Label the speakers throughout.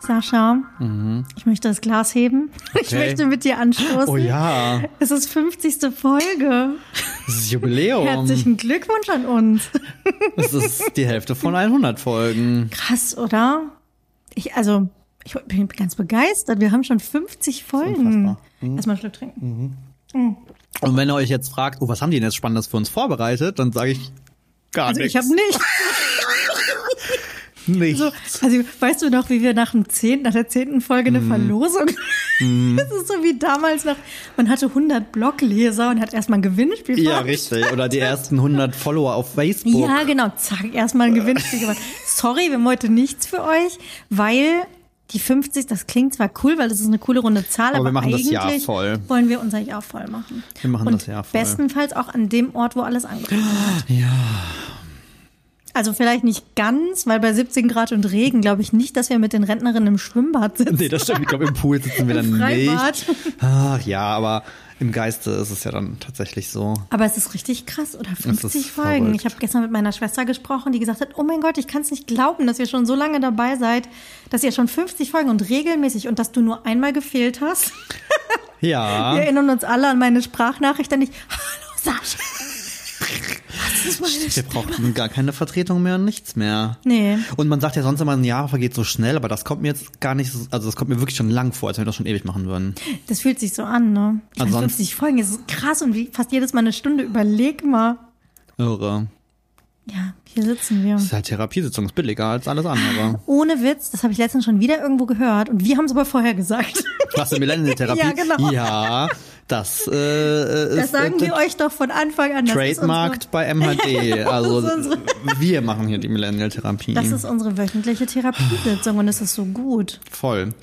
Speaker 1: Sascha, ich möchte das Glas heben. Ich
Speaker 2: Mhm. Okay.
Speaker 1: möchte mit dir anstoßen.
Speaker 2: Oh ja,
Speaker 1: Es ist 50. Folge.
Speaker 2: das ist Jubiläum.
Speaker 1: Herzlichen Glückwunsch an uns.
Speaker 2: Das ist die Hälfte von 100 Folgen.
Speaker 1: Krass, oder? Ich, also, ich bin ganz begeistert. Wir haben schon 50 Folgen.
Speaker 2: unfassbar. Mhm.
Speaker 1: Erstmal einen Schluck trinken.
Speaker 2: Und wenn ihr euch jetzt fragt, oh, was haben die denn jetzt Spannendes für uns vorbereitet, dann sage ich gar
Speaker 1: Also, ich
Speaker 2: nichts.
Speaker 1: habe nicht.
Speaker 2: nicht.
Speaker 1: So, also, weißt du noch, wie wir nach, dem 10, nach der zehnten Folge
Speaker 2: Mhm.
Speaker 1: eine Verlosung. Das ist so wie damals noch. Man hatte 100 Blogleser und hat erstmal ein Gewinnspiel
Speaker 2: ja,
Speaker 1: veranstaltet.
Speaker 2: richtig. Oder die ersten 100 Follower auf Facebook.
Speaker 1: Ja, genau. Zack, erstmal ein Gewinnspiel gemacht. Sorry, wir haben heute nichts für euch, weil die 50, das klingt zwar cool, weil das ist eine coole runde Zahl, aber,
Speaker 2: wir machen das
Speaker 1: eigentlich
Speaker 2: Jahr voll.
Speaker 1: wollen wir unser Jahr voll machen.
Speaker 2: Wir machen
Speaker 1: Und
Speaker 2: das Jahr voll.
Speaker 1: Bestenfalls auch an dem Ort, wo alles angefangen hat. Ja. Also vielleicht nicht ganz, weil bei 17 Grad und Regen glaube ich nicht, dass wir mit den Rentnerinnen im Schwimmbad sitzen.
Speaker 2: Nee, das stimmt. Ich glaube, im Pool sitzen wir dann
Speaker 1: Freibad.
Speaker 2: nicht. Ach ja, aber im Geiste ist es ja dann tatsächlich so.
Speaker 1: Aber es ist richtig krass, oder
Speaker 2: ist
Speaker 1: 50 Folgen.
Speaker 2: verrückt.
Speaker 1: Ich habe gestern mit meiner Schwester gesprochen, die gesagt hat, oh mein Gott, ich kann es nicht glauben, dass ihr schon so lange dabei seid, dass ihr schon 50 Folgen und regelmäßig und dass du nur einmal gefehlt hast.
Speaker 2: Ja.
Speaker 1: Wir erinnern uns alle an meine Sprachnachricht, an ich, hallo Sascha. Das ist meine
Speaker 2: Wir brauchen gar keine Vertretung mehr und nichts mehr.
Speaker 1: Nee.
Speaker 2: Und man sagt ja sonst immer, ein Jahr vergeht so schnell, aber das kommt mir jetzt gar nicht, so- also das kommt mir wirklich schon lang vor, als wenn wir das schon ewig machen würden.
Speaker 1: Das fühlt sich so an, ne? Ich meine,
Speaker 2: Ansonsten-
Speaker 1: 50 Folgen, das ist krass und wie fast jedes Mal eine Stunde, überleg mal.
Speaker 2: Irre.
Speaker 1: Ja, hier sitzen wir.
Speaker 2: Das ist halt Therapiesitzung, ist billiger als alles andere.
Speaker 1: Ohne Witz, das habe ich letztens schon wieder irgendwo gehört und wir haben es aber vorher gesagt.
Speaker 2: Was eine Millennial-Therapie?
Speaker 1: Ja, genau.
Speaker 2: Ja, das, äh, äh,
Speaker 1: Das
Speaker 2: ist
Speaker 1: sagen
Speaker 2: äh,
Speaker 1: wir euch doch von Anfang an. Das ist
Speaker 2: trademarked bei MHD. Also
Speaker 1: ist unsere-
Speaker 2: wir machen hier die Millennial-Therapie.
Speaker 1: Das ist unsere wöchentliche Therapiesitzung und es ist so gut.
Speaker 2: Voll.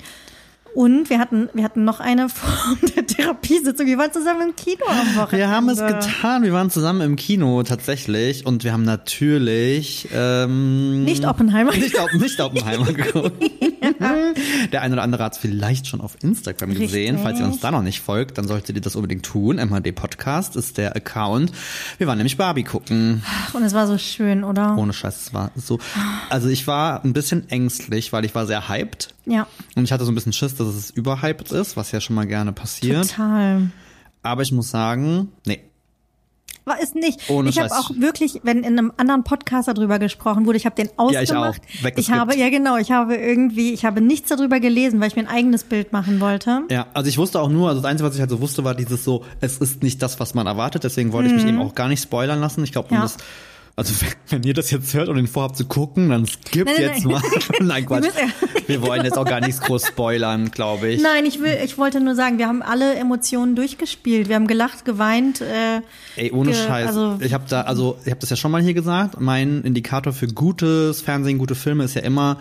Speaker 1: Und wir hatten, wir hatten noch eine Form der Therapiesitzung. Wir waren zusammen im Kino am Wochenende.
Speaker 2: Wir haben es getan. Wir waren zusammen im Kino tatsächlich und wir haben natürlich ähm,
Speaker 1: Nicht Oppenheimer.
Speaker 2: nicht, Oppen- nicht Oppenheimer geguckt. Der ein oder andere hat es vielleicht schon auf Instagram gesehen.
Speaker 1: Richtig.
Speaker 2: Falls ihr uns da noch nicht folgt, dann solltet ihr das unbedingt tun. MHD Podcast ist der Account. Wir waren nämlich Barbie gucken.
Speaker 1: Ach, und es war so schön, oder?
Speaker 2: Ohne Scheiß, es war so. Also ich war ein bisschen ängstlich, weil ich war sehr hyped.
Speaker 1: Ja,
Speaker 2: Und ich hatte so ein bisschen Schiss, dass es überhyped ist, was ja schon mal gerne passiert.
Speaker 1: total.
Speaker 2: Aber ich muss sagen, nee,
Speaker 1: War es nicht.
Speaker 2: Ohne
Speaker 1: ich habe
Speaker 2: Scheiß.
Speaker 1: auch wirklich, wenn in einem anderen Podcast darüber gesprochen wurde, ich habe den
Speaker 2: Ja, ich auch.
Speaker 1: ausgemacht.
Speaker 2: Weggeskippt.
Speaker 1: ich habe, ja genau, ich habe irgendwie, ich habe nichts darüber gelesen, weil ich mir ein eigenes Bild machen wollte.
Speaker 2: Ja, also ich wusste auch nur, also das Einzige, was ich halt so wusste, war dieses so, es ist nicht das, was man erwartet, deswegen wollte ich mich eben auch gar nicht spoilern lassen. Ich glaube, man
Speaker 1: Mhm. Ja.
Speaker 2: muss, also wenn ihr das jetzt hört und den vorhabt zu gucken, dann skippt
Speaker 1: Nein, nein,
Speaker 2: jetzt
Speaker 1: nein.
Speaker 2: mal. nein, Quatsch.
Speaker 1: müssen ja-
Speaker 2: Wir wollen jetzt auch gar nichts groß spoilern, glaube ich.
Speaker 1: Nein, ich will, ich wollte nur sagen, wir haben alle Emotionen durchgespielt. Wir haben gelacht, geweint. Äh,
Speaker 2: Ey, ohne
Speaker 1: ge-
Speaker 2: Scheiß.
Speaker 1: Also,
Speaker 2: ich habe da, also ich habe das ja schon mal hier gesagt. Mein Indikator für gutes Fernsehen, gute Filme ist ja immer,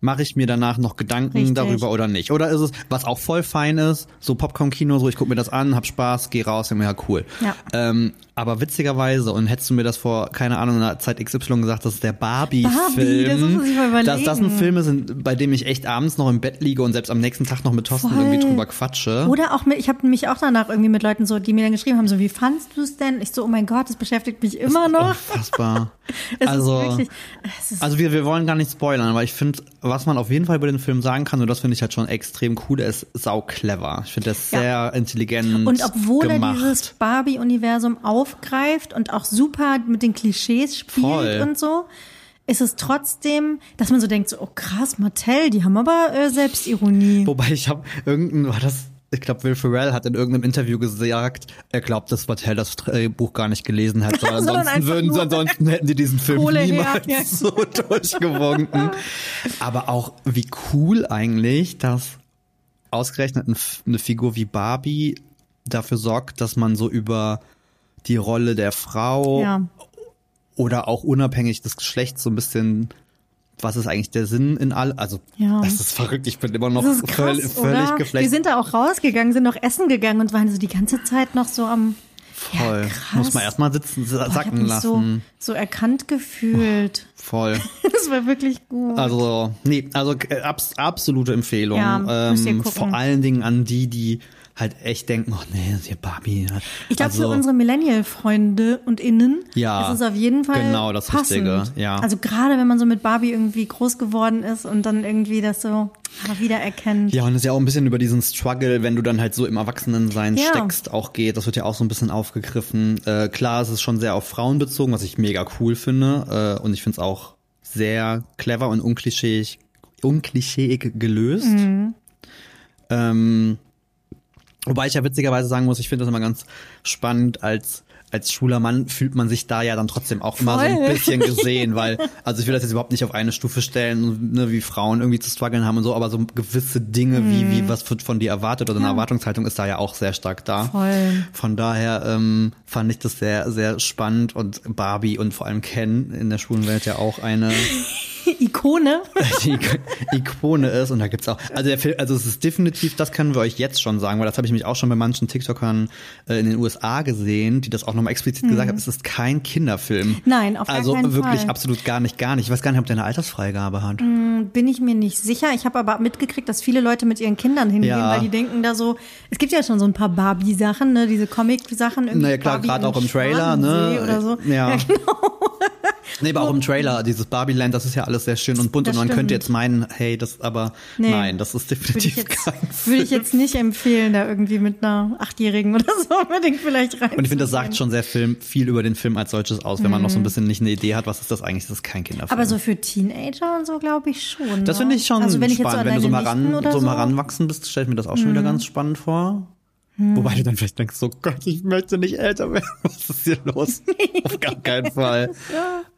Speaker 2: mache ich mir danach noch Gedanken
Speaker 1: Richtig.
Speaker 2: darüber oder nicht? Oder ist es, was auch voll fein ist, so Popcorn-Kino, so ich gucke mir das an, hab Spaß, geh raus, denk mir, ja cool.
Speaker 1: Ja.
Speaker 2: Ähm, aber witzigerweise, und hättest du mir das vor, keine Ahnung, einer Zeit XY gesagt, das ist der Barbie-Film.
Speaker 1: Barbie, das muss man sich mal überlegen.
Speaker 2: Dass das ein Filme sind, bei dem ich echt abends noch im Bett liege und selbst am nächsten Tag noch mit Thorsten irgendwie
Speaker 1: Voll.
Speaker 2: drüber quatsche.
Speaker 1: oder auch mit, ich habe mich auch danach irgendwie mit Leuten so, die mir dann geschrieben haben, so wie fandst du es denn? Ich so, oh mein Gott, das beschäftigt mich immer noch.
Speaker 2: Unfassbar.
Speaker 1: Es
Speaker 2: also,
Speaker 1: ist wirklich, es ist,
Speaker 2: Also wir, wir wollen gar nicht spoilern, aber ich finde, was man auf jeden Fall über den Film sagen kann, und das finde ich halt schon extrem cool, der ist sau clever. Ich finde, der ist
Speaker 1: Ja.
Speaker 2: sehr intelligent
Speaker 1: und obwohl
Speaker 2: gemacht.
Speaker 1: er dieses Barbie-Universum aufgreift und auch super mit den Klischees spielt
Speaker 2: Voll.
Speaker 1: und so, ist es trotzdem, dass man so denkt, so, oh krass, Mattel, die haben aber äh, Selbstironie.
Speaker 2: Wobei ich habe irgendein, war das, ich glaube, Will Ferrell hat in irgendeinem Interview gesagt, er glaubt, dass Mattel das Drehbuch gar nicht gelesen hat, sondern
Speaker 1: Sondern
Speaker 2: ansonsten,
Speaker 1: einfach
Speaker 2: würden,
Speaker 1: nur-
Speaker 2: ansonsten hätten die diesen Film
Speaker 1: Kohle her,
Speaker 2: niemals
Speaker 1: ja.
Speaker 2: so durchgewunken. Aber auch wie cool eigentlich, dass ausgerechnet ein F- eine Figur wie Barbie dafür sorgt, dass man so über die Rolle der Frau
Speaker 1: Ja.
Speaker 2: oder auch unabhängig des Geschlechts so ein bisschen, was ist eigentlich der Sinn in all, also
Speaker 1: Ja.
Speaker 2: das ist verrückt, ich bin immer noch
Speaker 1: Das ist krass,
Speaker 2: völlig, völlig
Speaker 1: oder? Wir
Speaker 2: geflecht.
Speaker 1: sind da auch rausgegangen, sind noch essen gegangen und waren so die ganze Zeit noch so am
Speaker 2: Voll.
Speaker 1: Ja, krass.
Speaker 2: Muss man erstmal sitzen, sa-
Speaker 1: Boah, ich hab
Speaker 2: sacken
Speaker 1: mich
Speaker 2: lassen.
Speaker 1: So, so erkannt gefühlt.
Speaker 2: Voll.
Speaker 1: Das war wirklich gut.
Speaker 2: Also, nee, also äh, abs absolute Empfehlung.
Speaker 1: Ja, müsst ihr
Speaker 2: ähm,
Speaker 1: gucken.
Speaker 2: vor allen Dingen an die, die halt echt denken, oh nee, das ist hier Barbie.
Speaker 1: Ich glaube,
Speaker 2: Also,
Speaker 1: für unsere Millennial-Freunde und Innen
Speaker 2: Ja,
Speaker 1: ist es auf jeden Fall
Speaker 2: genau das
Speaker 1: passend.
Speaker 2: Richtige, ja.
Speaker 1: Also gerade, wenn man so mit Barbie irgendwie groß geworden ist und dann irgendwie das so aber wiedererkennt.
Speaker 2: Ja, und es ist ja auch ein bisschen über diesen Struggle, wenn du dann halt so im Erwachsenensein
Speaker 1: Ja.
Speaker 2: steckst, auch geht. Das wird ja auch so ein bisschen aufgegriffen. Äh, klar, es ist schon sehr auf Frauen bezogen, was ich mega cool finde. Äh, und ich finde es auch sehr clever und unklischeeig, unklischeeig gelöst. Ähm, wobei ich ja witzigerweise sagen muss, ich finde das immer ganz spannend als als schwuler Mann fühlt man sich da ja dann trotzdem auch immer so ein
Speaker 1: Voll.
Speaker 2: bisschen gesehen, weil, also ich will das jetzt überhaupt nicht auf eine Stufe stellen, ne, wie Frauen irgendwie zu strugglen haben und so, aber so gewisse Dinge, wie,
Speaker 1: Mhm.
Speaker 2: wie was wird von dir erwartet oder eine Erwartungshaltung ist da ja auch sehr stark da.
Speaker 1: Voll.
Speaker 2: Von daher ähm, fand ich das sehr, sehr spannend und Barbie und vor allem Ken in der schwulen Welt ja auch eine
Speaker 1: Ikone.
Speaker 2: die Ik- Ikone ist und da gibt's auch, also der Film, also es ist definitiv, das können wir euch jetzt schon sagen, weil das habe ich mich auch schon bei manchen TikTokern äh, in den USA gesehen, die das auch nochmal explizit gesagt haben, es ist kein Kinderfilm.
Speaker 1: Mhm. Nein, auf gar
Speaker 2: Also
Speaker 1: keinen
Speaker 2: wirklich
Speaker 1: Fall. Mhm.
Speaker 2: absolut gar nicht, gar nicht. Ich weiß gar nicht, ob der eine Altersfreigabe hat.
Speaker 1: Bin ich mir nicht sicher. Ich habe aber mitgekriegt, dass viele Leute mit ihren Kindern hingehen,
Speaker 2: Ja.
Speaker 1: weil die denken da so, es gibt ja schon so ein paar Barbie-Sachen, ne? diese Comic-Sachen. irgendwie
Speaker 2: Naja, klar,
Speaker 1: Barbie
Speaker 2: gerade auch im Trailer,
Speaker 1: Schwanensee
Speaker 2: ne?
Speaker 1: Oder so. genau.
Speaker 2: Ja. Nee, aber auch im Trailer, dieses Barbie-Land, das ist ja alles sehr schön und bunt
Speaker 1: Das
Speaker 2: und man
Speaker 1: stimmt.
Speaker 2: könnte jetzt meinen, hey, das aber,
Speaker 1: Nee.
Speaker 2: nein, das ist
Speaker 1: Würde ich,
Speaker 2: definitiv
Speaker 1: jetzt,
Speaker 2: kein
Speaker 1: würde ich jetzt nicht empfehlen, da irgendwie mit einer Achtjährigen oder so unbedingt vielleicht rein.
Speaker 2: Und ich finde, das
Speaker 1: Mhm.
Speaker 2: sagt schon sehr Film, viel über den Film als solches aus, wenn man noch so ein bisschen nicht eine Idee hat, was ist das eigentlich? Das ist kein Kinderfilm.
Speaker 1: Aber so für Teenager und so glaube ich schon.
Speaker 2: das
Speaker 1: ne?
Speaker 2: finde ich schon
Speaker 1: also wenn ich jetzt
Speaker 2: spannend.
Speaker 1: so an
Speaker 2: wenn du so
Speaker 1: deine
Speaker 2: mal, ran,
Speaker 1: Nichten oder
Speaker 2: so
Speaker 1: so Mhm.
Speaker 2: mal ranwachsen bist, stelle ich mir das auch schon wieder ganz spannend vor. Wobei du dann vielleicht denkst, so Gott, ich möchte nicht älter werden. Was ist hier los? Auf gar keinen Fall.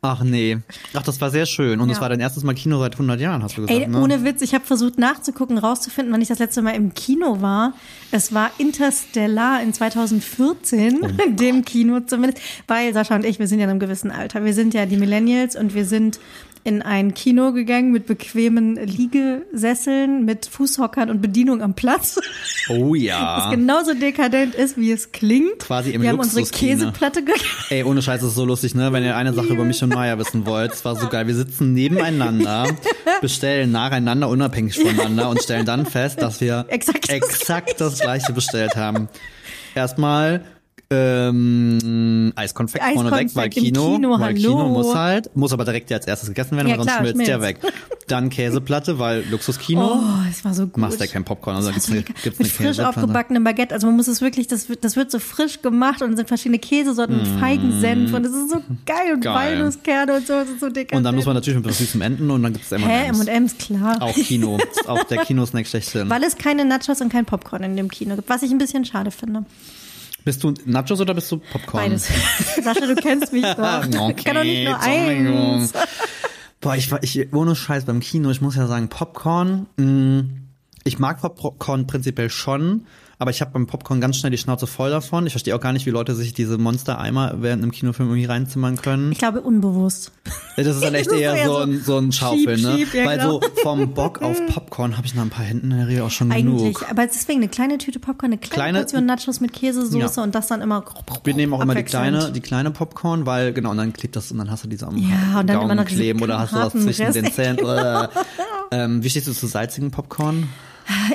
Speaker 2: Ach nee. Ach, das war sehr schön. Und es
Speaker 1: Ja.
Speaker 2: war dein erstes Mal Kino seit 100 Jahren, hast du gesagt.
Speaker 1: Ey,
Speaker 2: ne?
Speaker 1: ohne Witz, ich habe versucht nachzugucken, rauszufinden, wann ich das letzte Mal im Kino war. Es war Interstellar in 2014, in dem Kino zumindest, weil Sascha und ich, wir sind ja in einem gewissen Alter. Wir sind ja die Millennials und wir sind in ein Kino gegangen mit bequemen Liegesesseln, mit Fußhockern und Bedienung am Platz.
Speaker 2: oh ja.
Speaker 1: Was genauso dekadent ist, wie es klingt.
Speaker 2: Quasi im
Speaker 1: Wir haben unsere
Speaker 2: Luxuskino.
Speaker 1: Käseplatte gegessen.
Speaker 2: Ey, ohne Scheiß, das ist so lustig, ne? Wenn ihr eine Sache über mich und Maya wissen wollt, es war so geil. Wir sitzen nebeneinander, bestellen nacheinander, unabhängig voneinander und stellen dann fest, dass wir
Speaker 1: Exakt das
Speaker 2: exakt das gleiche bestellt haben. Erstmal ähm, Eiskonfekt vorne weg, weil
Speaker 1: Eiskonfekt im
Speaker 2: Kino,
Speaker 1: Kino,
Speaker 2: weil
Speaker 1: hallo.
Speaker 2: Kino muss halt, muss aber direkt ja als erstes gegessen werden,
Speaker 1: Ja,
Speaker 2: weil sonst
Speaker 1: klar,
Speaker 2: schmilzt der weg.
Speaker 1: schmilzt.
Speaker 2: Dann Käseplatte, weil Luxuskino.
Speaker 1: Oh, es war so gut.
Speaker 2: Machst ja kein Popcorn, also
Speaker 1: Das
Speaker 2: gibt's
Speaker 1: war
Speaker 2: eine,
Speaker 1: so lecker.
Speaker 2: gibt's eine
Speaker 1: mit frisch
Speaker 2: Käseplatte.
Speaker 1: aufgebackenem Baguette. Also man muss es wirklich, das wird, das wird so frisch gemacht und sind verschiedene Käsesorten und Feigensenf und es ist so geil und
Speaker 2: Mm. Geil.
Speaker 1: Walnusskerne und so, es ist so dick.
Speaker 2: Und dann muss man natürlich mit was zum Enden und dann gibt's
Speaker 1: Hä,
Speaker 2: M&M's.
Speaker 1: M&M's, klar.
Speaker 2: Auch Kino, ist auch der Kinosnack schlechthin.
Speaker 1: Weil es keine Nachos und kein Popcorn in dem Kino gibt, was ich ein bisschen schade finde.
Speaker 2: Bist du Nachos oder bist du Popcorn?
Speaker 1: Beides. Sascha, du kennst mich
Speaker 2: Ah,
Speaker 1: doch.
Speaker 2: okay,
Speaker 1: ich kann doch nicht nur
Speaker 2: Entschuldigung.
Speaker 1: eins.
Speaker 2: Boah, ich war ich, ohne Scheiß beim Kino, ich muss ja sagen, Popcorn, mh, ich mag Popcorn prinzipiell schon, aber ich habe beim Popcorn ganz schnell die Schnauze voll davon. Ich verstehe auch gar nicht, wie Leute sich diese Monster-Eimer während einem Kinofilm irgendwie reinzimmern können.
Speaker 1: Ich glaube, unbewusst.
Speaker 2: Das ist dann echt
Speaker 1: Das ist
Speaker 2: eher
Speaker 1: eher
Speaker 2: so
Speaker 1: so
Speaker 2: ein, so ein Schaufeln, ne?
Speaker 1: schieb, ja,
Speaker 2: Weil
Speaker 1: genau.
Speaker 2: so vom Bock auf Popcorn habe ich nach ein paar Händen in der Regel auch schon
Speaker 1: Eigentlich.
Speaker 2: genug.
Speaker 1: Aber es ist deswegen eine kleine Tüte Popcorn, eine kleine,
Speaker 2: Kleine-
Speaker 1: Portion Nachos mit Käsesoße
Speaker 2: Ja.
Speaker 1: und das dann immer.
Speaker 2: Wir nehmen auch immer die
Speaker 1: abwechselnd.
Speaker 2: kleine, die kleine Popcorn, weil genau und dann klebt das und dann hast du diese am
Speaker 1: Ja, und dann
Speaker 2: Gaumen
Speaker 1: immer noch diese
Speaker 2: kleben oder hast du das
Speaker 1: harten
Speaker 2: zwischen den
Speaker 1: Rest-
Speaker 2: Zähnen. Äh, ähm, wie stehst du zu salzigem Popcorn?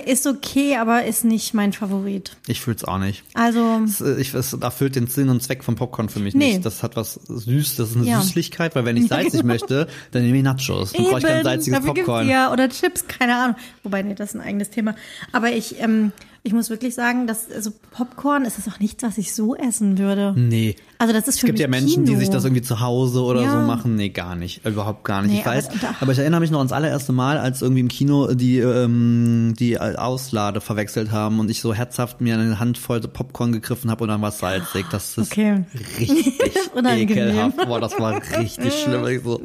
Speaker 1: Ist okay, aber ist nicht mein Favorit. Ich
Speaker 2: Ich fühl's auch nicht.
Speaker 1: Also,
Speaker 2: Es, äh, ich, es erfüllt den Sinn und Zweck von Popcorn für mich
Speaker 1: Nee.
Speaker 2: nicht. Das hat was süß, das ist eine
Speaker 1: Ja.
Speaker 2: Süßlichkeit, weil wenn ich
Speaker 1: Ja,
Speaker 2: salzig
Speaker 1: genau.
Speaker 2: möchte, dann nehme ich Nachos. Dann brauche ich kein salziges
Speaker 1: dafür gibt's
Speaker 2: Popcorn.
Speaker 1: ja oder Chips, keine Ahnung. Wobei, nee, das ist ein eigenes Thema. Aber ich, ähm, ich muss wirklich sagen, dass also Popcorn ist das auch nichts, was ich so essen würde.
Speaker 2: Nee.
Speaker 1: Also das ist für
Speaker 2: Hm. Es gibt
Speaker 1: mich
Speaker 2: ja Menschen,
Speaker 1: Kino.
Speaker 2: die sich das irgendwie zu Hause oder
Speaker 1: Ja.
Speaker 2: so machen. Nee, gar nicht. Überhaupt gar nicht.
Speaker 1: Nee,
Speaker 2: ich
Speaker 1: aber
Speaker 2: weiß,
Speaker 1: da-
Speaker 2: aber, ich erinnere mich noch ans allererste Mal, als irgendwie im Kino die, ähm, die Auslade verwechselt haben und ich so herzhaft mir eine Handvoll Popcorn gegriffen habe und dann war es salzig. Das ist
Speaker 1: Okay.
Speaker 2: richtig
Speaker 1: Unangenehm.
Speaker 2: ekelhaft. Boah, das war richtig schlimm. Ich so,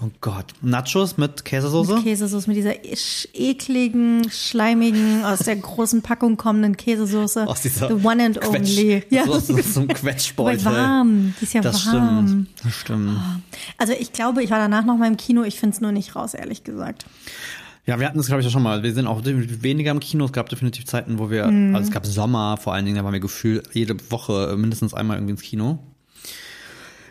Speaker 2: oh Gott. Nachos mit Käsesoße?
Speaker 1: Mit Käsesoße, mit dieser isch- ekligen, schleimigen, aus der großen Packung kommenden Käsesoße.
Speaker 2: Aus dieser
Speaker 1: The one and
Speaker 2: Quetsch-
Speaker 1: only. Ja.
Speaker 2: So, so, so ein
Speaker 1: Weil
Speaker 2: Quetschbeutel.
Speaker 1: warm, die ist ja
Speaker 2: Das
Speaker 1: warm.
Speaker 2: stimmt. Das stimmt.
Speaker 1: Also ich glaube, ich war danach noch mal im Kino, ich finde es nur nicht raus, ehrlich gesagt.
Speaker 2: Ja, wir hatten es, glaube ich, ja schon mal. Wir sind auch definitiv weniger im Kino. Es gab definitiv Zeiten, wo wir,
Speaker 1: Mhm.
Speaker 2: also es gab äh, Sommer vor allen Dingen, da waren wir gefühlt jede Woche mindestens einmal irgendwie ins Kino.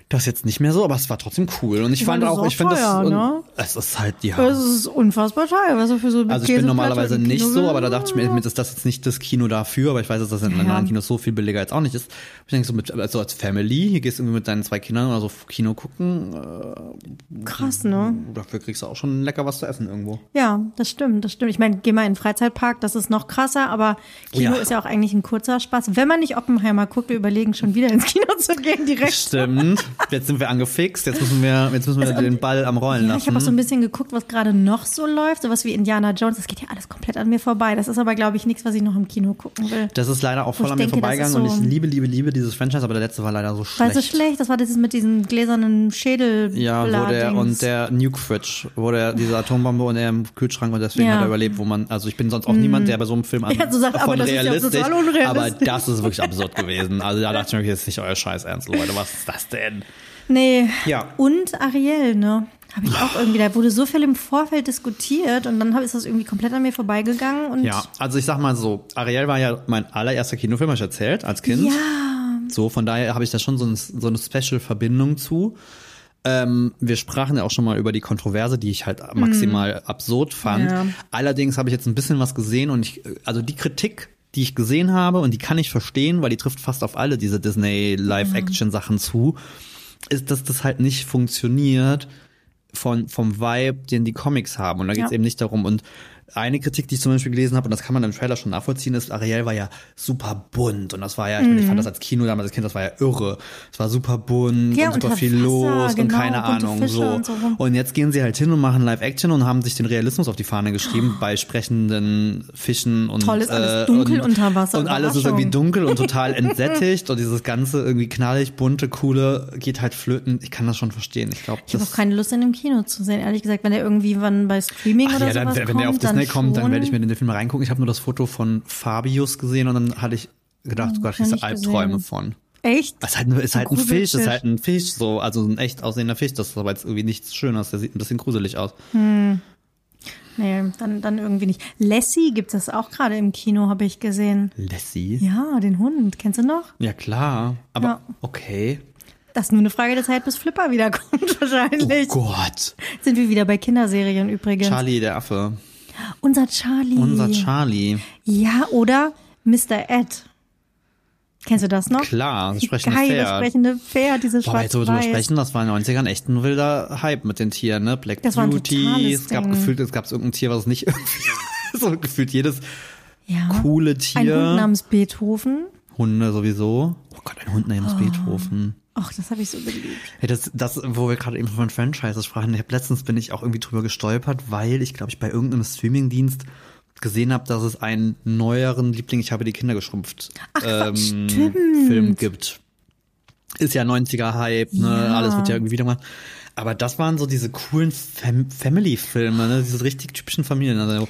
Speaker 2: das ist jetzt nicht mehr so, aber es war trotzdem cool. Und ich,
Speaker 1: Ich
Speaker 2: fand
Speaker 1: meine, das
Speaker 2: auch,
Speaker 1: ist auch
Speaker 2: ich finde
Speaker 1: teuer,
Speaker 2: das, und
Speaker 1: ne? Also
Speaker 2: es ist halt, ja.
Speaker 1: Das ist unfassbar teuer, was du für so
Speaker 2: Also ich bin normalerweise nicht so, aber da dachte ich mir, mir ist das jetzt nicht das Kino dafür, aber ich weiß, dass das in
Speaker 1: Ja.
Speaker 2: anderen Kinos so viel billiger jetzt auch nicht ist. Ich denke so mit, also als Family, hier gehst du irgendwie mit deinen zwei Kindern oder so Kino gucken, äh,
Speaker 1: Krass, ne?
Speaker 2: dafür kriegst du auch schon lecker was zu essen irgendwo.
Speaker 1: Ja, das stimmt, das stimmt. Ich meine, geh mal in den Freizeitpark, das ist noch krasser, aber Kino
Speaker 2: Oh Ja.
Speaker 1: ist ja auch eigentlich ein kurzer Spaß. Wenn man nicht Oppenheimer guckt, wir überlegen schon wieder ins Kino zu gehen direkt.
Speaker 2: Stimmt. Jetzt sind wir angefixt, jetzt müssen wir, jetzt müssen wir den Ball am
Speaker 1: Ja,
Speaker 2: Rollen
Speaker 1: ich
Speaker 2: lassen.
Speaker 1: habe auch so ein bisschen geguckt, was gerade noch so läuft, sowas wie Indiana Jones, das geht ja alles komplett an mir vorbei. Das ist aber, glaube ich, nichts, was ich noch im Kino gucken will.
Speaker 2: das ist leider auch voll
Speaker 1: Ich
Speaker 2: an mir
Speaker 1: denke, das
Speaker 2: vorbeigegangen
Speaker 1: ist so-
Speaker 2: und ich liebe, liebe, liebe dieses Franchise, aber der letzte war leider so schlecht.
Speaker 1: War so schlecht, das war dieses mit diesem gläsernen Schädel.
Speaker 2: Ja, wo der
Speaker 1: Bladings.
Speaker 2: und der Nuke Fridge, wo der diese Atombombe und er im Kühlschrank und deswegen
Speaker 1: Ja. Mhm.
Speaker 2: hat er überlebt, wo man, also ich bin sonst auch niemand, der bei so einem Film an,
Speaker 1: Ja, so sagt, aber das ist ja total unrealistisch.
Speaker 2: aber das ist wirklich absurd gewesen. Also da dachte ich mir, okay, das ist nicht euer Scheiß ernst, Leute, was ist das denn?
Speaker 1: Nee.
Speaker 2: Ja.
Speaker 1: Und Ariel, ne? Habe ich auch irgendwie, da wurde so viel im Vorfeld diskutiert und dann hab- ist das irgendwie komplett an mir vorbeigegangen und
Speaker 2: Ja, also ich sag mal so, Ariel war ja mein allererster Kinofilm, hab ich erzählt, als Kind.
Speaker 1: Ja.
Speaker 2: So, von daher habe ich da schon so, ein, so eine Special-Verbindung zu. Ähm, wir sprachen ja auch schon mal über die Kontroverse, die ich halt maximal absurd fand.
Speaker 1: Mhm. Ja.
Speaker 2: Allerdings habe ich jetzt ein bisschen was gesehen und ich, also die Kritik, die ich gesehen habe und die kann ich verstehen, weil die trifft fast auf alle diese Disney-Live-Action-Sachen zu, ist, dass das halt nicht funktioniert von, vom Vibe, den die Comics haben. Und da geht's
Speaker 1: Ja.
Speaker 2: eben nicht darum. Und eine Kritik, die ich zum Beispiel gelesen habe, und das kann man im Trailer schon nachvollziehen, ist, Ariel war ja super bunt. Und das war ja, ich, meine, ich fand
Speaker 1: Mhm.
Speaker 2: das als Kino damals als Kind, das war ja irre. Es war super bunt
Speaker 1: Ja,
Speaker 2: und super
Speaker 1: unter
Speaker 2: viel
Speaker 1: Wasser,
Speaker 2: los und
Speaker 1: genau,
Speaker 2: keine
Speaker 1: bunte
Speaker 2: Ahnung.
Speaker 1: Fische
Speaker 2: So.
Speaker 1: und
Speaker 2: Und,
Speaker 1: so rum.
Speaker 2: jetzt gehen sie halt hin und machen Live-Action und haben sich den Realismus auf die Fahne geschrieben bei sprechenden Fischen und äh,
Speaker 1: Toll ist Oh. alles dunkel unter Wasser,
Speaker 2: Und alles ist irgendwie
Speaker 1: Überraschung.
Speaker 2: dunkel und total entsättigt und dieses ganze irgendwie knallig, bunte, coole geht halt flöten. Ich kann das schon verstehen. Ich glaube,
Speaker 1: Ich habe auch keine Lust, ihn im Kino zu sehen, ehrlich gesagt. Wenn der irgendwie wann bei Streaming
Speaker 2: Ach
Speaker 1: oder
Speaker 2: ja, dann,
Speaker 1: sowas
Speaker 2: wenn
Speaker 1: kommt,
Speaker 2: der auf
Speaker 1: dann
Speaker 2: Disney kommt, dann
Speaker 1: schon.
Speaker 2: werde ich mir den Film mal reingucken. Ich habe nur das Foto von Fabius gesehen und dann hatte ich gedacht, oh Gott, ich
Speaker 1: hab
Speaker 2: habe
Speaker 1: ich
Speaker 2: Albträume
Speaker 1: Hm, gesehen.
Speaker 2: von.
Speaker 1: Echt?
Speaker 2: Es ist halt, ein- ist halt ein Fisch,
Speaker 1: Gruselfisch.
Speaker 2: ist halt ein Fisch, so, also ein echt aussehender Fisch. Das ist aber jetzt irgendwie nichts Schönes. Der sieht ein bisschen gruselig aus.
Speaker 1: Nee, dann, dann irgendwie nicht. Lassie gibt es auch gerade im Kino, habe ich gesehen.
Speaker 2: Lassie? Ja,
Speaker 1: Ja, den Hund. Kennst du noch?
Speaker 2: klar. Aber
Speaker 1: Ja.
Speaker 2: okay.
Speaker 1: Das ist nur eine Frage der Zeit, bis Flipper wiederkommt, wahrscheinlich.
Speaker 2: Oh Gott.
Speaker 1: Sind wir wieder bei Kinderserien übrigens.
Speaker 2: Charlie, der Affe.
Speaker 1: Unser Charlie.
Speaker 2: Unser Charlie.
Speaker 1: Ja, oder Mr. Ed. Kennst du das noch?
Speaker 2: Klar, das sprechende
Speaker 1: Geil, das
Speaker 2: Pferd.
Speaker 1: sprechende Pferd, diese
Speaker 2: Boah, jetzt wo wir drüber
Speaker 1: schwarz-weiß.
Speaker 2: sprechen, das war in den 90ern echt ein wilder Hype mit den Tieren, ne? Black
Speaker 1: Das war ein
Speaker 2: Beauty,
Speaker 1: totales
Speaker 2: es gab
Speaker 1: Ding.
Speaker 2: gefühlt, es gab irgendein Tier, was es nicht irgendwie, so gefühlt jedes
Speaker 1: Ja.
Speaker 2: coole
Speaker 1: Ein Hund
Speaker 2: Tier.
Speaker 1: namens Beethoven.
Speaker 2: Hunde sowieso. Oh Gott, ein Hund namens Beethoven.
Speaker 1: Ach, das habe ich so geliebt.
Speaker 2: Hey, das, das, wo wir gerade eben von Franchises sprachen, ich hab, letztens bin ich auch irgendwie drüber gestolpert, weil ich, glaube ich, bei irgendeinem Streamingdienst gesehen habe, dass es einen neueren Liebling, ich habe die Kinder geschrumpft,
Speaker 1: Ach,
Speaker 2: Ähm,
Speaker 1: Quatsch, stimmt.
Speaker 2: Film gibt. Ist ja 90er-Hype, ne?
Speaker 1: Ja.
Speaker 2: alles wird ja irgendwie wieder mal. Aber das waren so diese coolen Fam Family-Filme, ne? diese richtig typischen Familien. Also,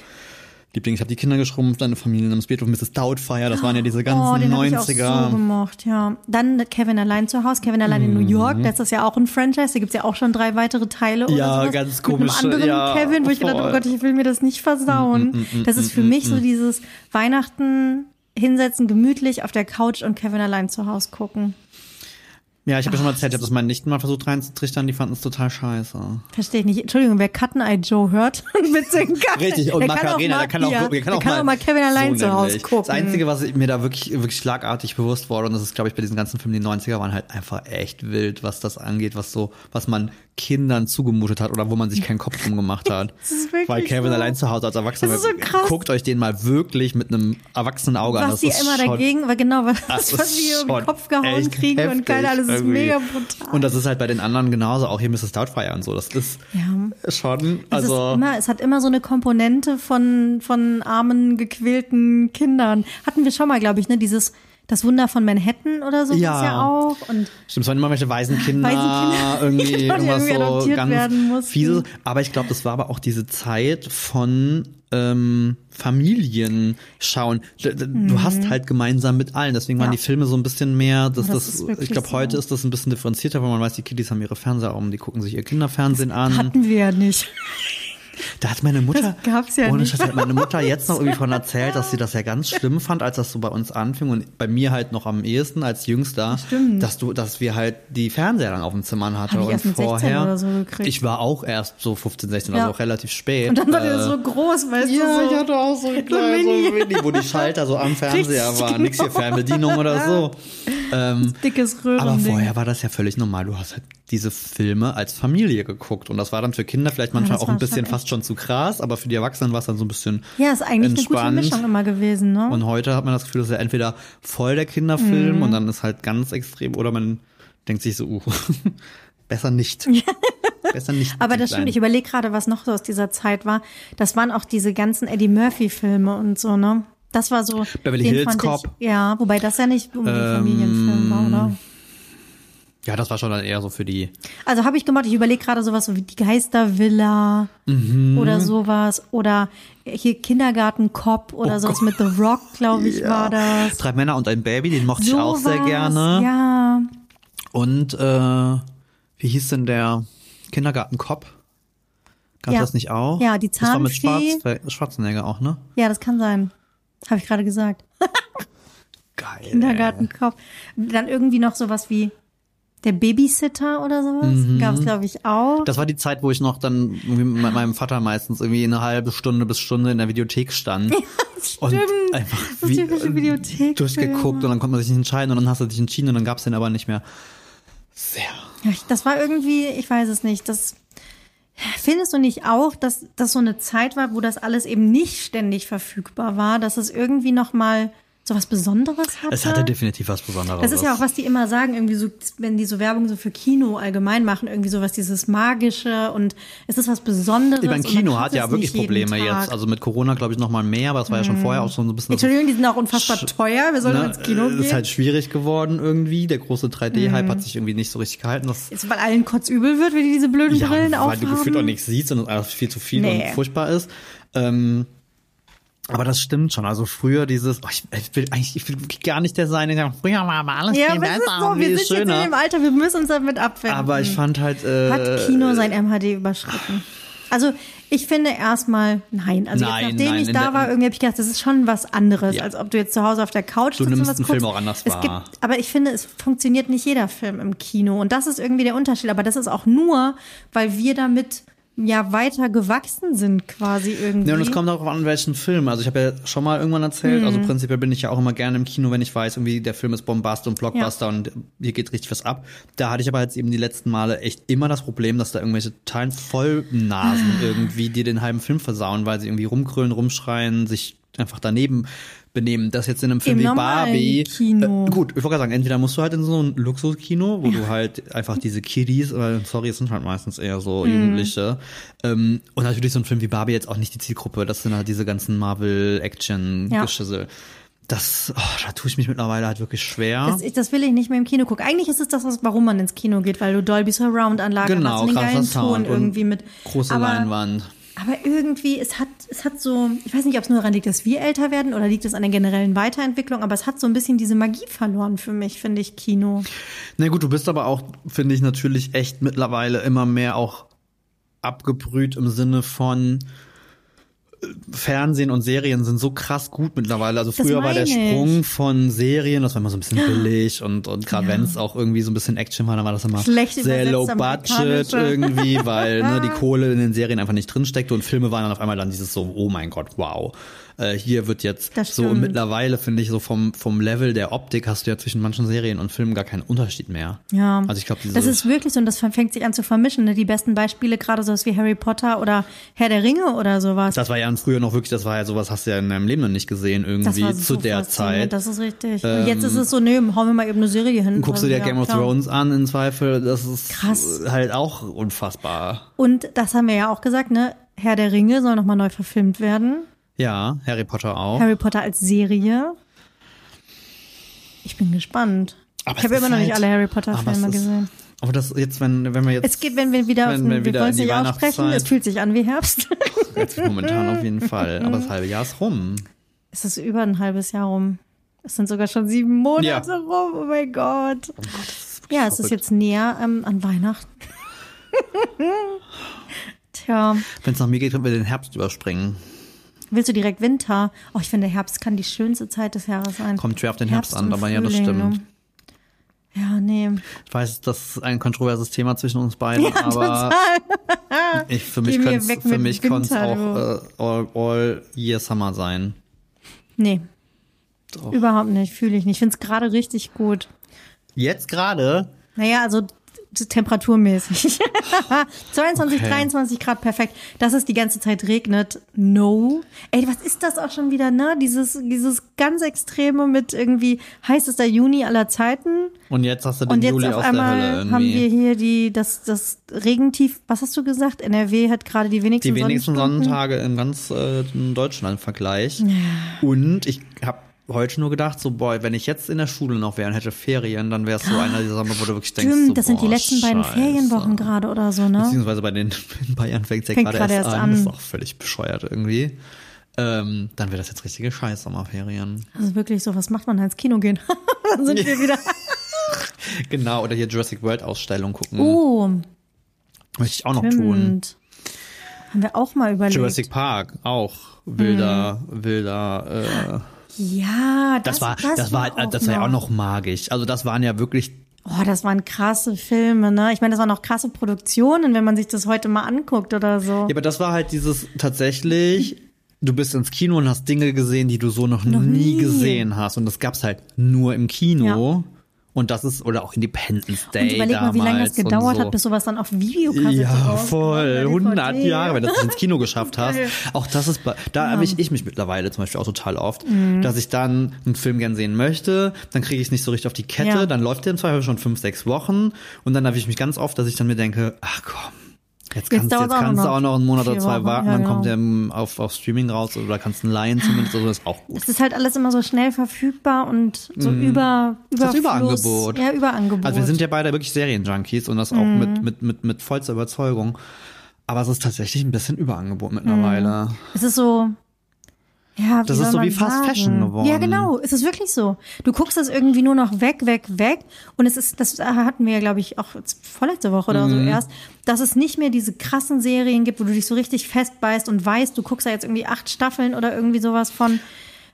Speaker 2: Liebling, ich habe die Kinder geschrumpft, deine Familie namens Beethoven, Mrs. Doubtfire, das waren ja diese
Speaker 1: Oh,
Speaker 2: ganzen
Speaker 1: den habe ich auch
Speaker 2: 90er.
Speaker 1: so gemocht, ja. Dann Kevin allein zu Hause, Kevin allein in New York. Das ist ja auch ein Franchise. Da gibt's ja auch schon drei weitere Teile
Speaker 2: Mhm. Ja,
Speaker 1: oder sowas.
Speaker 2: ganz
Speaker 1: Mit
Speaker 2: komische,
Speaker 1: einem anderen
Speaker 2: ja,
Speaker 1: Kevin, wo ich gedacht, oh
Speaker 2: voll. Mm,
Speaker 1: Gott, ich will mir das nicht versauen. Das ist für mich so dieses Weihnachten hinsetzen, gemütlich auf der Couch und Kevin allein zu Hause gucken.
Speaker 2: Ja, ich habe schon mal erzählt, ich habe das meinen Nichten mal versucht reinzutrichtern, die fanden es total scheiße.
Speaker 1: Verstehe ich nicht. Entschuldigung, wer Cutten Eye Joe hört und mitsingen kann.
Speaker 2: Richtig, und
Speaker 1: der
Speaker 2: Macarena, der
Speaker 1: kann
Speaker 2: kann
Speaker 1: auch
Speaker 2: auch,
Speaker 1: mal, ja,
Speaker 2: der kann auch,
Speaker 1: mal Kevin allein
Speaker 2: so
Speaker 1: zu Hause
Speaker 2: nämlich.
Speaker 1: gucken.
Speaker 2: Das Einzige, was mir da wirklich, wirklich schlagartig bewusst wurde, und das ist, glaube ich, bei diesen ganzen Filmen, die 90er waren halt einfach echt wild, was das angeht, was so, was man Kindern zugemutet hat oder wo man sich keinen Kopf drum gemacht hat.
Speaker 1: Das ist wirklich
Speaker 2: Weil Kevin
Speaker 1: so.
Speaker 2: allein zu Hause als Erwachsener,
Speaker 1: Das ist so krass.
Speaker 2: guckt euch den mal wirklich mit einem erwachsenen Auge an.
Speaker 1: was
Speaker 2: Das
Speaker 1: sie
Speaker 2: ist
Speaker 1: immer
Speaker 2: schon
Speaker 1: dagegen, weil genau, was,
Speaker 2: das
Speaker 1: was
Speaker 2: ist
Speaker 1: sie im
Speaker 2: schon
Speaker 1: Kopf gehauen
Speaker 2: echt
Speaker 1: kriegen und
Speaker 2: heftig
Speaker 1: keine alles ist
Speaker 2: irgendwie.
Speaker 1: mega brutal.
Speaker 2: Und das ist halt bei den anderen genauso, auch hier Mrs. Doubtfire und so. Das ist
Speaker 1: Ja.
Speaker 2: schon,
Speaker 1: es, ist
Speaker 2: also.
Speaker 1: immer, es hat immer so eine Komponente von, von armen, gequälten Kindern. Hatten wir schon mal, glaube ich, ne? Dieses Das Wunder von Manhattan oder so
Speaker 2: Ja. Mhm.
Speaker 1: ist ja auch. Und
Speaker 2: Stimmt, es waren immer welche Waisenkinder,
Speaker 1: Waisenkinder,
Speaker 2: irgendwie,
Speaker 1: genau, die
Speaker 2: irgendwas
Speaker 1: irgendwie
Speaker 2: so
Speaker 1: adoptiert werden
Speaker 2: ganz
Speaker 1: mussten.
Speaker 2: fieses. Aber ich glaube, das war aber auch diese Zeit von ähm, Familien schauen. D- d- Du hast halt gemeinsam mit allen, deswegen waren
Speaker 1: Mhm. Ja.
Speaker 2: die Filme so ein bisschen mehr, dass
Speaker 1: Das
Speaker 2: das,
Speaker 1: ist wirklich
Speaker 2: ich glaube,
Speaker 1: so.
Speaker 2: heute ist das ein bisschen differenzierter, weil man weiß, die Kiddies haben ihre Fernseher um, die gucken sich ihr Kinderfernsehen an.
Speaker 1: hatten wir ja nicht.
Speaker 2: Da hat meine Mutter,
Speaker 1: Das gab's ja
Speaker 2: ohne
Speaker 1: nicht.
Speaker 2: Scheiß, hat meine Mutter jetzt noch irgendwie von erzählt, dass sie das ja ganz schlimm fand, als das so bei uns anfing und bei mir halt noch am ehesten als Jüngster,
Speaker 1: Stimmt.
Speaker 2: dass du, dass wir halt die Fernseher dann auf dem Zimmern hatten
Speaker 1: Hab ich
Speaker 2: und
Speaker 1: erst mit 16
Speaker 2: vorher.
Speaker 1: oder so gekriegt.
Speaker 2: Ich war auch erst so 15, 16,
Speaker 1: Ja.
Speaker 2: also auch relativ spät.
Speaker 1: Und dann war der
Speaker 2: Äh,
Speaker 1: so groß, weißt
Speaker 2: ja,
Speaker 1: du, so.
Speaker 2: ich hatte auch so ein kleines so
Speaker 1: Mini.
Speaker 2: ein Mini, wo die Schalter so am Fernseher
Speaker 1: Richtig,
Speaker 2: waren. Nix hier
Speaker 1: genau.
Speaker 2: Fernbedienung oder so. Ähm,
Speaker 1: dickes Röhren.
Speaker 2: aber vorher war das ja völlig normal. Du hast halt diese Filme als Familie geguckt. Und das war dann für Kinder vielleicht manchmal
Speaker 1: das
Speaker 2: auch ein
Speaker 1: war schon
Speaker 2: bisschen
Speaker 1: echt-
Speaker 2: fast schon zu krass, aber für die Erwachsenen war es dann so ein bisschen
Speaker 1: Ja, ist eigentlich
Speaker 2: entspannt.
Speaker 1: eine gute Mischung immer gewesen, ne?
Speaker 2: Und heute hat man das Gefühl, das ist ja entweder voll der Kinderfilm
Speaker 1: Mhm.
Speaker 2: und dann ist halt ganz extrem oder man denkt sich so, uh, besser nicht. besser nicht.
Speaker 1: Aber
Speaker 2: mit
Speaker 1: das
Speaker 2: den
Speaker 1: stimmt, ich
Speaker 2: Kleinen.
Speaker 1: überlege gerade, was noch so aus dieser Zeit war. Das waren auch diese ganzen Eddie Murphy-Filme und so, ne? Das war so.
Speaker 2: Beverly
Speaker 1: den
Speaker 2: Hills
Speaker 1: fand
Speaker 2: Cop. Ähm,
Speaker 1: Ich, ja, wobei das ja nicht unbedingt Familienfilm war, oder?
Speaker 2: Ja, das war schon dann eher so für die
Speaker 1: Also habe ich gemacht, ich überlege gerade sowas so wie die Geistervilla
Speaker 2: Mhm.
Speaker 1: oder sowas. Oder hier Kindergarten Cop
Speaker 2: Oh
Speaker 1: oder sowas mit The Rock, glaube ich, war das.
Speaker 2: Drei Männer und ein Baby, den mochte ich auch
Speaker 1: Sowas,
Speaker 2: sehr gerne.
Speaker 1: Ja.
Speaker 2: Und äh, wie hieß denn der Kindergarten-Cop? Gab
Speaker 1: Ja.
Speaker 2: das nicht auch?
Speaker 1: Ja, die
Speaker 2: Das war mit
Speaker 1: Zahnfee.
Speaker 2: Schwarz- äh, Schwarzenegger auch, ne?
Speaker 1: ja, das kann sein. Habe ich gerade gesagt.
Speaker 2: Geil.
Speaker 1: Kindergartenkopf. Dann irgendwie noch sowas wie der Babysitter oder sowas.
Speaker 2: Mhm.
Speaker 1: Gab es, glaube ich, auch.
Speaker 2: Das war die Zeit, wo ich noch dann irgendwie mit meinem Vater meistens irgendwie eine halbe Stunde bis Stunde in der Videothek stand. und einfach
Speaker 1: So
Speaker 2: wie,
Speaker 1: typische
Speaker 2: äh,
Speaker 1: Videothekfilme.
Speaker 2: durchgeguckt und dann konnte man sich nicht entscheiden und dann hast du dich entschieden und dann gab's den aber nicht mehr. Sehr.
Speaker 1: Ja, ich- Das war irgendwie, ich weiß es nicht. Das findest du nicht auch, dass das so eine Zeit war, wo das alles eben nicht ständig verfügbar war, dass es irgendwie noch mal so was Besonderes hatte?
Speaker 2: Es hatte definitiv was Besonderes.
Speaker 1: Das ist ja auch, was die immer sagen, irgendwie so, wenn die so Werbung so für Kino allgemein machen, irgendwie so was dieses Magische und es ist was Besonderes.
Speaker 2: Ich meine,
Speaker 1: und man
Speaker 2: Kino
Speaker 1: hat
Speaker 2: hat
Speaker 1: es
Speaker 2: ja wirklich
Speaker 1: nicht jeden
Speaker 2: Probleme
Speaker 1: Tag. Mhm.
Speaker 2: jetzt. Also mit Corona, glaube ich, noch mal mehr, aber das war ja schon vorher auch schon so ein bisschen.
Speaker 1: Entschuldigung, die sind auch unfassbar
Speaker 2: Sch-
Speaker 1: teuer. Wir sollen
Speaker 2: Ne,
Speaker 1: ins Kino
Speaker 2: äh,
Speaker 1: gehen. Mhm.
Speaker 2: Ist halt schwierig geworden irgendwie. Der große 3D-Hype hat sich irgendwie nicht so richtig gehalten. Das
Speaker 1: Jetzt, weil allen kotzübel wird, wenn die diese blöden
Speaker 2: ja,
Speaker 1: Brillen
Speaker 2: weil
Speaker 1: aufhaben.
Speaker 2: du gefühlt auch nichts siehst und es alles viel zu viel
Speaker 1: Nee.
Speaker 2: und furchtbar ist. Ähm, aber das stimmt schon. Also früher dieses, oh, ich, ich will eigentlich, ich will wirklich gar nicht der sein, der sagt, früher war aber alles
Speaker 1: Ja,
Speaker 2: viel
Speaker 1: aber es ist
Speaker 2: besser
Speaker 1: so,
Speaker 2: und
Speaker 1: wir
Speaker 2: viel
Speaker 1: sind jetzt in dem
Speaker 2: schöner.
Speaker 1: Alter, wir müssen uns damit abwenden.
Speaker 2: Aber ich fand halt, äh,
Speaker 1: Hat Kino sein MHD überschritten? Also ich finde erstmal, nein. Also
Speaker 2: Nein,
Speaker 1: jetzt, nachdem
Speaker 2: nein,
Speaker 1: ich
Speaker 2: in
Speaker 1: da
Speaker 2: der-
Speaker 1: war, irgendwie habe ich gedacht, das ist schon was anderes,
Speaker 2: Ja.
Speaker 1: als ob du jetzt zu Hause auf der Couch sitzt und
Speaker 2: nimmst
Speaker 1: was
Speaker 2: einen Film
Speaker 1: guckst.
Speaker 2: auch anders
Speaker 1: es
Speaker 2: wahr.
Speaker 1: Gibt, aber ich finde, es funktioniert nicht jeder Film im Kino. Und das ist irgendwie der Unterschied. Aber das ist auch nur, weil wir damit ja weiter gewachsen sind quasi irgendwie. Mhm.
Speaker 2: Ja, und es kommt auch an, welchen Film. Also ich habe ja schon mal irgendwann erzählt, also prinzipiell bin ich ja auch immer gerne im Kino, wenn ich weiß, irgendwie der Film ist Bombast und Blockbuster und hier geht richtig was ab. Da hatte ich aber jetzt eben die letzten Male echt immer das Problem, dass da irgendwelche totalen Vollnasen
Speaker 1: Ah.
Speaker 2: irgendwie dir den halben Film versauen, weil sie irgendwie rumkrölen, rumschreien, sich einfach daneben benehmen. Das jetzt in einem Film
Speaker 1: Im
Speaker 2: wie
Speaker 1: normalen
Speaker 2: Barbie.
Speaker 1: Kino.
Speaker 2: Äh, gut, ich wollte gerade sagen, entweder musst du halt in so ein Luxuskino, wo du halt einfach diese Kiddies, weil sorry, es sind halt meistens eher so
Speaker 1: Mhm.
Speaker 2: Jugendliche. Ähm, und natürlich so ein Film wie Barbie jetzt auch nicht die Zielgruppe. Das sind halt diese ganzen Marvel-Action-Geschüssel. Das, oh, da tue ich mich mittlerweile halt wirklich schwer.
Speaker 1: Das, ich- das will ich nicht mehr im Kino gucken. Eigentlich ist es das, was, warum man ins Kino geht, weil du Dolby Surround Anlage hast
Speaker 2: genau,
Speaker 1: und den
Speaker 2: krasser
Speaker 1: geilen Ton
Speaker 2: Sound und
Speaker 1: irgendwie mit.
Speaker 2: große
Speaker 1: aber,
Speaker 2: Leinwand.
Speaker 1: Aber irgendwie, es hat, es hat so, ich weiß nicht, ob es nur daran liegt, dass wir älter werden oder liegt es an der generellen Weiterentwicklung, aber es hat so ein bisschen diese Magie verloren für mich, finde ich, Kino.
Speaker 2: Na gut, du bist aber auch, finde ich, natürlich echt mittlerweile immer mehr auch abgebrüht im Sinne von äh, Fernsehen und Serien sind so krass gut mittlerweile. Also
Speaker 1: Das
Speaker 2: früher war
Speaker 1: meine
Speaker 2: der
Speaker 1: ich.
Speaker 2: Sprung von Serien, das war immer so ein bisschen billig und, und gerade wenn es auch irgendwie so ein bisschen Action war, dann war das immer
Speaker 1: Schlecht
Speaker 2: sehr
Speaker 1: übersetzt,
Speaker 2: low budget
Speaker 1: amerikanische.
Speaker 2: irgendwie, weil ne, die Kohle in den Serien einfach nicht drin steckte und Filme waren dann auf einmal dann dieses so, oh mein Gott, wow. Äh, hier wird jetzt
Speaker 1: Das
Speaker 2: so und
Speaker 1: stimmt.
Speaker 2: mittlerweile finde ich so vom, vom Level der Optik hast du ja zwischen manchen Serien und Filmen gar keinen Unterschied mehr.
Speaker 1: Ja.
Speaker 2: Also ich glaube, diese
Speaker 1: Das ist wirklich so und das fängt sich an zu vermischen. Ne? Die besten Beispiele, gerade sowas wie Harry Potter oder Herr der Ringe oder sowas.
Speaker 2: das war ja früher noch wirklich, das war ja sowas, hast du ja in deinem Leben noch nicht gesehen
Speaker 1: Das
Speaker 2: irgendwie
Speaker 1: war
Speaker 2: zu
Speaker 1: so
Speaker 2: der
Speaker 1: faszinierend,
Speaker 2: Zeit. ähm,
Speaker 1: Das ist richtig. und jetzt ist es so, nö, hauen wir mal eben eine Serie hin.
Speaker 2: Guckst du dir
Speaker 1: Ja,
Speaker 2: Game of
Speaker 1: klar.
Speaker 2: Thrones an im Zweifel, das ist
Speaker 1: Krass.
Speaker 2: äh, halt auch unfassbar.
Speaker 1: Und das haben wir ja auch gesagt, ne? Herr der Ringe soll nochmal neu verfilmt werden.
Speaker 2: Ja, Harry Potter auch.
Speaker 1: Harry Potter als Serie. Ich bin gespannt.
Speaker 2: Aber
Speaker 1: ich habe
Speaker 2: es ist
Speaker 1: immer noch nicht
Speaker 2: halt-
Speaker 1: alle Harry
Speaker 2: aber es
Speaker 1: Potter-Filme
Speaker 2: ist-
Speaker 1: gesehen.
Speaker 2: Aber das jetzt, wenn, wenn wir jetzt
Speaker 1: Es geht, wenn wir wieder, auf
Speaker 2: Wenn
Speaker 1: den,
Speaker 2: wir
Speaker 1: wir
Speaker 2: wieder
Speaker 1: wollen es
Speaker 2: in die
Speaker 1: nicht aussprechen,
Speaker 2: Weihnachtszeit-
Speaker 1: es fühlt sich an wie Herbst.
Speaker 2: jetzt momentan auf jeden Fall,
Speaker 1: Mhm.
Speaker 2: aber das halbe Jahr ist rum.
Speaker 1: es ist über ein halbes Jahr rum. Es sind sogar schon sieben Monate
Speaker 2: Ja.
Speaker 1: rum. Oh mein Gott. ja, es ist
Speaker 2: verrückt.
Speaker 1: jetzt näher ähm, an Weihnachten. Tja.
Speaker 2: Wenn es nach mir geht, können wir den Herbst überspringen.
Speaker 1: Willst du direkt Winter? Oh, ich finde, Herbst kann die schönste Zeit des Jahres sein.
Speaker 2: Kommt schwer auf den Herbst,
Speaker 1: und
Speaker 2: an, aber ja, das
Speaker 1: Frühling,
Speaker 2: stimmt.
Speaker 1: ne? Ja, nee.
Speaker 2: Ich weiß, das ist ein kontroverses Thema zwischen uns beiden,
Speaker 1: Ja,
Speaker 2: aber ich, für mich
Speaker 1: Geh mir
Speaker 2: könnte
Speaker 1: weg
Speaker 2: für
Speaker 1: mit
Speaker 2: mich
Speaker 1: Winter,
Speaker 2: könnte es auch äh, all, all Year Summer sein.
Speaker 1: Nee.
Speaker 2: Doch.
Speaker 1: Überhaupt nicht, fühle ich nicht. Ich finde es gerade richtig gut.
Speaker 2: Jetzt gerade
Speaker 1: Naja, also t- temperaturmäßig. 22,
Speaker 2: Okay.
Speaker 1: 23 Grad, perfekt. Dass es die ganze Zeit regnet, no. Ey, was ist das auch schon wieder, ne? Dieses, dieses ganz Extreme mit irgendwie heißester Juni aller Zeiten.
Speaker 2: und jetzt hast du den
Speaker 1: Und jetzt
Speaker 2: Juli
Speaker 1: auf
Speaker 2: aus der Hölle
Speaker 1: einmal
Speaker 2: irgendwie.
Speaker 1: haben wir hier die, das, das Regentief. Was hast du gesagt? NRW hat gerade die wenigsten,
Speaker 2: die wenigsten
Speaker 1: Sonnenstunden.
Speaker 2: Sonnentage in ganz äh, Deutschland Vergleich. Und ich habe heute nur gedacht, so boy, wenn ich jetzt in der Schule noch wäre und hätte Ferien, dann wäre es so einer dieser Sommer, wo du wirklich denkst, so,
Speaker 1: Stimmt, das sind die
Speaker 2: boah,
Speaker 1: letzten beiden
Speaker 2: scheiße.
Speaker 1: Ferienwochen gerade oder so, ne?
Speaker 2: Beziehungsweise bei den in Bayern fängt es ja
Speaker 1: Fängt
Speaker 2: gerade erst an. Das ist auch völlig bescheuert irgendwie. Ähm, dann wird das jetzt richtige Scheiß Sommerferien.
Speaker 1: Also wirklich so, was macht man da ins Kino gehen? Dann sind wir wieder.
Speaker 2: Genau, oder hier Jurassic World Ausstellung gucken.
Speaker 1: Oh,
Speaker 2: Möchte ich auch noch tun.
Speaker 1: stimmt. Haben wir auch mal überlegt.
Speaker 2: Jurassic Park, auch wilder,
Speaker 1: Hm.
Speaker 2: wilder. Äh,
Speaker 1: ja, das,
Speaker 2: das, war, das, war, das war ja auch noch magisch. Also das waren ja wirklich
Speaker 1: Oh, das waren krasse Filme, ne? Ich meine, das waren auch krasse Produktionen, wenn man sich das heute mal anguckt oder so.
Speaker 2: Ja, aber das war halt dieses tatsächlich, du bist ins Kino und hast Dinge gesehen, die du so noch, nie
Speaker 1: nie.
Speaker 2: gesehen hast. Und das gab's halt nur im Kino. Und das ist, oder auch Independence Day.
Speaker 1: Und überleg mal, wie lange das
Speaker 2: damals und
Speaker 1: gedauert
Speaker 2: so.
Speaker 1: hat, bis sowas dann auf Videokassette ne?
Speaker 2: ja,
Speaker 1: rauskam,
Speaker 2: voll.
Speaker 1: oder
Speaker 2: 100
Speaker 1: DVD.
Speaker 2: Jahre, wenn du das ins Kino geschafft hast. Auch das ist, bei- da erwische ich mich mittlerweile zum Beispiel auch total oft,
Speaker 1: Mhm.
Speaker 2: dass ich dann einen Film gern sehen möchte, dann kriege ich es nicht so richtig auf die Kette,
Speaker 1: Ja.
Speaker 2: dann läuft der im Zweifel schon fünf, sechs Wochen und dann erwische ich mich ganz oft, dass ich dann mir denke, ach komm, jetzt kannst, jetzt
Speaker 1: dauert's auch
Speaker 2: kannst du
Speaker 1: noch
Speaker 2: auch noch einen Monat
Speaker 1: vier
Speaker 2: oder zwei
Speaker 1: Wochen,
Speaker 2: warten,
Speaker 1: ja,
Speaker 2: dann kommt
Speaker 1: genau.
Speaker 2: der im- auf, auf Streaming raus oder kannst einen leihen zumindest, also das ist auch gut.
Speaker 1: Es ist halt alles immer so schnell verfügbar und so über, über
Speaker 2: Mhm. Das Überangebot.
Speaker 1: Ja, Überangebot.
Speaker 2: Also wir sind ja beide wirklich Serienjunkies und das auch
Speaker 1: Mhm.
Speaker 2: mit, mit, mit, mit vollster Überzeugung. Aber es ist tatsächlich ein bisschen Überangebot mittlerweile.
Speaker 1: Es ist so. Ja, wie
Speaker 2: Das
Speaker 1: soll
Speaker 2: ist so
Speaker 1: man
Speaker 2: wie Fast
Speaker 1: sagen?
Speaker 2: Fashion geworden.
Speaker 1: Ja, genau. Es ist wirklich so. Du guckst das irgendwie nur noch weg, weg, weg. Und es ist, das hatten wir ja, glaube ich, auch jetzt vorletzte Woche oder so
Speaker 2: Mhm.
Speaker 1: erst, dass es nicht mehr diese krassen Serien gibt, wo du dich so richtig festbeißt und weißt, du guckst da jetzt irgendwie acht Staffeln oder irgendwie sowas von,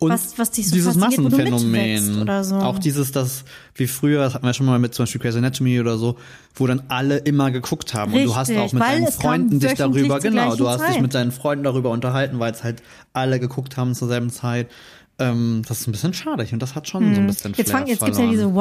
Speaker 2: Und
Speaker 1: was, was dich so
Speaker 2: dieses
Speaker 1: fasziniert, wo du mitwächst
Speaker 2: Massenphänomen.
Speaker 1: oder so.
Speaker 2: Auch dieses, das, wie früher, das hatten wir schon mal mit zum Beispiel Crazy Anatomy oder so, wo dann alle immer geguckt haben. und du hast
Speaker 1: Richtig,
Speaker 2: auch mit
Speaker 1: weil
Speaker 2: deinen
Speaker 1: es kam
Speaker 2: Freunden dich
Speaker 1: wöchentlich
Speaker 2: darüber,
Speaker 1: zur
Speaker 2: genau,
Speaker 1: gleichen
Speaker 2: du hast dich
Speaker 1: Zeit.
Speaker 2: mit deinen Freunden darüber unterhalten, weil es halt alle geguckt haben zur selben Zeit. Ähm, das ist ein bisschen schade und das hat schon so ein bisschen
Speaker 1: Hm. Jetzt,
Speaker 2: Flair
Speaker 1: fang, jetzt gibt's ja
Speaker 2: verloren.
Speaker 1: diese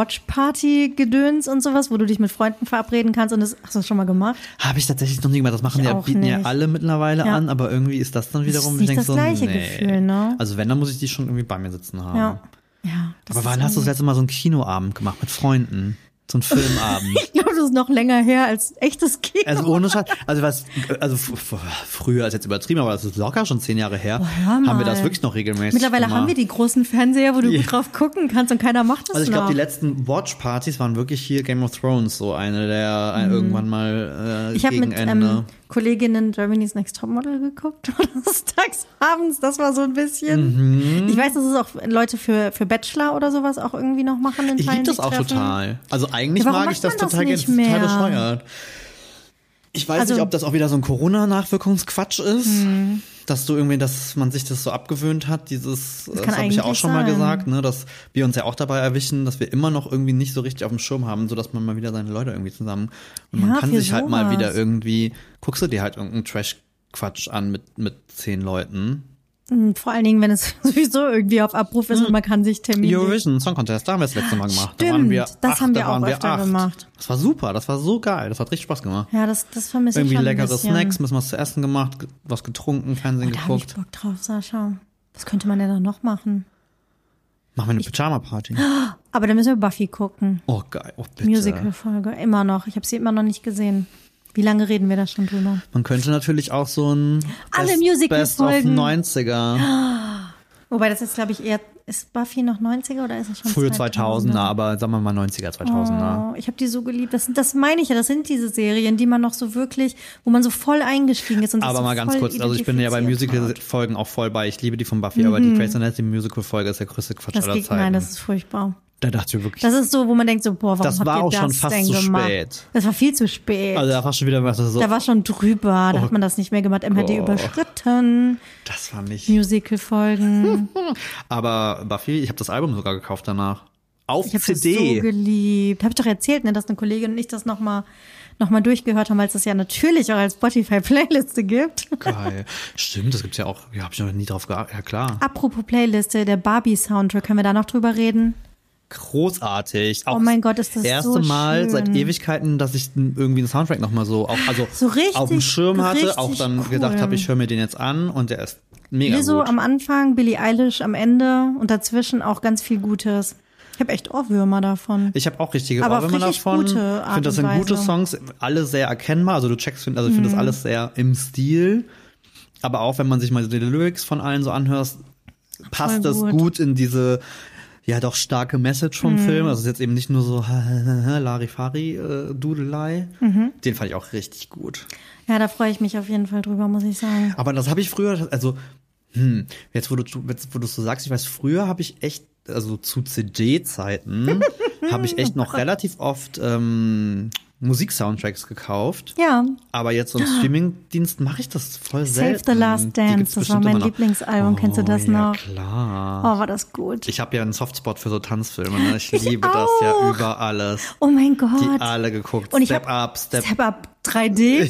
Speaker 1: Watch-Party-Gedöns und sowas, wo du dich mit Freunden verabreden kannst und das hast du das schon mal gemacht.
Speaker 2: Habe ich tatsächlich noch nie gemacht. Das machen ja,
Speaker 1: auch
Speaker 2: bieten ja
Speaker 1: nicht.
Speaker 2: alle mittlerweile
Speaker 1: Ja.
Speaker 2: an, aber irgendwie ist das dann wiederum,
Speaker 1: nicht das
Speaker 2: so,
Speaker 1: gleiche
Speaker 2: nee.
Speaker 1: Gefühl, ne?
Speaker 2: Also wenn, dann muss ich die schon irgendwie bei mir sitzen haben.
Speaker 1: Ja. ja das
Speaker 2: aber wann
Speaker 1: ist
Speaker 2: hast du das letzte Mal so einen Kinoabend gemacht mit Freunden? So einen Filmabend?
Speaker 1: Ich glaube, das ist noch länger her als echtes Kino.
Speaker 2: Also ohne Scheiß, also was, also f- f- früher ist jetzt übertrieben, aber das ist locker schon zehn Jahre her,
Speaker 1: Oh, hör
Speaker 2: haben
Speaker 1: mal.
Speaker 2: wir das wirklich noch regelmäßig
Speaker 1: Mittlerweile
Speaker 2: gemacht.
Speaker 1: haben wir die großen Fernseher, wo du
Speaker 2: Ja.
Speaker 1: gut drauf gucken kannst und keiner macht das
Speaker 2: Also ich
Speaker 1: noch.
Speaker 2: glaube, die letzten Watch-Partys waren wirklich hier Game of Thrones, so eine der äh, irgendwann mal äh,
Speaker 1: Hm. ich habe
Speaker 2: gegen
Speaker 1: mit ähm,
Speaker 2: Ende.
Speaker 1: Kolleginnen Germany's Next Topmodel geguckt, donnerstags abends, das war so ein bisschen.
Speaker 2: Mhm.
Speaker 1: Ich weiß, dass es auch Leute für, für Bachelor oder sowas auch irgendwie noch machen. In
Speaker 2: ich
Speaker 1: Teilen
Speaker 2: liebe das
Speaker 1: sich
Speaker 2: auch
Speaker 1: treffen.
Speaker 2: total. Also eigentlich
Speaker 1: Ja, warum
Speaker 2: mag ich
Speaker 1: macht
Speaker 2: das
Speaker 1: man das
Speaker 2: total gerne.
Speaker 1: nicht
Speaker 2: Das ist
Speaker 1: mehr?
Speaker 2: total bescheuert. Ich weiß
Speaker 1: Also- Hm.
Speaker 2: nicht, ob das auch wieder so ein Corona-Nachwirkungsquatsch ist, dass du irgendwie, dass man sich das so abgewöhnt hat, dieses, das,
Speaker 1: kann
Speaker 2: habe ich ja auch
Speaker 1: eigentlich
Speaker 2: schon mal
Speaker 1: sein.
Speaker 2: gesagt, ne, dass wir uns ja auch dabei erwischen, dass wir immer noch irgendwie nicht so richtig auf dem Schirm haben, sodass man mal wieder seine Leute irgendwie zusammen und man
Speaker 1: Ja,
Speaker 2: kann
Speaker 1: für
Speaker 2: sich halt mal
Speaker 1: sowas.
Speaker 2: wieder irgendwie, guckst du dir halt irgendeinen Trash-Quatsch an mit, mit zehn Leuten.
Speaker 1: Und vor allen Dingen, wenn es sowieso irgendwie auf Abruf
Speaker 2: Mhm.
Speaker 1: ist und man kann sich terminieren.
Speaker 2: Eurovision Song Contest, da haben wir das letzte Mal gemacht. da
Speaker 1: Stimmt,
Speaker 2: waren wir
Speaker 1: das
Speaker 2: acht,
Speaker 1: haben wir
Speaker 2: da
Speaker 1: auch
Speaker 2: waren wir
Speaker 1: öfter
Speaker 2: acht.
Speaker 1: gemacht.
Speaker 2: Das war super, das war so geil, das hat richtig Spaß gemacht.
Speaker 1: Ja, das, das vermisse ich
Speaker 2: Irgendwie
Speaker 1: schon ein
Speaker 2: leckere
Speaker 1: bisschen. Oh,
Speaker 2: Snacks, müssen was zu essen gemacht, ge- was getrunken, Fernsehen
Speaker 1: Da habe ich
Speaker 2: geguckt.
Speaker 1: Bock drauf, Sascha. Was könnte man denn da noch machen?
Speaker 2: Machen wir eine Pyjama-Party.
Speaker 1: Aber dann müssen wir Buffy gucken.
Speaker 2: Oh, geil. Oh, bitte.
Speaker 1: Musical-Folge, immer noch. Ich habe sie immer noch nicht gesehen. Wie lange reden wir da schon drüber?
Speaker 2: Man könnte natürlich auch so ein
Speaker 1: Alle
Speaker 2: Best, Best of
Speaker 1: Musical-Folgen.
Speaker 2: 90er.
Speaker 1: Wobei das jetzt, glaube ich, eher. Ist Buffy noch 90er oder ist es schon
Speaker 2: Frühe
Speaker 1: 2000er?
Speaker 2: 2000er, aber sagen wir mal 90er, 2000er.
Speaker 1: ne? Oh, ich habe die so geliebt. Das, sind- das meine ich ja. Das sind diese Serien, die man noch so wirklich, wo man so voll eingestiegen ist. Und sich
Speaker 2: Aber
Speaker 1: so
Speaker 2: mal ganz
Speaker 1: voll
Speaker 2: kurz, also ich bin ja bei
Speaker 1: identifiziert hat.
Speaker 2: Musical-Folgen auch voll bei. Ich liebe die von Buffy, aber die Grace Anatomy Musical-Folge ist der größte Quatsch
Speaker 1: Das
Speaker 2: aller
Speaker 1: geht,
Speaker 2: Zeiten.
Speaker 1: nein, das ist furchtbar.
Speaker 2: Da dachte ich wirklich,
Speaker 1: Das ist so, wo man denkt so, boah, warum
Speaker 2: Das
Speaker 1: habt
Speaker 2: war
Speaker 1: ihr
Speaker 2: auch
Speaker 1: das
Speaker 2: schon fast
Speaker 1: denn
Speaker 2: zu
Speaker 1: gemacht?
Speaker 2: spät.
Speaker 1: Das war viel zu spät.
Speaker 2: also oh da war schon wieder was so,
Speaker 1: da war schon drüber, da hat man das nicht mehr gemacht. MHD
Speaker 2: Oh.
Speaker 1: überschritten,
Speaker 2: das war nicht.
Speaker 1: Musical-Folgen.
Speaker 2: Aber Buffy, ich habe das Album sogar gekauft danach. Auf
Speaker 1: Ich habe das so
Speaker 2: CD.
Speaker 1: geliebt. Habe ich doch erzählt, ne, dass eine Kollegin und ich das nochmal noch mal durchgehört haben, weil es das ja natürlich auch als Spotify-Playliste gibt.
Speaker 2: Geil. Stimmt, das gibt's ja auch. Ja, habe ich noch nie drauf geachtet. Ja, klar.
Speaker 1: Apropos Playliste, der Barbie-Soundtrack, können wir da noch drüber reden?
Speaker 2: Großartig. Auch
Speaker 1: Oh mein Gott, ist das
Speaker 2: erste
Speaker 1: so
Speaker 2: Mal
Speaker 1: schön.
Speaker 2: seit Ewigkeiten, dass ich n- irgendwie einen Soundtrack nochmal so auf, also
Speaker 1: So richtig,
Speaker 2: auf dem Schirm hatte,
Speaker 1: richtig
Speaker 2: auch dann
Speaker 1: cool.
Speaker 2: gedacht habe, ich höre mir den jetzt an und der ist mega
Speaker 1: Lizzo
Speaker 2: gut.
Speaker 1: am Anfang, Billie Eilish am Ende und dazwischen auch ganz viel Gutes. Ich habe echt Ohrwürmer davon.
Speaker 2: Ich habe auch richtige
Speaker 1: Aber auf
Speaker 2: Ohrwürmer
Speaker 1: richtig
Speaker 2: davon.
Speaker 1: gute
Speaker 2: ich
Speaker 1: Art
Speaker 2: finde, das
Speaker 1: und
Speaker 2: sind gute
Speaker 1: Weise. Mhm.
Speaker 2: Songs, alle sehr erkennbar. Also du checkst, also ich finde das alles sehr im Stil. Aber auch wenn man sich mal die Lyrics von allen so anhört, passt
Speaker 1: Voll
Speaker 2: das
Speaker 1: gut. Mhm.
Speaker 2: gut in diese ja doch starke Message vom Film. Also es ist jetzt eben nicht nur so Larifari äh, Dudelei.
Speaker 1: Mhm.
Speaker 2: Den fand ich auch richtig gut.
Speaker 1: Ja, da freue ich mich auf jeden Fall drüber, muss ich sagen.
Speaker 2: Aber das habe ich früher, also, hm, jetzt wo du jetzt, wo du so sagst, ich weiß, früher habe ich echt, also zu CD-Zeiten, habe ich echt noch relativ oft ähm, Musik-Soundtracks gekauft.
Speaker 1: Ja, Ah.
Speaker 2: Aber jetzt so im Streaming-Dienst mache ich das voll
Speaker 1: Save the
Speaker 2: selten.
Speaker 1: Last
Speaker 2: Die gibt's
Speaker 1: Dance, das war
Speaker 2: bestimmt
Speaker 1: mein
Speaker 2: immer noch.
Speaker 1: Lieblingsalbum, kennst du das
Speaker 2: oh, ja,
Speaker 1: noch?
Speaker 2: klar.
Speaker 1: Oh, war das gut.
Speaker 2: Ich habe ja einen Softspot für so Tanzfilme. Ne? Ich,
Speaker 1: Ich
Speaker 2: liebe das ja
Speaker 1: auch.
Speaker 2: über alles.
Speaker 1: Oh mein
Speaker 2: Die
Speaker 1: Gott.
Speaker 2: alle geguckt.
Speaker 1: Und ich
Speaker 2: Step
Speaker 1: hab-
Speaker 2: Up, Step
Speaker 1: Step Up 3D.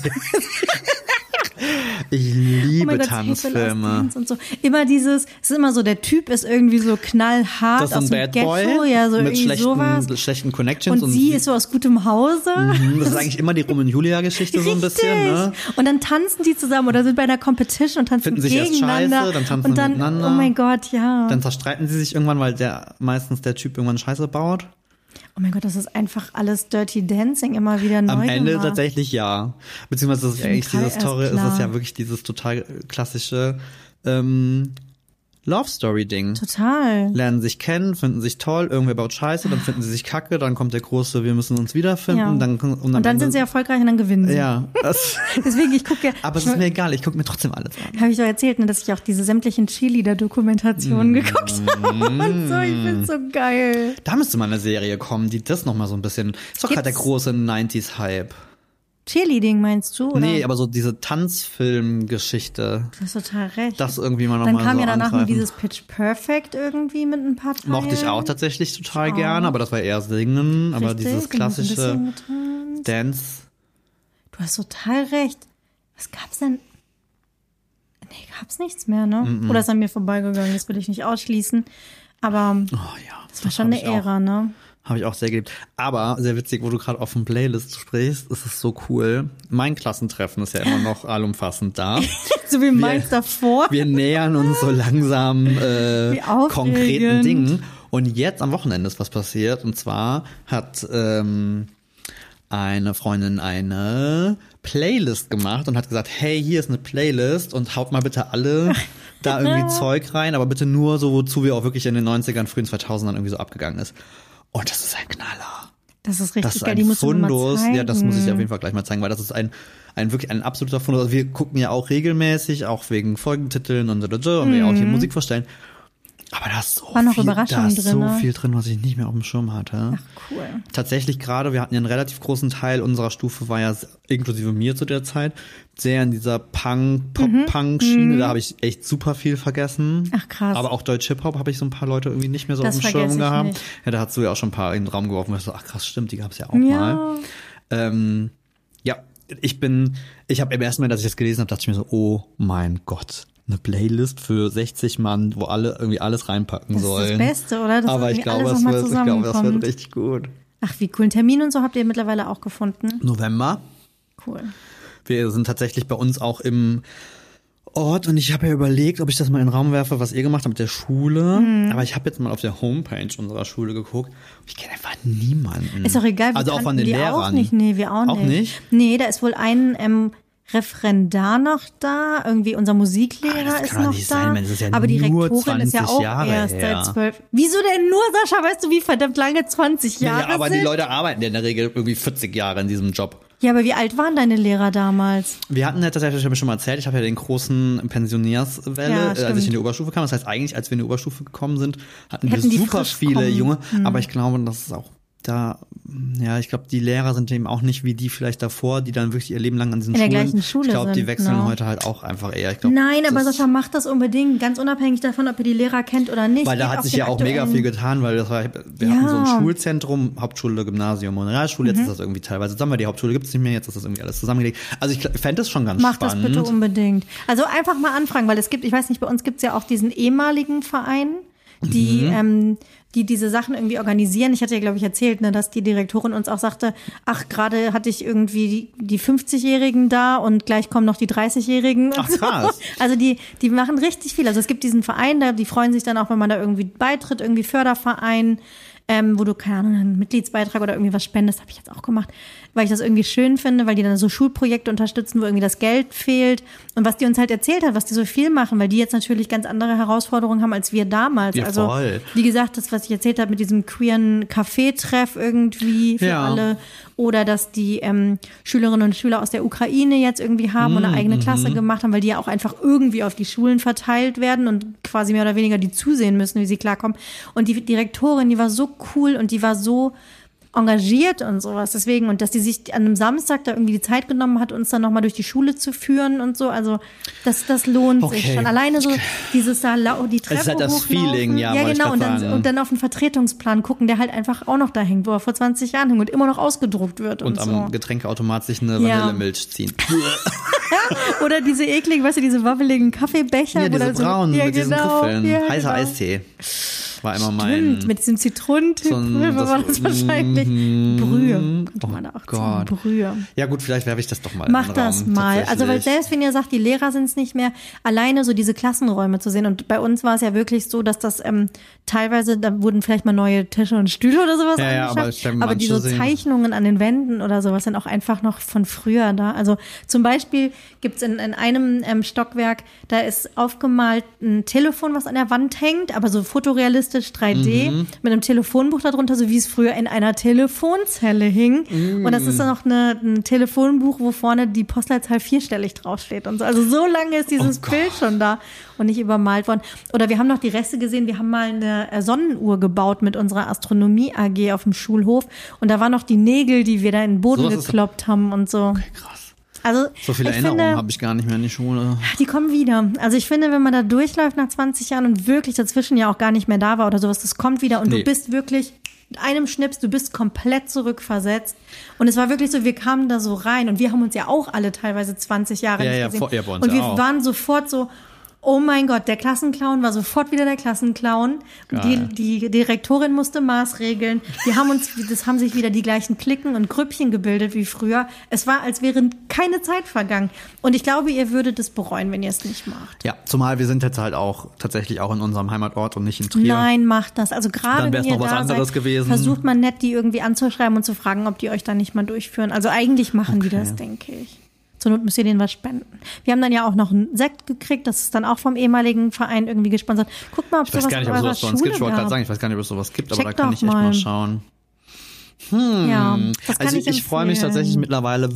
Speaker 2: Ich
Speaker 1: Oh
Speaker 2: liebe
Speaker 1: mein Gott, Save the Last
Speaker 2: Tanzfilme.
Speaker 1: Dance und so. Immer dieses, es ist immer so, der Typ ist irgendwie so knallhart
Speaker 2: Das ist
Speaker 1: aus
Speaker 2: ein
Speaker 1: dem
Speaker 2: Bad
Speaker 1: Ghetto,
Speaker 2: Boy
Speaker 1: ja, so
Speaker 2: mit
Speaker 1: irgendwie
Speaker 2: schlechten,
Speaker 1: sowas.
Speaker 2: schlechten Connections.
Speaker 1: Und, sie ist so aus gutem Hause.
Speaker 2: Mhm, das ist eigentlich immer die Rom und Julia-Geschichte so ein bisschen. Ne?
Speaker 1: Und dann tanzen die zusammen oder sind bei einer Competition und tanzen
Speaker 2: Finden sich erst
Speaker 1: gegeneinander.
Speaker 2: scheiße, dann tanzen
Speaker 1: und
Speaker 2: sie
Speaker 1: dann,
Speaker 2: miteinander.
Speaker 1: Oh mein Gott, ja.
Speaker 2: Dann zerstreiten sie sich irgendwann, weil der meistens der Typ irgendwann Scheiße baut.
Speaker 1: oh mein Gott, das ist einfach alles Dirty Dancing immer wieder neu
Speaker 2: Am Ende
Speaker 1: gemacht.
Speaker 2: tatsächlich ja. Beziehungsweise das ist ja eigentlich
Speaker 1: Fall
Speaker 2: dieses
Speaker 1: erst
Speaker 2: Story, ist das
Speaker 1: klar.
Speaker 2: ja wirklich dieses total klassische ähm, Love Story-Ding.
Speaker 1: Total.
Speaker 2: Lernen sich kennen, finden sich toll, irgendwer baut Scheiße, dann finden sie sich Kacke, dann kommt der große, wir müssen uns wiederfinden,
Speaker 1: Ja.
Speaker 2: dann
Speaker 1: und, dann sind sie erfolgreich und dann gewinnen sie.
Speaker 2: ja. Das,
Speaker 1: Deswegen, ich gucke ja,
Speaker 2: aber es ist mir egal, ich gucke mir trotzdem alles an.
Speaker 1: habe ich doch erzählt, ne, dass ich auch diese sämtlichen
Speaker 2: Mhm.
Speaker 1: Cheerleader-Dokumentationen geguckt habe und so. Ich find's so geil.
Speaker 2: Da müsste mal eine Serie kommen, die das nochmal so ein bisschen. Ist doch gerade der
Speaker 1: Gibt's?
Speaker 2: große 90s-Hype.
Speaker 1: Cheerleading meinst du? Oder?
Speaker 2: Nee, aber so diese Tanzfilm-Geschichte,
Speaker 1: Du hast total recht.
Speaker 2: das irgendwie mal nochmal
Speaker 1: dann
Speaker 2: so
Speaker 1: kam ja danach
Speaker 2: angreifen.
Speaker 1: nur dieses Pitch Perfect irgendwie mit ein paar Teilen.
Speaker 2: Mochte ich auch tatsächlich total gern, aber das war eher Singen,
Speaker 1: Oh.
Speaker 2: aber
Speaker 1: Richtig, und so ein
Speaker 2: dieses
Speaker 1: bisschen
Speaker 2: klassische
Speaker 1: mit drin.
Speaker 2: Dance.
Speaker 1: Du hast total recht. Was gab's denn? Nee, gab's nichts mehr, ne?
Speaker 2: Mhm.
Speaker 1: Oder ist an mir vorbeigegangen, das will ich nicht ausschließen. Aber
Speaker 2: Oh ja.
Speaker 1: das war schon eine Ära, ne?
Speaker 2: Habe ich auch sehr geliebt. Aber sehr witzig, wo du gerade auf dem Playlist sprichst, ist es so cool. Mein Klassentreffen ist ja immer noch allumfassend da.
Speaker 1: So wie meins davor.
Speaker 2: Wir nähern uns so langsam äh,
Speaker 1: Genau. Wie aufregend.
Speaker 2: konkreten Dingen. Und jetzt am Wochenende ist was passiert. Und zwar hat ähm, eine Freundin eine Playlist gemacht und hat gesagt, hey, hier ist eine Playlist und haut mal bitte alle da
Speaker 1: genau.
Speaker 2: irgendwie Zeug rein, aber bitte nur so, wozu wir auch wirklich in den 90ern, frühen 2000ern irgendwie so abgegangen ist. Und das ist ein Knaller.
Speaker 1: das ist richtig
Speaker 2: Das ist
Speaker 1: geil,
Speaker 2: ein
Speaker 1: die musst du mir mal
Speaker 2: Fundus. Ja, das muss ich
Speaker 1: zeigen.
Speaker 2: auf jeden Fall gleich mal zeigen, weil das ist ein, ein wirklich ein absoluter Fundus. Also wir gucken ja auch regelmäßig, auch wegen Folgentiteln und, und, und wir auch hier Musik vorstellen. Aber da ist so,
Speaker 1: Mhm. Waren noch
Speaker 2: viel, da
Speaker 1: Überraschungen
Speaker 2: ist so
Speaker 1: drin, ne?
Speaker 2: viel drin, was ich nicht mehr auf dem Schirm hatte.
Speaker 1: Cool.
Speaker 2: Tatsächlich gerade, wir hatten ja einen relativ großen Teil unserer Stufe, war ja s- inklusive mir zu der Zeit, sehr in dieser Punk, Pop-Punk-Schiene. Da habe ich echt super viel vergessen.
Speaker 1: Mhm. Ach, krass.
Speaker 2: Aber auch Deutsch-Hip-Hop habe ich so ein paar Leute irgendwie nicht mehr so
Speaker 1: Das
Speaker 2: auf dem Schirm
Speaker 1: vergesse ich
Speaker 2: gehabt.
Speaker 1: nicht.
Speaker 2: Ja, da hast du ja auch schon ein paar in den Raum geworfen. weil ich so, ach krass, stimmt, die gab es ja auch mal.
Speaker 1: Ja.
Speaker 2: Ähm, ja, ich bin, ich habe im ersten Mal, dass ich das gelesen habe, dachte ich mir so, oh mein Gott, eine Playlist für 60 Mann, wo alle irgendwie alles reinpacken
Speaker 1: Das ist das
Speaker 2: sollen.
Speaker 1: Beste, oder? Dass
Speaker 2: Aber ich
Speaker 1: irgendwie
Speaker 2: glaube,
Speaker 1: alles
Speaker 2: das
Speaker 1: nochmal
Speaker 2: wird, ich glaube, das wird
Speaker 1: zusammenkommt.
Speaker 2: richtig gut.
Speaker 1: Ach, wie cool. Einen Termin und so habt ihr mittlerweile auch gefunden.
Speaker 2: November. Hm.
Speaker 1: Cool.
Speaker 2: Wir sind tatsächlich bei uns auch im Ort und ich habe ja überlegt, ob ich das mal in den Raum werfe, was ihr gemacht habt mit der Schule.
Speaker 1: Mhm.
Speaker 2: Aber ich habe jetzt mal auf der Homepage unserer Schule geguckt. Ich kenne einfach niemanden.
Speaker 1: Ist doch egal, wir
Speaker 2: Also auch von
Speaker 1: kannten
Speaker 2: den
Speaker 1: die
Speaker 2: Lehrern.
Speaker 1: auch nicht. Nee, wir auch nicht.
Speaker 2: Auch nicht?
Speaker 1: Nee, da ist wohl ein ähm, Referendar noch da, irgendwie unser
Speaker 2: Ah,
Speaker 1: Musiklehrer
Speaker 2: das kann
Speaker 1: ist
Speaker 2: doch
Speaker 1: noch
Speaker 2: nicht
Speaker 1: da.
Speaker 2: sein, weil das ist ja
Speaker 1: Aber die
Speaker 2: nur
Speaker 1: Rektorin ist ja
Speaker 2: 20
Speaker 1: auch
Speaker 2: Jahre
Speaker 1: erst
Speaker 2: her.
Speaker 1: seit zwölf. Wieso denn nur, Sascha? Weißt du, wie verdammt lange 20 Jahre
Speaker 2: ja, aber
Speaker 1: sind?
Speaker 2: die Leute arbeiten ja in der Regel irgendwie 40 Jahre in diesem Job.
Speaker 1: Ja, aber wie alt waren deine Lehrer damals?
Speaker 2: Wir hatten ja tatsächlich, ich habe schon mal erzählt, ich habe ja den großen Pensionärswelle,
Speaker 1: Ja,
Speaker 2: äh, als
Speaker 1: stimmt.
Speaker 2: ich in die Oberstufe kam. Das heißt, eigentlich, als wir in die Oberstufe gekommen sind, hatten
Speaker 1: Hätten die Hm.
Speaker 2: wir super
Speaker 1: frisch
Speaker 2: viele
Speaker 1: kommen.
Speaker 2: Junge. Aber ich glaube, das ist auch da, ja, ich glaube, die Lehrer sind eben auch nicht wie die vielleicht davor, die dann wirklich ihr Leben lang an diesen
Speaker 1: In der
Speaker 2: Schulen.
Speaker 1: gleichen Schule
Speaker 2: ich glaube, die
Speaker 1: sind,
Speaker 2: wechseln
Speaker 1: genau.
Speaker 2: heute halt auch einfach eher. Ich glaub,
Speaker 1: Nein, aber
Speaker 2: das-
Speaker 1: Sascha macht das unbedingt, ganz unabhängig davon, ob ihr die Lehrer kennt oder nicht.
Speaker 2: Weil da
Speaker 1: Geht
Speaker 2: hat
Speaker 1: auf
Speaker 2: sich
Speaker 1: den
Speaker 2: ja auch mega
Speaker 1: aktuellen-
Speaker 2: viel getan, weil das war,
Speaker 1: um. Ja.
Speaker 2: wir
Speaker 1: Mhm.
Speaker 2: hatten so ein Schulzentrum, Hauptschule, Gymnasium und Realschule, jetzt ist das irgendwie teilweise zusammen, weil die Hauptschule gibt's nicht mehr, jetzt ist das irgendwie alles zusammengelegt. Also ich fände das schon ganz
Speaker 1: Macht das
Speaker 2: spannend.
Speaker 1: bitte unbedingt. Also einfach mal anfragen, weil es gibt, ich weiß nicht, bei uns gibt's ja auch diesen ehemaligen Verein, die,
Speaker 2: Mhm.
Speaker 1: ähm, die diese Sachen irgendwie organisieren. Ich hatte ja, glaube ich, erzählt, ne, dass die Direktorin uns auch sagte, ach, gerade hatte ich irgendwie die, die 50-Jährigen da und gleich kommen noch die 30-Jährigen. und
Speaker 2: Ach,
Speaker 1: so.
Speaker 2: krass.
Speaker 1: Also die, die machen richtig viel. Also es gibt diesen Verein, da, die freuen sich dann auch, wenn man da irgendwie beitritt, irgendwie Förderverein, ähm, wo du, keine Ahnung, einen Mitgliedsbeitrag oder irgendwie was spendest, habe ich jetzt auch gemacht, weil ich das irgendwie schön finde, weil die dann so Schulprojekte unterstützen, wo irgendwie das Geld fehlt. Und was die uns halt erzählt hat, was die so viel machen, weil die jetzt natürlich ganz andere Herausforderungen haben als wir damals.
Speaker 2: Ja,
Speaker 1: also,
Speaker 2: voll.
Speaker 1: wie gesagt, das, was ich erzählt habe mit diesem queeren Kaffeetreff irgendwie für
Speaker 2: Ja.
Speaker 1: alle oder dass die ähm, Schülerinnen und Schüler aus der Ukraine jetzt irgendwie haben und eine
Speaker 2: Mhm,
Speaker 1: eigene Klasse gemacht haben, weil die ja auch einfach irgendwie auf die Schulen verteilt werden und quasi mehr oder weniger die zusehen müssen, wie sie klarkommen. Und die Direktorin, die war so cool und die war so engagiert und sowas. Deswegen, und dass die sich an einem Samstag da irgendwie die Zeit genommen hat, uns dann nochmal durch die Schule zu führen und so. Also, das, das lohnt sich
Speaker 2: Okay.
Speaker 1: schon. Alleine so dieses da, lau- die Treppe
Speaker 2: ist halt das
Speaker 1: hochlaufen.
Speaker 2: Feeling, ja,
Speaker 1: Ja,
Speaker 2: wollte ich
Speaker 1: genau. Und
Speaker 2: grad
Speaker 1: dann,
Speaker 2: sagen.
Speaker 1: und dann auf den Vertretungsplan gucken, der halt einfach auch noch da hängt, wo er vor 20 Jahren hing und immer noch ausgedruckt wird und,
Speaker 2: und am
Speaker 1: so.
Speaker 2: Getränkeautomat sich eine
Speaker 1: Ja.
Speaker 2: Vanillemilch ziehen.
Speaker 1: Oder diese ekligen, weißt du, diese wabbeligen Kaffeebecher.
Speaker 2: ja,
Speaker 1: wo
Speaker 2: diese
Speaker 1: da so,
Speaker 2: braunen mit diesen Griffeln.
Speaker 1: ja,
Speaker 2: Heißer
Speaker 1: genau.
Speaker 2: Eistee. War immer
Speaker 1: Stimmt,
Speaker 2: mein.
Speaker 1: mit diesem Zitronentyp
Speaker 2: so ein-
Speaker 1: Pulver
Speaker 2: das-
Speaker 1: war das wahrscheinlich. Brühe, könnte man da auch ziehen.
Speaker 2: Gott.
Speaker 1: Brühe.
Speaker 2: Ja gut, vielleicht werfe ich das doch mal in
Speaker 1: Macht
Speaker 2: den
Speaker 1: das
Speaker 2: Raum,
Speaker 1: mal. Also weil
Speaker 2: tatsächlich.
Speaker 1: selbst wenn ihr sagt, die Lehrer sind es nicht mehr, alleine so diese Klassenräume zu sehen. Und bei uns war es ja wirklich so, dass das ähm, teilweise, da wurden vielleicht mal neue Tische und Stühle oder sowas
Speaker 2: Ja, ja,
Speaker 1: angeschafft.
Speaker 2: aber ich glaub,
Speaker 1: aber diese
Speaker 2: manche sehen-
Speaker 1: Zeichnungen an den Wänden oder sowas sind auch einfach noch von früher da. Also zum Beispiel gibt's in, in einem ähm, Stockwerk, da ist aufgemalt ein Telefon, was an der Wand hängt, aber so fotorealistisch 3D mit einem Telefonbuch darunter, so wie es früher in einer Telefonzelle hing. Und das ist dann noch eine, ein Telefonbuch, wo vorne die Postleitzahl vierstellig draufsteht. Und so. Also so lange ist dieses
Speaker 2: Oh Gott.
Speaker 1: Bild schon da und nicht übermalt worden. Oder wir haben noch die Reste gesehen, wir haben mal eine äh, Sonnenuhr gebaut mit unserer Astronomie AG auf dem Schulhof. Und da waren noch die Nägel, die wir da in den Boden
Speaker 2: Sowas ist-
Speaker 1: gekloppt haben und so.
Speaker 2: Krass.
Speaker 1: Also
Speaker 2: So viele
Speaker 1: ich
Speaker 2: Erinnerungen
Speaker 1: finde,
Speaker 2: habe ich gar nicht mehr in die Schule.
Speaker 1: die kommen wieder. Also ich finde, wenn man da durchläuft nach 20 Jahren und wirklich dazwischen ja auch gar nicht mehr da war oder sowas, das kommt wieder und du
Speaker 2: Nee.
Speaker 1: bist wirklich mit einem Schnips, du bist komplett zurückversetzt. Und es war wirklich so, wir kamen da so rein und wir haben uns ja auch alle teilweise 20 Jahre
Speaker 2: Ja,
Speaker 1: nicht
Speaker 2: ja,
Speaker 1: gesehen.
Speaker 2: vor- ja, bei uns
Speaker 1: und
Speaker 2: ja
Speaker 1: wir
Speaker 2: auch.
Speaker 1: waren sofort so, oh mein Gott, der Klassenclown war sofort wieder der Klassenclown.
Speaker 2: Geil.
Speaker 1: Die, die Direktorin musste Maßregeln. Wir haben uns, das haben sich wieder die gleichen Klicken und Grüppchen gebildet wie früher. Es war, als wäre keine Zeit vergangen. Und ich glaube, ihr würdet es bereuen, wenn ihr es nicht macht.
Speaker 2: Ja, zumal wir sind jetzt halt auch tatsächlich auch in unserem Heimatort und nicht in Trier.
Speaker 1: Nein, macht das. Also gerade
Speaker 2: Dann
Speaker 1: wenn
Speaker 2: wär's
Speaker 1: ihr
Speaker 2: noch was
Speaker 1: da
Speaker 2: anderes
Speaker 1: seid,
Speaker 2: gewesen.
Speaker 1: versucht man nett, die irgendwie anzuschreiben und zu fragen, ob die euch da nicht mal durchführen. Also eigentlich machen die
Speaker 2: Okay.
Speaker 1: das, denke ich. Zur Not müsst ihr denen was spenden. Wir haben dann ja auch noch einen Sekt gekriegt, das ist dann auch vom ehemaligen Verein irgendwie gesponsert. Guckt mal, ob
Speaker 2: Ich weiß
Speaker 1: sowas
Speaker 2: gar nicht,
Speaker 1: in
Speaker 2: ob es
Speaker 1: eurer
Speaker 2: sowas bei uns gibt. Ich
Speaker 1: Schule
Speaker 2: wollte gerade
Speaker 1: gab.
Speaker 2: sagen, ich weiß gar nicht, ob es sowas gibt,
Speaker 1: Check
Speaker 2: aber da kann
Speaker 1: doch
Speaker 2: ich echt mal,
Speaker 1: mal.
Speaker 2: schauen.
Speaker 1: ja, das kann
Speaker 2: also
Speaker 1: ich,
Speaker 2: ich, freue mich
Speaker 1: empfehlen.
Speaker 2: tatsächlich mittlerweile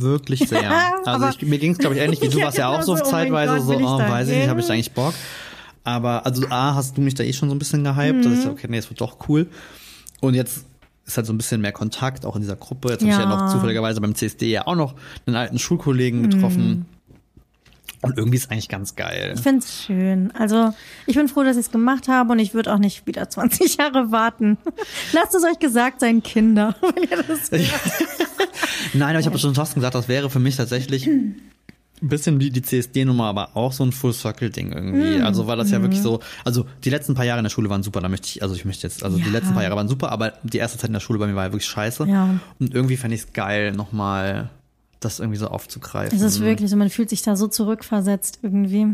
Speaker 2: wirklich sehr.
Speaker 1: Ja,
Speaker 2: also
Speaker 1: aber-
Speaker 2: ich, mir ging es, glaube ich, ähnlich wie du
Speaker 1: Ja,
Speaker 2: warst ja
Speaker 1: genau
Speaker 2: auch so,
Speaker 1: so, oh mein
Speaker 2: zeitweise
Speaker 1: Gott,
Speaker 2: so,
Speaker 1: will ich
Speaker 2: oh,
Speaker 1: da
Speaker 2: weiß ich nicht,
Speaker 1: hin?
Speaker 2: habe ich da eigentlich Bock. Aber also A, hast du mich da eh schon so ein bisschen gehypt, dass
Speaker 1: Mhm.
Speaker 2: ich so, okay, nee, es wird doch cool. Und jetzt ist halt so ein bisschen mehr Kontakt, auch in dieser Gruppe. Jetzt habe ich ja
Speaker 1: Ja.
Speaker 2: noch zufälligerweise beim CSD ja auch noch einen alten Schulkollegen
Speaker 1: Mhm.
Speaker 2: getroffen. Und irgendwie ist eigentlich ganz geil.
Speaker 1: Ich finde es schön. Also ich bin froh, dass ich es gemacht habe und ich würde auch nicht wieder 20 Jahre warten. Lasst es euch gesagt sein, Kinder. Wenn ihr das
Speaker 2: Nein, aber ich habe schon fast gesagt, das wäre für mich tatsächlich ein bisschen wie die CSD-Nummer, aber auch so ein Full-Circle-Ding irgendwie.
Speaker 1: Hm.
Speaker 2: Also war das ja wirklich so, also die letzten paar Jahre in der Schule waren super, da möchte ich, also ich möchte jetzt, also
Speaker 1: Ja.
Speaker 2: die letzten paar Jahre waren super, aber die erste Zeit in der Schule bei mir war ja wirklich scheiße.
Speaker 1: Ja.
Speaker 2: Und irgendwie fand ich es geil, nochmal das irgendwie so aufzugreifen.
Speaker 1: Es ist wirklich so, man fühlt sich da so zurückversetzt irgendwie.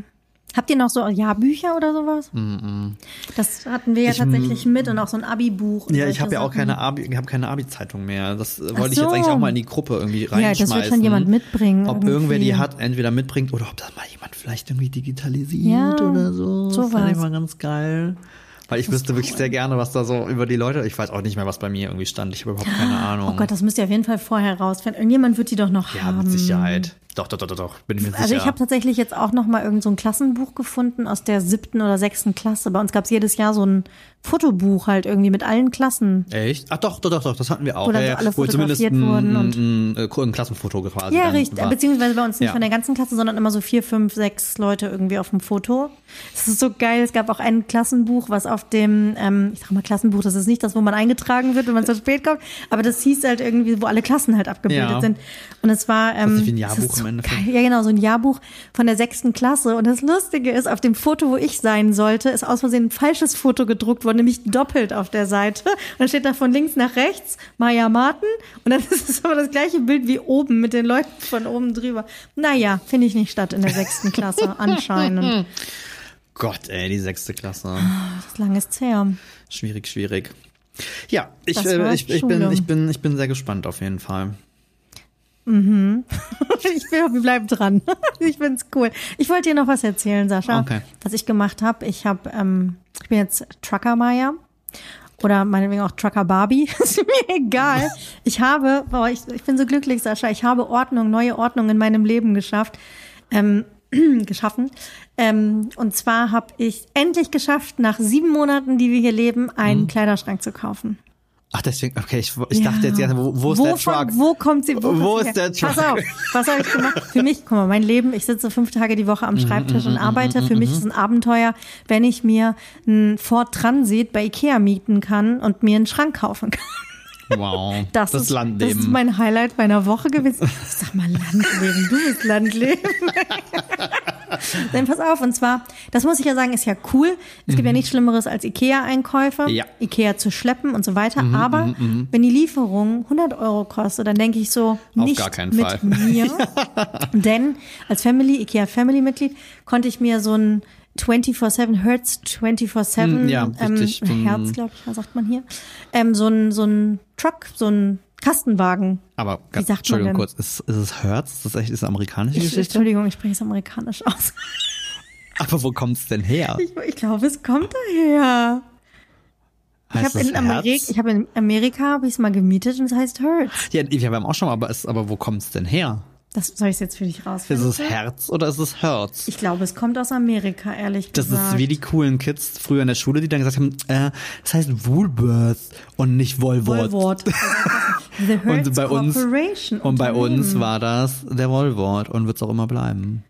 Speaker 1: Habt ihr noch so Jahrbücher oder sowas?
Speaker 2: Mhm.
Speaker 1: Das hatten wir ja tatsächlich mit und auch so ein Abi-Buch. und
Speaker 2: ja, ich
Speaker 1: solche
Speaker 2: habe ja auch
Speaker 1: Sachen.
Speaker 2: keine Abi, ich hab keine Abi-Zeitung mehr. Das äh, wollte ich
Speaker 1: so.
Speaker 2: jetzt eigentlich auch mal in die Gruppe irgendwie
Speaker 1: Ja,
Speaker 2: reinschmeißen.
Speaker 1: das wird schon jemand mitbringen.
Speaker 2: Ob
Speaker 1: irgendwie.
Speaker 2: irgendwer die hat, entweder mitbringt oder ob das mal jemand vielleicht irgendwie digitalisiert
Speaker 1: Ja,
Speaker 2: oder so. Das
Speaker 1: sowas.
Speaker 2: fand ich mal ganz geil. Weil ich wüsste wirklich sehr gerne, was da so über die Leute. Ich weiß auch nicht mehr, was bei mir irgendwie stand. Ich habe überhaupt keine Ahnung.
Speaker 1: Oh Gott, das müsst ihr auf jeden Fall vorher rausfinden. Irgendjemand wird die doch noch
Speaker 2: ja,
Speaker 1: haben.
Speaker 2: mit Sicherheit. Doch, doch, doch, doch, doch. Bin ich mir sicher.
Speaker 1: Also ich habe tatsächlich jetzt auch noch mal irgend so ein Klassenbuch gefunden aus der siebten oder sechsten Klasse. Bei uns gab es jedes Jahr so ein Fotobuch halt irgendwie mit allen Klassen.
Speaker 2: Echt? Ach doch, doch, doch, doch, das hatten wir auch.
Speaker 1: Wo dann so alle fotografiert wurden
Speaker 2: ein,
Speaker 1: und-
Speaker 2: ein, ein, ein Klassenfoto quasi.
Speaker 1: Ja,
Speaker 2: dann
Speaker 1: richtig.
Speaker 2: war.
Speaker 1: Beziehungsweise bei uns nicht
Speaker 2: Ja.
Speaker 1: von der ganzen Klasse, sondern immer so vier, fünf, sechs Leute irgendwie auf dem Foto. Das ist so geil. Es gab auch ein Klassenbuch, was auf dem, ähm, ich sag mal Klassenbuch, das ist nicht das, wo man eingetragen wird, wenn man zu spät kommt, aber das hieß halt irgendwie, wo alle Klassen halt abgebildet
Speaker 2: Ja.
Speaker 1: sind. Und es war, ähm,
Speaker 2: ist wie ein
Speaker 1: das
Speaker 2: Jahrbuch
Speaker 1: so
Speaker 2: im Endeffekt.
Speaker 1: geil. Ja, genau, so ein Jahrbuch von der sechsten Klasse. Und das Lustige ist, auf dem Foto, wo ich sein sollte, ist aus Versehen ein falsches Foto gedruckt worden, nämlich doppelt auf der Seite. Und dann steht da von links nach rechts Maya Martin. Und dann ist es aber das gleiche Bild wie oben mit den Leuten von oben drüber. Naja, finde ich nicht statt in der sechsten Klasse,
Speaker 2: Hm.
Speaker 1: anscheinend.
Speaker 2: Gott, ey, die sechste Klasse.
Speaker 1: Das lang ist her.
Speaker 2: Schwierig, schwierig. Ja, ich,
Speaker 1: Das
Speaker 2: äh,
Speaker 1: war
Speaker 2: ich, ich, bin,
Speaker 1: Schule.
Speaker 2: ich, bin, ich bin sehr gespannt auf jeden Fall.
Speaker 1: Ich bin, wir bleiben dran. Ich find's cool. Ich wollte dir noch was erzählen, Sascha,
Speaker 2: Okay.
Speaker 1: was ich gemacht habe. Ich habe, ähm, ich bin jetzt Truckermeier oder meinetwegen auch Trucker Barbie. Ist mir egal. Ich habe, boah, ich, ich bin so glücklich, Sascha. Ich habe Ordnung, neue Ordnung in meinem Leben geschafft. Ähm, geschaffen. Ähm, und zwar habe ich endlich geschafft, nach sieben Monaten, die wir hier leben, einen Kleiderschrank zu kaufen.
Speaker 2: Ach, deswegen, okay, ich, ich dachte jetzt, ja, wo, wo ist der
Speaker 1: Wovon-
Speaker 2: Truck?
Speaker 1: Wo kommt sie? Wo,
Speaker 2: Wo
Speaker 1: kommt
Speaker 2: ist
Speaker 1: sie
Speaker 2: der
Speaker 1: her?
Speaker 2: Truck?
Speaker 1: Pass auf, was habe ich gemacht? Für mich, guck mal, mein Leben, ich sitze fünf Tage die Woche am
Speaker 2: Mhm,
Speaker 1: Schreibtisch und arbeite. Für mich ist ein Abenteuer, wenn ich mir einen Ford Transit bei Ikea mieten kann und mir einen Schrank kaufen kann.
Speaker 2: Wow,
Speaker 1: Das, ist, Das ist mein Highlight meiner Woche gewesen. Ich sag mal Landleben, du bist Landleben. Dann pass auf, und zwar, das muss ich ja sagen, ist ja cool. Es gibt ja nichts Schlimmeres als Ikea-Einkäufe,
Speaker 2: Ja. Mhm,
Speaker 1: Ikea zu schleppen und so weiter. Aber wenn die Lieferung 100 Euro kostet, dann denke ich so,
Speaker 2: Auf
Speaker 1: nicht
Speaker 2: gar keinen
Speaker 1: mit
Speaker 2: Fall.
Speaker 1: mir. Denn als Family, Ikea Family Mitglied, konnte ich mir so ein 24-7 Hertz, 24-7
Speaker 2: Mm, ja, richtig. So
Speaker 1: ähm,
Speaker 2: ein-
Speaker 1: Herz, glaube ich, sagt man hier. Ähm, so, ein, so ein Truck, so ein Kastenwagen.
Speaker 2: Aber
Speaker 1: Wie sagt man
Speaker 2: Entschuldigung
Speaker 1: denn?
Speaker 2: kurz, ist, ist es Hertz? Ist das echt ist es amerikanische
Speaker 1: Ich,
Speaker 2: Geschichte?
Speaker 1: Entschuldigung, ich spreche es amerikanisch aus.
Speaker 2: Aber wo kommt's denn her?
Speaker 1: Ich, ich glaube, es kommt daher. Ich
Speaker 2: Heißt
Speaker 1: habe
Speaker 2: es
Speaker 1: in, Amerik
Speaker 2: Herz?
Speaker 1: ich hab in Amerika hab ich's mal gemietet und es heißt Hertz.
Speaker 2: Ja, ich habe auch schon mal, aber, es, aber wo kommt's denn her?
Speaker 1: Das soll ich jetzt für dich
Speaker 2: Ist
Speaker 1: rausfinden.
Speaker 2: es Herz oder ist es Herz?
Speaker 1: Äh. Ich glaube, es kommt aus Amerika, ehrlich
Speaker 2: Das
Speaker 1: gesagt.
Speaker 2: ist wie die coolen Kids früher in der Schule, die dann gesagt haben, äh, das heißt Woolworth und nicht Woolworth.
Speaker 1: Woolworth. The Hertz
Speaker 2: Und bei uns-
Speaker 1: Corporation.
Speaker 2: Und bei uns
Speaker 1: Unternehmen.
Speaker 2: war das der Woolworth und wird's auch immer bleiben.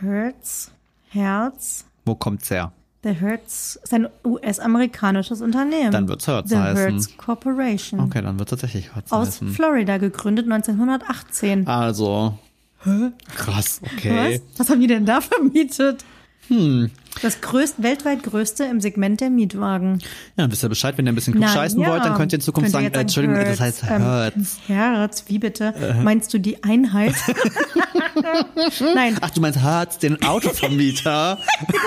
Speaker 1: Hertz, Herz.
Speaker 2: Wo kommt's her?
Speaker 1: The Hertz ist ein US-amerikanisches Unternehmen.
Speaker 2: Dann wird's Hertz
Speaker 1: The
Speaker 2: heißen. Oh.
Speaker 1: Hertz Corporation.
Speaker 2: Okay, dann wird's tatsächlich Herz
Speaker 1: Aus
Speaker 2: heißen.
Speaker 1: Florida gegründet 1918.
Speaker 2: Also. Krass, okay. Hm.
Speaker 1: Was? Was haben die denn da vermietet? Das größt, weltweit größte im Segment der Mietwagen.
Speaker 2: Ja, dann wisst ihr Bescheid, wenn ihr ein bisschen klug scheißen
Speaker 1: ja.
Speaker 2: wollt, dann könnt ihr in Zukunft
Speaker 1: Könnt
Speaker 2: sagen,
Speaker 1: ihr
Speaker 2: äh,
Speaker 1: jetzt
Speaker 2: Entschuldigung, das heißt Äh, Hertz.
Speaker 1: Ähm, Herz, wie bitte? Meinst du die Einheit? Nein, Äh,
Speaker 2: Ach, du meinst Hertz, den Autovermieter?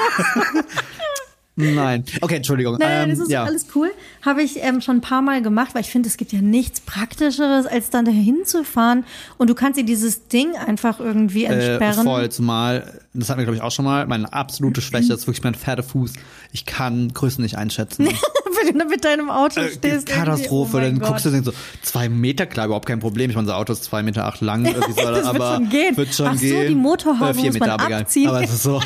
Speaker 2: Nein. Okay, Entschuldigung.
Speaker 1: Nein, nein,
Speaker 2: ähm,
Speaker 1: das ist
Speaker 2: ja.
Speaker 1: alles cool. Habe ich ähm, schon ein paar Mal gemacht, weil ich finde, es gibt ja nichts Praktischeres, als dann dahin zu fahren und du kannst dir dieses Ding einfach irgendwie
Speaker 2: äh,
Speaker 1: entsperren.
Speaker 2: voll, zumal, das hatten wir, glaube ich, auch schon mal, meine absolute Schwäche ist wirklich mein Pferdefuß. Ich kann Größen nicht einschätzen.
Speaker 1: Wenn du mit deinem Auto
Speaker 2: Äh,
Speaker 1: stehst.
Speaker 2: Katastrophe, dann
Speaker 1: irgendwie, oh mein
Speaker 2: guckst du
Speaker 1: Gott.
Speaker 2: und denkst so, zwei Meter, klar, überhaupt kein Problem. Ich meine, unser Auto ist zwei Meter acht lang, irgendwie soll,
Speaker 1: Das wird
Speaker 2: aber
Speaker 1: schon gehen.
Speaker 2: wird schon
Speaker 1: Ach so, die
Speaker 2: gehen. Äh,
Speaker 1: Motorhaube
Speaker 2: vier
Speaker 1: muss
Speaker 2: Meter,
Speaker 1: man
Speaker 2: aber egal.
Speaker 1: abziehen.
Speaker 2: Aber es ist so,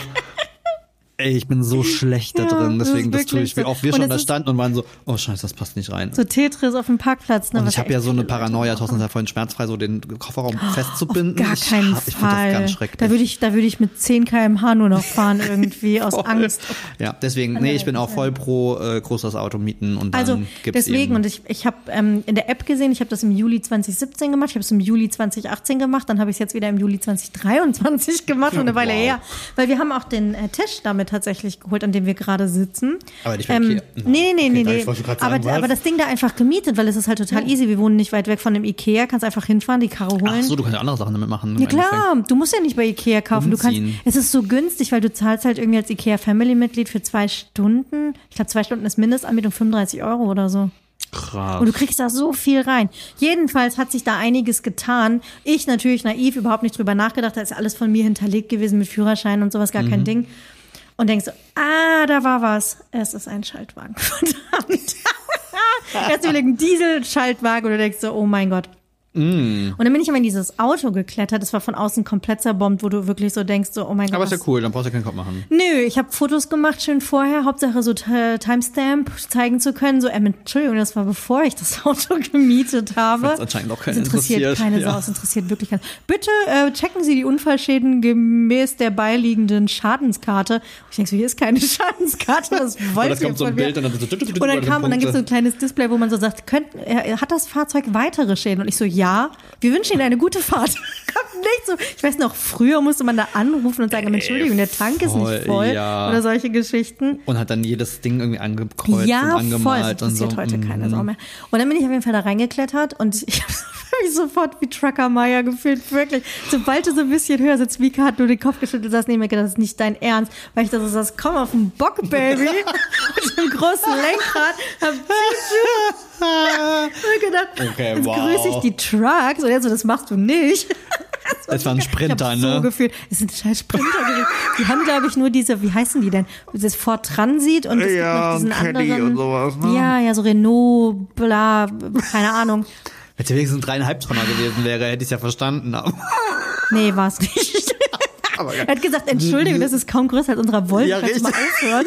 Speaker 2: ey, ich bin so schlecht da
Speaker 1: Ja,
Speaker 2: drin,
Speaker 1: das ist
Speaker 2: deswegen, das, tue
Speaker 1: wirklich
Speaker 2: ich. Wie
Speaker 1: so.
Speaker 2: Auch wir
Speaker 1: Und
Speaker 2: schon
Speaker 1: es
Speaker 2: da
Speaker 1: ist-
Speaker 2: standen und waren so, oh scheiße, das passt nicht rein.
Speaker 1: So Tetris auf dem Parkplatz. Ne,
Speaker 2: Und
Speaker 1: was
Speaker 2: ich habe
Speaker 1: echt
Speaker 2: ja so eine
Speaker 1: viele Leute
Speaker 2: Paranoia,
Speaker 1: machen.
Speaker 2: Thorsten hat ja vorhin schmerzfrei so den Kofferraum festzubinden.
Speaker 1: Oh, Gar
Speaker 2: ich,
Speaker 1: keinen
Speaker 2: hab- Ich find das
Speaker 1: Fall.
Speaker 2: ganz
Speaker 1: da
Speaker 2: schrecklich.
Speaker 1: würde ich, da würde ich mit 10 km/h nur noch fahren irgendwie aus Angst.
Speaker 2: Ja, deswegen, nee, ich bin auch voll pro äh, großes Auto mieten und dann
Speaker 1: Also
Speaker 2: gibt's
Speaker 1: deswegen,
Speaker 2: eben.
Speaker 1: und ich, ich habe ähm, in der App gesehen, ich habe das im Juli 2017 gemacht, ich habe es im Juli 2018 gemacht, dann habe ich es jetzt wieder im Juli 2023 gemacht, schon eine Weile
Speaker 2: Wow.
Speaker 1: her. Weil wir haben auch den äh, Tisch damit tatsächlich geholt, an dem wir gerade sitzen.
Speaker 2: Aber nicht
Speaker 1: ähm,
Speaker 2: mit Ikea.
Speaker 1: Nee, nee, nee,
Speaker 2: Okay,
Speaker 1: nee.
Speaker 2: ich wollte gerade
Speaker 1: Aber,
Speaker 2: sagen, was?
Speaker 1: aber das Ding da einfach gemietet, weil es ist halt total easy. Wir wohnen nicht weit weg von dem Ikea, kannst einfach hinfahren, die Karre holen.
Speaker 2: Ach so, du kannst ja andere Sachen damit machen.
Speaker 1: Ja klar, du musst ja nicht bei Ikea kaufen. Du
Speaker 2: Umziehen.
Speaker 1: kannst, es ist so günstig, weil du zahlst halt irgendwie als Ikea Family Mitglied für zwei Stunden. Ich glaube, zwei Stunden ist Mindestanbietung 35 Euro oder so.
Speaker 2: Krass.
Speaker 1: Und du kriegst da so viel rein. Jedenfalls hat sich da einiges getan. Ich
Speaker 2: Mhm.
Speaker 1: natürlich naiv, überhaupt nicht drüber nachgedacht. Da ist alles von mir hinterlegt gewesen mit Führerschein und sowas, gar kein Ding. und denkst so, ah, da war was. Es ist ein Schaltwagen. Verdammt. Erst überlegen, Diesel-Schaltwagen und du denkst so, oh mein Gott.
Speaker 2: Mm.
Speaker 1: Und dann bin ich immer in dieses Auto geklettert. Das war von außen komplett zerbombt, wo du wirklich so denkst, so, oh mein Gott.
Speaker 2: Aber ist
Speaker 1: was-
Speaker 2: ja cool, dann brauchst du keinen Kopf machen.
Speaker 1: Nö, ich habe Fotos gemacht schön vorher, Hauptsache so T- Timestamp zeigen zu können. So, ähm, Entschuldigung, das war bevor ich das Auto gemietet habe.
Speaker 2: Hat's anscheinend auch keinen
Speaker 1: das interessiert.
Speaker 2: interessiert,
Speaker 1: keine
Speaker 2: ja.
Speaker 1: Sau, es interessiert wirklich keinen. Bitte äh, checken Sie die Unfallschäden gemäß der beiliegenden Schadenskarte. Und ich denke so, hier ist keine Schadenskarte, das
Speaker 2: Und
Speaker 1: wollte
Speaker 2: das
Speaker 1: ich
Speaker 2: kommt so ein Bild und dann so
Speaker 1: und dann kam und dann gibt es so ein kleines Display, wo man so sagt, könnten, äh, hat das Fahrzeug weitere Schäden? Und ich so, ja, wir wünschen Ihnen eine gute Fahrt. Kommt nicht so. Ich weiß noch, früher musste man da anrufen und sagen, Entschuldigung, der Tank ist
Speaker 2: Äh, voll,
Speaker 1: nicht voll
Speaker 2: ja.
Speaker 1: oder solche Geschichten.
Speaker 2: und hat dann jedes Ding irgendwie angekreuzt und
Speaker 1: Ja, voll. Das
Speaker 2: angemalt und so.
Speaker 1: interessiert heute
Speaker 2: Mm.
Speaker 1: keine Sau mehr. Und dann bin ich auf jeden Fall da reingeklettert und ich habe mich sofort wie Trucker Meyer gefühlt, wirklich. Sobald du so ein bisschen höher sitzt, wie hat du den Kopf geschüttelt hast, neben mir gedacht, das ist nicht dein Ernst, weil ich da so saß, komm auf den Bock, Baby, mit dem großen Lenkrad, hab
Speaker 2: Ah.
Speaker 1: mir gedacht,
Speaker 2: Okay,
Speaker 1: jetzt
Speaker 2: wow.
Speaker 1: grüße ich die Trucks und jetzt so, das machst du nicht.
Speaker 2: Es war ein
Speaker 1: Ich
Speaker 2: Sprinter,
Speaker 1: hab so
Speaker 2: ne?
Speaker 1: gefühlt, es sind scheiß Sprinter gewesen. Die haben, glaube ich, nur diese, wie heißen die denn? Das Ford Transit und es
Speaker 2: Ja,
Speaker 1: gibt noch diesen
Speaker 2: und Caddy
Speaker 1: anderen.
Speaker 2: und sowas, ne?
Speaker 1: Ja, ja, so Renault, bla, keine Ahnung.
Speaker 2: Wenn es wenigstens dreieinhalb Tonner gewesen wäre, hätte ich es ja verstanden. Aber
Speaker 1: Nee, war es nicht.
Speaker 2: Aber-
Speaker 1: er hat gesagt, Entschuldigung, das ist kaum größer als unserer Wolf.
Speaker 2: Ja,
Speaker 1: Kannst du mal
Speaker 2: richtig.
Speaker 1: aufhören?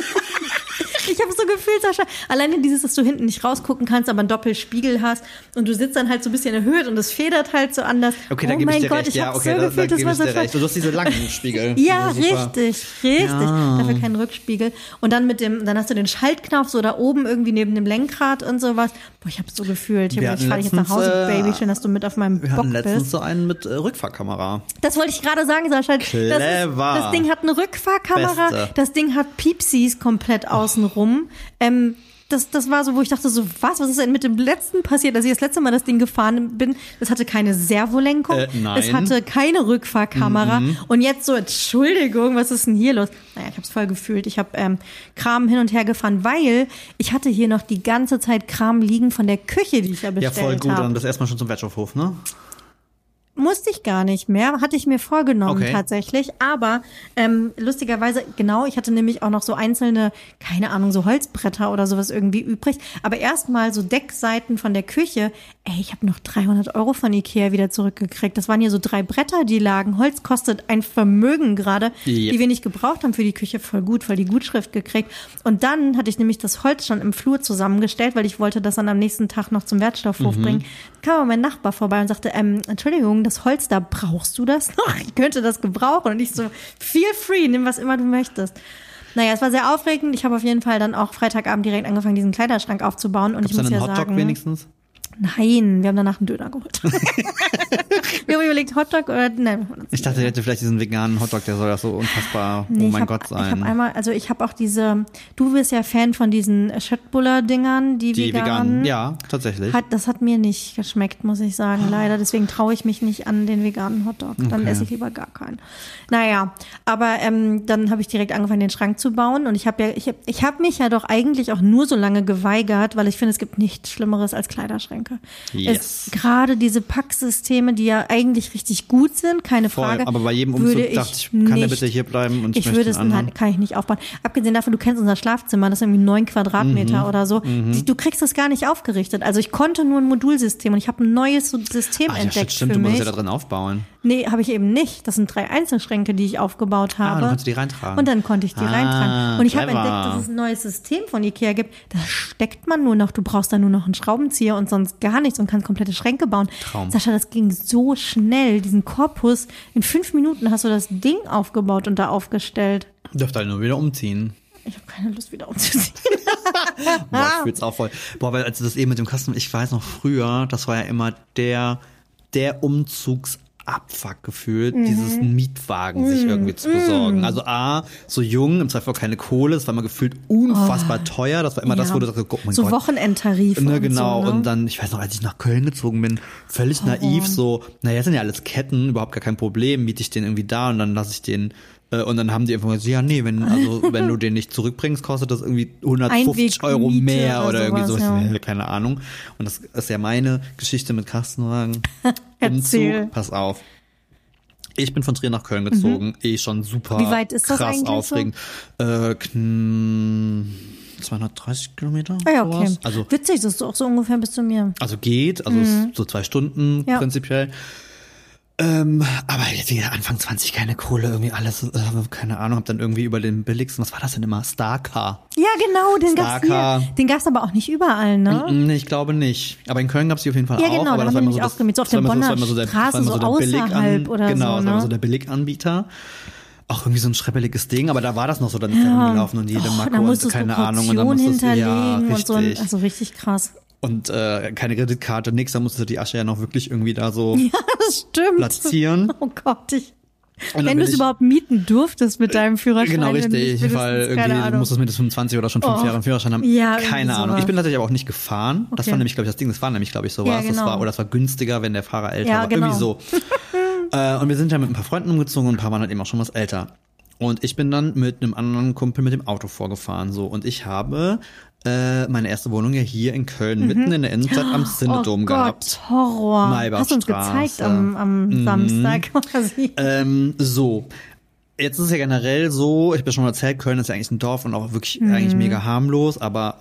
Speaker 1: Ich habe so gefühlt, Sascha. Alleine dieses, dass du hinten nicht rausgucken kannst, aber einen Doppelspiegel hast und du sitzt dann halt so ein bisschen erhöht und es federt halt so anders.
Speaker 2: okay,
Speaker 1: oh
Speaker 2: dann gebe
Speaker 1: mein
Speaker 2: ich dir
Speaker 1: Gott,
Speaker 2: recht.
Speaker 1: ich
Speaker 2: ja,
Speaker 1: habe so
Speaker 2: okay, da, da
Speaker 1: gefühlt,
Speaker 2: gebe
Speaker 1: das war
Speaker 2: ich
Speaker 1: so
Speaker 2: dir
Speaker 1: voll-
Speaker 2: recht. Du hast diese langen Spiegel.
Speaker 1: Ja,
Speaker 2: Das ist super.
Speaker 1: richtig, richtig. Dafür keinen Rückspiegel. Und dann mit dem, dann hast du den Schaltknopf so da oben irgendwie neben dem Lenkrad und sowas. Boah, ich hab's so gefühlt. Ich,
Speaker 2: Wir
Speaker 1: hab- ich
Speaker 2: hatten
Speaker 1: fahre dich jetzt nach
Speaker 2: letztens,
Speaker 1: Hause,
Speaker 2: äh,
Speaker 1: Baby. Schön, dass du mit auf meinem
Speaker 2: Wir hatten
Speaker 1: Bock
Speaker 2: letztens
Speaker 1: bist.
Speaker 2: so einen mit äh, Rückfahrkamera.
Speaker 1: Das wollte ich gerade sagen, Sascha. Das, ist,
Speaker 2: Clever.
Speaker 1: das Ding hat eine Rückfahrkamera.
Speaker 2: Beste.
Speaker 1: Das Ding hat Piepsis komplett außenrum. Ähm, das, das war so, wo ich dachte so, was, was ist denn mit dem letzten passiert? Als ich das letzte Mal das Ding gefahren bin, das hatte keine Servolenkung,
Speaker 2: Äh, nein. Mhm,
Speaker 1: es hatte keine Rückfahrkamera und jetzt so, Entschuldigung, was ist denn hier los? Naja, ich habe es voll gefühlt. Ich habe ähm, Kram hin und her gefahren, weil ich hatte hier noch die ganze Zeit Kram liegen von der Küche, die ich ja
Speaker 2: Ja,
Speaker 1: bestellt
Speaker 2: voll gut. Dann
Speaker 1: habe.
Speaker 2: bist du erstmal schon zum Wertstoffhof, ne?
Speaker 1: Musste ich gar nicht mehr, hatte ich mir vorgenommen
Speaker 2: Okay.
Speaker 1: tatsächlich. Aber ähm, lustigerweise, genau, ich hatte nämlich auch noch so einzelne, keine Ahnung, so Holzbretter oder sowas irgendwie übrig. Aber erstmal so Deckseiten von der Küche. Ey, ich habe noch 300 Euro von Ikea wieder zurückgekriegt. Das waren hier so drei Bretter, die lagen. Holz kostet ein Vermögen gerade,
Speaker 2: Ja.
Speaker 1: die wir nicht gebraucht haben für die Küche. Voll gut, voll die Gutschrift gekriegt. Und dann hatte ich nämlich das Holz schon im Flur zusammengestellt, weil ich wollte das dann am nächsten Tag noch zum
Speaker 2: Mhm.
Speaker 1: Wertstoffhof bringen. Kam aber mein Nachbar vorbei und sagte, ähm, Entschuldigung, das Holz da, brauchst du das noch? Ich könnte das gebrauchen. Und ich so, feel free, nimm was immer du möchtest. Naja, es war sehr aufregend. Ich habe auf jeden Fall dann auch Freitagabend direkt angefangen, diesen Kleiderschrank aufzubauen. Und
Speaker 2: Gibt's
Speaker 1: ich
Speaker 2: dann
Speaker 1: muss
Speaker 2: einen
Speaker 1: ja
Speaker 2: Hotdog
Speaker 1: sagen,
Speaker 2: wenigstens?
Speaker 1: nein, wir haben danach einen Döner geholt. wir haben überlegt, Hotdog oder, nein, wir haben uns
Speaker 2: Ich dachte, er hätte vielleicht diesen veganen Hotdog, der soll ja so unfassbar,
Speaker 1: Nee,
Speaker 2: oh
Speaker 1: ich
Speaker 2: mein
Speaker 1: hab-
Speaker 2: Gott,
Speaker 1: Ich habe
Speaker 2: sein.
Speaker 1: einmal, also ich habe auch diese, du bist ja Fan von diesen Schöttbuller-Dingern, die,
Speaker 2: Die
Speaker 1: veganen.
Speaker 2: veganen, ja, tatsächlich.
Speaker 1: Hat, das hat mir nicht geschmeckt, muss ich sagen, leider. Deswegen traue ich mich nicht an den veganen Hotdog. Dann
Speaker 2: Oh. Okay.
Speaker 1: esse ich lieber gar keinen. Naja, aber ähm, dann habe ich direkt angefangen, den Schrank zu bauen. Und ich habe ja, ich habe ich hab mich ja doch eigentlich auch nur so lange geweigert, weil ich finde, es gibt nichts Schlimmeres als Kleiderschränke.
Speaker 2: Yes.
Speaker 1: Es, gerade diese Packsysteme, die ja eigentlich richtig gut sind, keine
Speaker 2: Voll,
Speaker 1: Frage.
Speaker 2: aber bei jedem Umzug
Speaker 1: würde
Speaker 2: dachte ich, kann der
Speaker 1: nicht-
Speaker 2: bitte hier bleiben und ich
Speaker 1: ich
Speaker 2: möchte
Speaker 1: würde es
Speaker 2: einen anderen.
Speaker 1: nein, kann ich nicht aufbauen. Abgesehen davon, du kennst unser Schlafzimmer, das ist irgendwie neun Quadratmeter
Speaker 2: Mhm.
Speaker 1: oder so. Die- Du kriegst das gar nicht aufgerichtet. Also ich konnte nur ein Modulsystem und ich habe ein neues so- System
Speaker 2: Ach ja,
Speaker 1: entdeckt
Speaker 2: shit, stimmt,
Speaker 1: für
Speaker 2: du musst
Speaker 1: mich.
Speaker 2: ja da drin aufbauen.
Speaker 1: nee, habe ich eben nicht. Das sind drei Einzelschränke, die ich aufgebaut
Speaker 2: Ah,
Speaker 1: habe.
Speaker 2: dann konntest du die reintragen.
Speaker 1: und dann konnte ich die
Speaker 2: Ah,
Speaker 1: reintragen. Und ich habe
Speaker 2: clever.
Speaker 1: entdeckt, dass es ein neues System von Ikea gibt. Das steckt man nur noch. Du brauchst da nur noch einen Schraubenzieher und sonst gar nichts und kannst komplette Schränke bauen.
Speaker 2: Traum.
Speaker 1: Sascha, das ging so schnell. Diesen Korpus, in fünf Minuten hast du das Ding aufgebaut und da aufgestellt.
Speaker 2: Dürfte halt nur wieder umziehen.
Speaker 1: Ich habe keine Lust, wieder umzuziehen. Ah.
Speaker 2: Boah, ich fühl's auch voll. Boah, weil als das eben mit dem Kasten, ich weiß noch früher, das war ja immer der, der Umzugsabfuck gefühlt,
Speaker 1: Mhm.
Speaker 2: dieses Mietwagen sich irgendwie zu besorgen. Also A, so jung, im Zweifel auch keine Kohle, es war immer gefühlt unfassbar teuer. Das war immer das, wo du sagst, oh mein
Speaker 1: Oh. so
Speaker 2: Gott.
Speaker 1: Wochenendtarif.
Speaker 2: Ne,
Speaker 1: und
Speaker 2: genau.
Speaker 1: So, ne?
Speaker 2: Und dann, ich weiß noch, als ich nach Köln gezogen bin, völlig naiv, so, naja, das sind ja alles Ketten, überhaupt gar kein Problem, miete ich den irgendwie da und dann lasse ich den. äh, Und dann haben die einfach gesagt, ja, nee, wenn, also, wenn du den nicht zurückbringst, kostet das irgendwie 150
Speaker 1: Einwegmiete
Speaker 2: Euro mehr
Speaker 1: oder
Speaker 2: oder, irgendwie
Speaker 1: sowas,
Speaker 2: sowas.
Speaker 1: ja.
Speaker 2: Keine Ahnung. Und das ist ja meine Geschichte mit Kastenwagen.
Speaker 1: Erzähl.
Speaker 2: Umzug. Pass auf. Ich bin von Trier nach Köln gezogen. Eh schon super.
Speaker 1: Mhm. Wie weit ist das
Speaker 2: krass
Speaker 1: eigentlich so?
Speaker 2: aufregend. Äh, kn- 230 Kilometer.
Speaker 1: Ah ja, okay.
Speaker 2: sowas. Also
Speaker 1: Witzig, das ist auch so ungefähr bis zu mir.
Speaker 2: also geht, also ist so zwei Stunden
Speaker 1: Mhm. Ja.
Speaker 2: prinzipiell. Ähm, aber jetzt wieder Anfang 20 keine Kohle, irgendwie alles, äh, keine Ahnung, hab dann irgendwie über den billigsten, was war das denn immer? Starcar.
Speaker 1: Ja, genau, den gab's
Speaker 2: Starker.
Speaker 1: hier. Den gab's aber auch nicht überall, ne?
Speaker 2: Mm, Nee, ich glaube nicht. Aber in Köln gab's die auf jeden Fall
Speaker 1: Ja,
Speaker 2: auch.
Speaker 1: genau,
Speaker 2: aber
Speaker 1: da haben die mich
Speaker 2: das-
Speaker 1: auch gemietet, so auf
Speaker 2: das war
Speaker 1: der
Speaker 2: immer das war
Speaker 1: Bonner
Speaker 2: immer der-
Speaker 1: Straße,
Speaker 2: war immer
Speaker 1: so
Speaker 2: der
Speaker 1: außerhalb oder
Speaker 2: genau,
Speaker 1: so,
Speaker 2: das war immer
Speaker 1: ne?
Speaker 2: so der Billiganbieter. Auch irgendwie so ein schreppeliges Ding, aber da war das noch so, dann ist da rumgelaufen und jede
Speaker 1: Och,
Speaker 2: Marke
Speaker 1: Oh, da
Speaker 2: und
Speaker 1: musstest du
Speaker 2: keine Ahnung. Und dann
Speaker 1: Portion
Speaker 2: musstest du, ja,
Speaker 1: hinterlegen und so. ein-
Speaker 2: richtig.
Speaker 1: Also richtig krass.
Speaker 2: Und äh, keine Kreditkarte, nix, da musstest du die Asche ja noch wirklich irgendwie da so
Speaker 1: Ja, das stimmt.
Speaker 2: platzieren.
Speaker 1: Oh Gott, ich.
Speaker 2: dann
Speaker 1: Wenn
Speaker 2: bin
Speaker 1: du es
Speaker 2: ich-
Speaker 1: überhaupt mieten durftest mit deinem Führerschein.
Speaker 2: Genau,
Speaker 1: wenn du
Speaker 2: richtig,
Speaker 1: nicht
Speaker 2: weil
Speaker 1: mindestens- keine
Speaker 2: irgendwie du
Speaker 1: Ahnung.
Speaker 2: musstest mindestens 25 oder schon fünf
Speaker 1: Oh.
Speaker 2: Jahre einen Führerschein haben.
Speaker 1: Ja, irgendwie
Speaker 2: Keine Ahnung.
Speaker 1: sowas.
Speaker 2: Ich bin tatsächlich aber auch nicht gefahren. Das
Speaker 1: Okay.
Speaker 2: war nämlich, glaube ich, das Ding. Das war nämlich, glaube ich, sowas.
Speaker 1: Ja,
Speaker 2: das
Speaker 1: genau.
Speaker 2: war, oder das war günstiger, wenn der Fahrer älter
Speaker 1: Ja,
Speaker 2: war.
Speaker 1: genau.
Speaker 2: Irgendwie so. äh, und wir sind ja mit ein paar Freunden umgezogen und ein paar waren halt eben auch schon was älter. Und ich bin dann mit einem anderen Kumpel mit dem Auto vorgefahren. so Und ich habe äh, meine erste Wohnung ja hier in Köln, mitten in der Innenstadt am Synodom
Speaker 1: Mhm. oh
Speaker 2: gehabt.
Speaker 1: Gott, Horror. Hast du uns gezeigt
Speaker 2: Maybachstraße.
Speaker 1: am, am
Speaker 2: Mhm.
Speaker 1: Samstag quasi.
Speaker 2: Ähm, so. Jetzt ist es ja generell so, ich habe ja schon mal erzählt, Köln ist ja eigentlich ein Dorf und auch wirklich
Speaker 1: Mhm.
Speaker 2: eigentlich mega harmlos, aber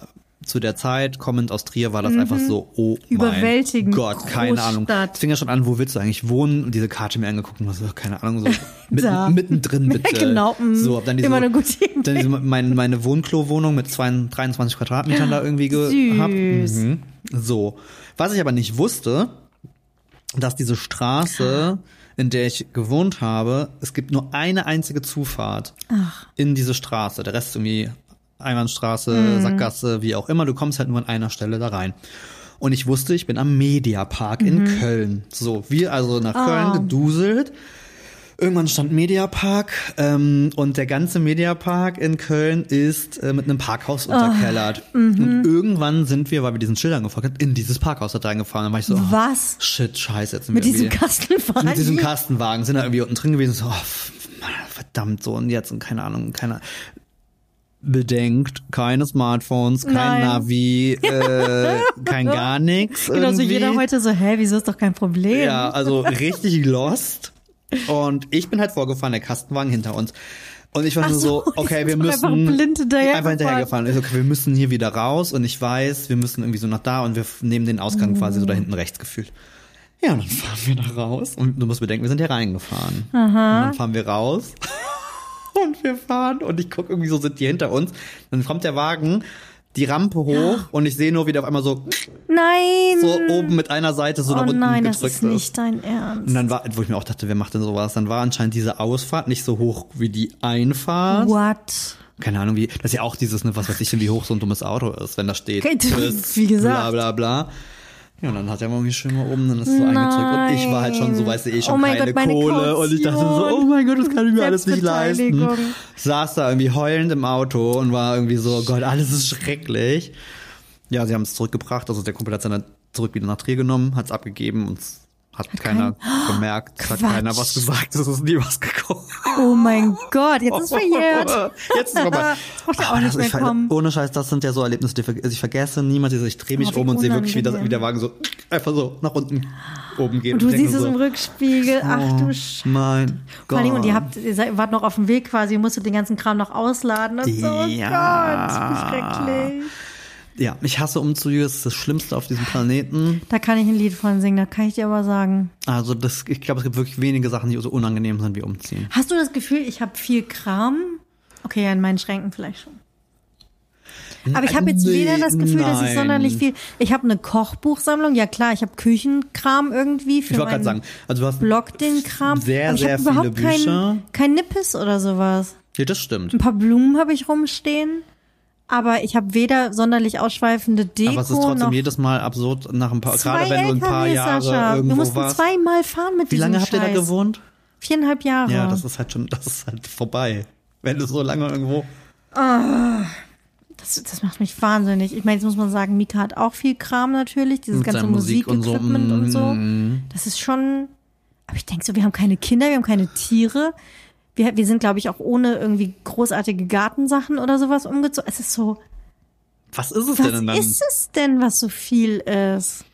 Speaker 2: zu der Zeit, kommend aus Trier, war das einfach so, oh
Speaker 1: Mhm. Überwältigend,
Speaker 2: mein Gott, keine Ahnung.
Speaker 1: Großstadt.
Speaker 2: Es fing ja schon an, wo willst du eigentlich wohnen? Und diese Karte mir angeguckt und war so, keine Ahnung, so
Speaker 1: Da.
Speaker 2: mitten, mittendrin bitte.
Speaker 1: Genau, mm,
Speaker 2: So, hab dann diese,
Speaker 1: immer eine gute Idee.
Speaker 2: Dann diese, meine, meine Wohnklo-Wohnung mit 22, 23 Quadratmetern da irgendwie gehabt.
Speaker 1: Süß.
Speaker 2: Mhm. So. Was ich aber nicht wusste, dass diese Straße, in der ich gewohnt habe, es gibt nur eine einzige Zufahrt in diese Straße. Der Rest ist irgendwie Einbahnstraße, Sackgasse, wie auch immer. Du kommst halt nur an einer Stelle da rein. Und ich wusste, ich bin am Mediapark in Köln. So, wir also nach Köln geduselt. Irgendwann stand Mediapark ähm, und der ganze Mediapark in Köln ist äh, mit einem Parkhaus
Speaker 1: Ah,
Speaker 2: unterkellert.
Speaker 1: mhm.
Speaker 2: Und irgendwann sind wir, weil wir diesen Schildern gefolgt haben, in dieses Parkhaus da reingefahren. Dann war ich so, oh,
Speaker 1: Was?
Speaker 2: Shit, scheiße. Jetzt sind
Speaker 1: Mit
Speaker 2: wir
Speaker 1: diesem
Speaker 2: irgendwie-
Speaker 1: Kastenwagen.
Speaker 2: Mit diesem Kastenwagen sind da irgendwie unten drin gewesen. So, oh, f- Mann, verdammt, so und jetzt und keine Ahnung, keine. Bedenkt, keine Smartphones, kein
Speaker 1: Nein.
Speaker 2: Navi, äh, kein gar nichts.
Speaker 1: Genau, so
Speaker 2: irgendwie.
Speaker 1: jeder heute so, hä, wieso ist doch kein Problem?
Speaker 2: Ja, also richtig lost. Und ich bin halt vorgefahren, der Kastenwagen hinter uns. Und ich war
Speaker 1: Ach
Speaker 2: nur
Speaker 1: so,
Speaker 2: so,
Speaker 1: die
Speaker 2: okay,
Speaker 1: sind
Speaker 2: wir
Speaker 1: doch
Speaker 2: müssen
Speaker 1: einfach blind hinterhergefahren.
Speaker 2: einfach hinterhergefahren. Ich so, okay, wir müssen hier wieder raus und ich weiß, wir müssen irgendwie so nach da und wir f- nehmen den Ausgang quasi so da hinten rechts gefühlt. Ja, und dann fahren wir da raus und du musst bedenken, wir sind hier reingefahren. Und dann fahren wir raus und wir fahren und ich guck irgendwie so, sind die hinter uns. Dann kommt der Wagen, die Rampe hoch und ich sehe nur, wie der auf einmal so,
Speaker 1: Nein.
Speaker 2: so oben mit einer Seite so nach
Speaker 1: oh
Speaker 2: unten
Speaker 1: nein, das
Speaker 2: gedrückt
Speaker 1: ist
Speaker 2: ist.
Speaker 1: nicht dein
Speaker 2: Und
Speaker 1: Ernst.
Speaker 2: dann war, wo ich mir auch dachte, wer macht denn sowas? Dann war anscheinend diese Ausfahrt nicht so hoch wie die Einfahrt.
Speaker 1: What?
Speaker 2: Keine Ahnung, wie, das ist ja auch dieses, ne, was weiß ich denn, wie hoch so ein dummes Auto ist, wenn da steht.
Speaker 1: Okay,
Speaker 2: Tschüss,
Speaker 1: wie gesagt.
Speaker 2: Bla, bla, bla. Ja, und dann hat er mal irgendwie schön mal oben, dann ist so eingedrückt. Und ich war halt schon so, weißt du, eh schon
Speaker 1: Oh mein
Speaker 2: keine
Speaker 1: Gott, meine
Speaker 2: Kohle. Und ich dachte so, oh
Speaker 1: Kaution.
Speaker 2: mein Gott, das kann ich mir alles nicht leisten.
Speaker 1: Selbstbeteiligung.
Speaker 2: Saß da irgendwie heulend im Auto und war irgendwie so, oh Gott, alles ist schrecklich. Ja, sie haben es zurückgebracht. Also der Kumpel hat es dann zurück wieder nach Trier genommen, hat es abgegeben und es hat, keiner gemerkt, es hat
Speaker 1: Quatsch.
Speaker 2: keiner was gesagt, es ist nie was gekommen.
Speaker 1: Oh mein Gott, jetzt ist verjährt.
Speaker 2: Jetzt ist vorbei.
Speaker 1: Oh, Das braucht ja auch
Speaker 2: Aber
Speaker 1: nicht
Speaker 2: das-
Speaker 1: mehr
Speaker 2: Also ich ver-
Speaker 1: kommen.
Speaker 2: Ohne Scheiß, das sind ja so Erlebnisse, die ver- also ich vergesse niemals. Also ich drehe mich
Speaker 1: Oh, wie
Speaker 2: um und sehe wirklich, wie, das, wie
Speaker 1: unangenehm.
Speaker 2: der Wagen so einfach so nach unten oben geht.
Speaker 1: Und du
Speaker 2: ich denke
Speaker 1: siehst es
Speaker 2: so,
Speaker 1: im Rückspiegel. Ach du Sch.
Speaker 2: Oh, mein
Speaker 1: Vor
Speaker 2: Gott.
Speaker 1: allem, und ihr, habt, ihr seid, wart noch auf dem Weg quasi, ihr musstet den ganzen Kram noch ausladen und so. Oh
Speaker 2: Ja.
Speaker 1: Gott, wie schrecklich.
Speaker 2: ja, ich hasse Umzüge, das ist das Schlimmste auf diesem Planeten.
Speaker 1: Da kann ich ein Lied von singen, da kann ich dir aber sagen.
Speaker 2: Also das, ich glaube, es gibt wirklich wenige Sachen, die so unangenehm sind wie Umziehen.
Speaker 1: Hast du das Gefühl, ich habe viel Kram? Okay, ja, in meinen Schränken vielleicht schon. Aber ich habe jetzt
Speaker 2: Nee,
Speaker 1: weder das Gefühl, dass ich
Speaker 2: nein.
Speaker 1: sonderlich viel. Ich habe eine Kochbuchsammlung, ja klar, ich habe Küchenkram irgendwie für
Speaker 2: Ich wollte
Speaker 1: meinen
Speaker 2: gerade sagen, also du hast
Speaker 1: Blog den Kram.
Speaker 2: Sehr,
Speaker 1: aber ich
Speaker 2: sehr
Speaker 1: habe überhaupt
Speaker 2: viele Bücher.
Speaker 1: kein, kein Nippes oder sowas.
Speaker 2: Ja, das stimmt.
Speaker 1: Ein paar Blumen habe ich rumstehen, aber ich habe weder sonderlich ausschweifende Deko
Speaker 2: Aber es ist trotzdem
Speaker 1: noch
Speaker 2: jedes Mal absurd nach ein paar,
Speaker 1: zwei
Speaker 2: gerade wenn du ein paar
Speaker 1: LKWs,
Speaker 2: Jahre
Speaker 1: Sascha. Wir
Speaker 2: irgendwo
Speaker 1: mussten
Speaker 2: warst.
Speaker 1: zweimal fahren mit
Speaker 2: Wie
Speaker 1: diesem
Speaker 2: lange habt ihr da
Speaker 1: Scheiß.
Speaker 2: gewohnt?
Speaker 1: Viereinhalb Jahre.
Speaker 2: Ja, das ist halt schon, das ist halt vorbei. Wenn du so lange irgendwo.
Speaker 1: Das, das macht mich wahnsinnig. Ich meine, jetzt muss man sagen, Mika hat auch viel Kram natürlich, dieses
Speaker 2: Mit
Speaker 1: ganze
Speaker 2: seiner Musik und so,
Speaker 1: Musikequipment und so.
Speaker 2: mm.
Speaker 1: Das ist schon. Aber ich denke so, wir haben keine Kinder, wir haben keine Tiere. Wir, wir sind, glaube ich, auch ohne irgendwie großartige Gartensachen oder sowas umgezogen. Es ist so,
Speaker 2: Was ist es
Speaker 1: was
Speaker 2: denn dann?
Speaker 1: ist es denn, was so viel ist?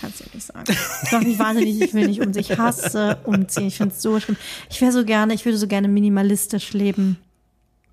Speaker 1: Kannst du nicht sagen. Ich doch nicht wahnsinnig, ich will nicht umziehen. Ich hasse umziehen. Ich finde es so schlimm. Ich wäre so gerne, ich würde so gerne minimalistisch leben.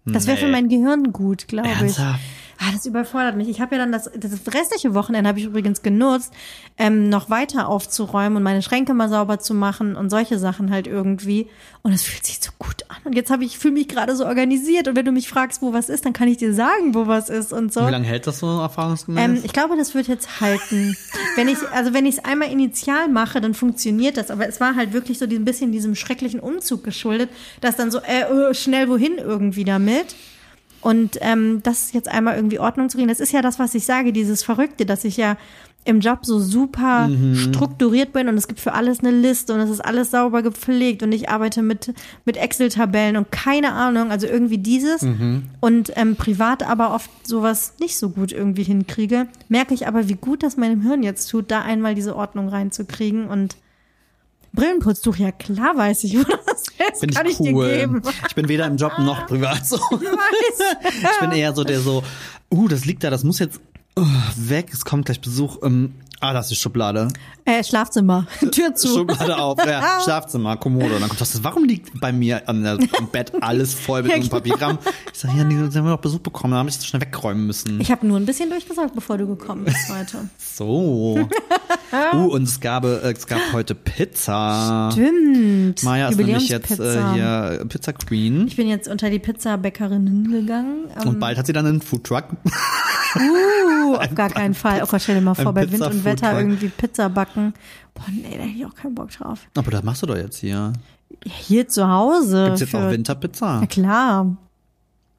Speaker 1: Das wäre für
Speaker 2: Nee.
Speaker 1: mein Gehirn gut, glaube ich.
Speaker 2: Ernsthaft?
Speaker 1: Ah, das überfordert mich. Ich habe ja dann das, das restliche Wochenende habe ich übrigens genutzt, ähm, noch weiter aufzuräumen und meine Schränke mal sauber zu machen und solche Sachen halt irgendwie. Und es fühlt sich so gut an. Und jetzt habe ich fühle mich gerade so organisiert. Und wenn du mich fragst, wo was ist, dann kann ich dir sagen, wo was ist und so.
Speaker 2: Wie lange hält das so erfahrungsgemäß?
Speaker 1: Ähm, ich glaube, das wird jetzt halten. wenn ich, also wenn ich es einmal initial mache, dann funktioniert das. Aber es war halt wirklich so ein bisschen diesem schrecklichen Umzug geschuldet, dass dann so äh, äh, schnell wohin irgendwie damit. Und ähm, das jetzt einmal irgendwie Ordnung zu kriegen, das ist ja das, was ich sage, dieses Verrückte, dass ich ja im Job so super strukturiert bin und es gibt für alles eine Liste und es ist alles sauber gepflegt und ich arbeite mit, mit Excel-Tabellen und keine Ahnung, also irgendwie dieses und ähm, privat aber oft sowas nicht so gut irgendwie hinkriege, merke ich aber, wie gut das meinem Hirn jetzt tut, da einmal diese Ordnung reinzukriegen und Brillenputztuch, ja klar weiß ich, wo das ist,
Speaker 2: Finde
Speaker 1: kann ich,
Speaker 2: ich cool.
Speaker 1: dir geben.
Speaker 2: Ich bin weder im Job noch privat so.
Speaker 1: Ich weiß.
Speaker 2: Ich bin eher so der so, uh, das liegt da, das muss jetzt uh, weg, es kommt gleich Besuch. Ähm, ah, das ist Schublade.
Speaker 1: Äh, Schlafzimmer, Tür zu.
Speaker 2: Schublade auf, ja, Schlafzimmer, Kommode. Und dann kommt das, warum liegt bei mir am, am Bett alles voll mit
Speaker 1: Ja, genau.
Speaker 2: so einem Papierkram? Ich sage, ja, nee, dann haben wir noch Besuch bekommen, dann habe ich das schnell wegräumen müssen.
Speaker 1: Ich habe nur ein bisschen durchgesagt, bevor du gekommen bist heute.
Speaker 2: So. uh, und es gab, äh, es gab heute Pizza.
Speaker 1: Stimmt.
Speaker 2: Maya ist nämlich jetzt äh,
Speaker 1: Jubiläumspizza.
Speaker 2: hier Pizza Queen.
Speaker 1: Ich bin jetzt unter die Pizzabäckerinnen gegangen. Ähm,
Speaker 2: Und bald hat sie dann einen Foodtruck.
Speaker 1: uh, auf gar keinen Fall. Oh Gott, stell dir mal vor,
Speaker 2: ein
Speaker 1: bei Wind und
Speaker 2: Pizza-Food
Speaker 1: Wetter
Speaker 2: Truck.
Speaker 1: irgendwie Pizza backen. Boah, nee, da hätte ich auch keinen Bock drauf.
Speaker 2: Aber das machst du doch jetzt hier.
Speaker 1: Hier zu Hause.
Speaker 2: Gibt's jetzt auch
Speaker 1: für-
Speaker 2: Winterpizza?
Speaker 1: Na klar.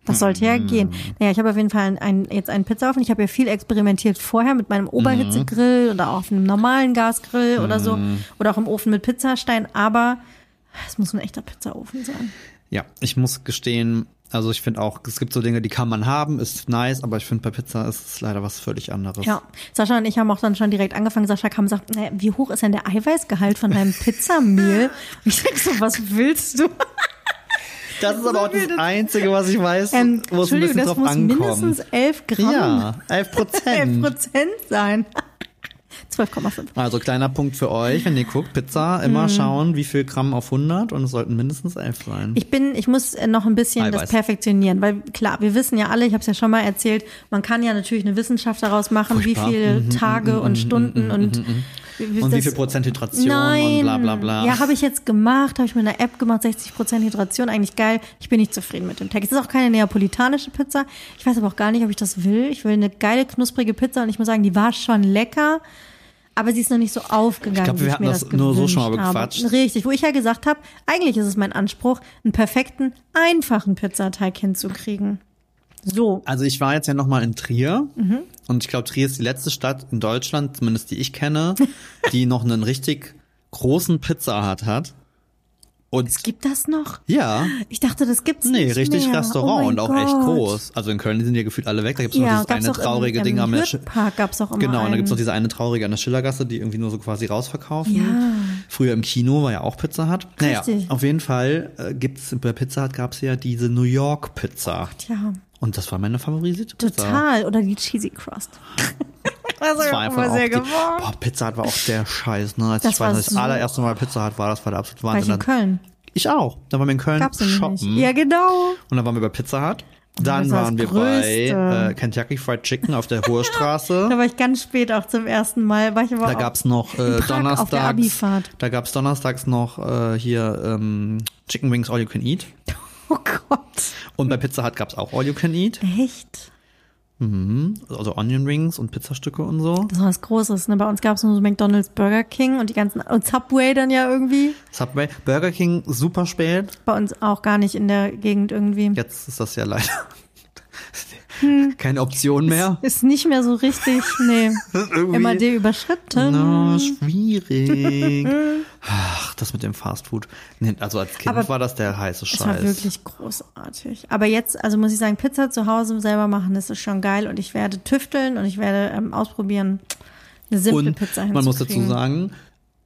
Speaker 1: Das sollte
Speaker 2: Mhm.
Speaker 1: ja gehen. Naja, ich habe auf jeden Fall ein, ein, jetzt einen Pizzaofen. Ich habe ja viel experimentiert vorher mit meinem
Speaker 2: Mhm.
Speaker 1: Oberhitzegrill oder auch auf einem normalen Gasgrill oder so. Oder auch im Ofen mit Pizzastein. Aber es muss ein echter Pizzaofen sein.
Speaker 2: Ja, ich muss gestehen, also ich finde auch, es gibt so Dinge, die kann man haben, ist nice, aber ich finde bei Pizza ist es leider was völlig anderes.
Speaker 1: Ja, Sascha und ich haben auch dann schon direkt angefangen. Sascha kam und sagt, naja, wie hoch ist denn der Eiweißgehalt von deinem Pizzamehl? Und ich sag so, was willst du?
Speaker 2: Das ist aber auch das Einzige, was ich weiß,
Speaker 1: Ähm,
Speaker 2: wo es
Speaker 1: Entschuldigung,
Speaker 2: ein bisschen
Speaker 1: das
Speaker 2: drauf
Speaker 1: muss mindestens
Speaker 2: ankommt.
Speaker 1: 11 Gramm,
Speaker 2: Ja, 11
Speaker 1: 11
Speaker 2: Prozent.
Speaker 1: Prozent sein. 12,5.
Speaker 2: Also kleiner Punkt für euch, wenn ihr guckt, Pizza, immer
Speaker 1: Mhm.
Speaker 2: schauen, wie viel Gramm auf 100 und es sollten mindestens 11 sein.
Speaker 1: Ich bin, ich muss äh, noch ein bisschen das
Speaker 2: Eiweiß.
Speaker 1: perfektionieren, weil klar, wir wissen ja alle, ich habe es ja schon mal erzählt, man kann ja natürlich eine Wissenschaft daraus machen,
Speaker 2: Furchtbar. Mhm,
Speaker 1: wie viele Tage und Stunden und,
Speaker 2: und wie
Speaker 1: das-
Speaker 2: viel Prozent Hydration und bla bla bla.
Speaker 1: Ja, habe ich jetzt gemacht, habe ich mit einer App gemacht, 60% Hydration, eigentlich geil. Ich bin nicht zufrieden mit dem Text. Es ist auch keine neapolitanische Pizza. Ich weiß aber auch gar nicht, ob ich das will. Ich will eine geile, knusprige Pizza und ich muss sagen, die war schon lecker, aber sie ist noch nicht so aufgegangen.
Speaker 2: Ich glaub, wir
Speaker 1: wie
Speaker 2: hatten
Speaker 1: mir
Speaker 2: das nur so schon mal
Speaker 1: gewünscht habe.
Speaker 2: bequatscht.
Speaker 1: Richtig, wo ich ja gesagt habe, eigentlich ist es mein Anspruch, einen perfekten, einfachen Pizzateig hinzukriegen. So.
Speaker 2: Also ich war jetzt ja nochmal in Trier
Speaker 1: Mhm.
Speaker 2: und ich glaube, Trier ist die letzte Stadt in Deutschland, zumindest die ich kenne, die noch einen richtig großen Pizza Hut hat. Und
Speaker 1: Gibt das noch?
Speaker 2: ja,
Speaker 1: Ich dachte, das gibt's
Speaker 2: nee,
Speaker 1: nicht
Speaker 2: richtig
Speaker 1: mehr.
Speaker 2: Restaurant
Speaker 1: oh
Speaker 2: und
Speaker 1: mein
Speaker 2: auch echt
Speaker 1: Gott.
Speaker 2: groß. Also in Köln sind die ja gefühlt alle weg, da gibt's
Speaker 1: Ja,
Speaker 2: noch dieses
Speaker 1: gab's
Speaker 2: eine
Speaker 1: auch
Speaker 2: traurige
Speaker 1: im,
Speaker 2: Ding
Speaker 1: im
Speaker 2: am Sch-
Speaker 1: Park gab's auch immer
Speaker 2: Genau, und
Speaker 1: einen.
Speaker 2: da gibt's noch diese eine traurige an der Schillergasse, die irgendwie nur so quasi rausverkaufen.
Speaker 1: Ja.
Speaker 2: Früher im Kino war ja auch Pizza Hut. Naja,
Speaker 1: Richtig.
Speaker 2: auf jeden Fall äh, gibt's bei Pizza Hut gab's ja diese New York Pizza.
Speaker 1: Tja,
Speaker 2: Und das war meine favorisierte Pizza.
Speaker 1: Oh total. Oder die Cheesy Crust. das
Speaker 2: Das war
Speaker 1: hab ich
Speaker 2: einfach auch die,
Speaker 1: gewohnt.
Speaker 2: boah, Pizza Hut war auch der Scheiß, ne? Als
Speaker 1: Das
Speaker 2: ich weiß,
Speaker 1: war
Speaker 2: als ich das
Speaker 1: so-
Speaker 2: allererste Mal Pizza Hut war, das war der absolute
Speaker 1: War ich
Speaker 2: Wahnsinn.
Speaker 1: in Köln?
Speaker 2: Ich auch. Dann waren wir in Köln
Speaker 1: Gab's nämlich
Speaker 2: shoppen.
Speaker 1: nicht. Ja, genau.
Speaker 2: Und dann waren wir bei Pizza Hut. Dann
Speaker 1: das war
Speaker 2: waren wir
Speaker 1: das
Speaker 2: bei
Speaker 1: Größte.
Speaker 2: äh, Kentucky Fried Chicken auf der
Speaker 1: Da
Speaker 2: Hohestraße.
Speaker 1: war ich ganz spät auch zum ersten Mal. War ich aber
Speaker 2: da
Speaker 1: auch-
Speaker 2: gab's noch äh,
Speaker 1: In Prag
Speaker 2: donnerstags.
Speaker 1: auf der Abifahrt.
Speaker 2: Da gab's donnerstags noch äh, hier ähm, Chicken Wings All You Can Eat.
Speaker 1: Oh Gott.
Speaker 2: Und bei Pizza Hut gab's auch All You Can Eat.
Speaker 1: Echt?
Speaker 2: Also Onion Rings und Pizzastücke und so.
Speaker 1: Das war was Großes. Ne? Bei uns gab's nur so McDonalds, Burger King und die ganzen. Und Subway dann ja irgendwie.
Speaker 2: Subway. Burger King super spät.
Speaker 1: Bei uns auch gar nicht in der Gegend irgendwie.
Speaker 2: Jetzt ist das ja leider
Speaker 1: Hm.
Speaker 2: keine Option mehr.
Speaker 1: Ist nicht mehr so richtig. Nee.
Speaker 2: Irgendwie-
Speaker 1: MAD überschritten.
Speaker 2: Na, schwierig. Ach, das mit dem Fastfood. Nee, also als Kind
Speaker 1: Aber
Speaker 2: war das der heiße
Speaker 1: Es war
Speaker 2: Scheiß.
Speaker 1: wirklich großartig. Aber jetzt, also muss ich sagen, Pizza zu Hause selber machen, das ist schon geil. Und ich werde tüfteln und ich werde ähm, ausprobieren, eine simple
Speaker 2: Und
Speaker 1: Pizza
Speaker 2: man muss dazu
Speaker 1: hinzukriegen.
Speaker 2: sagen,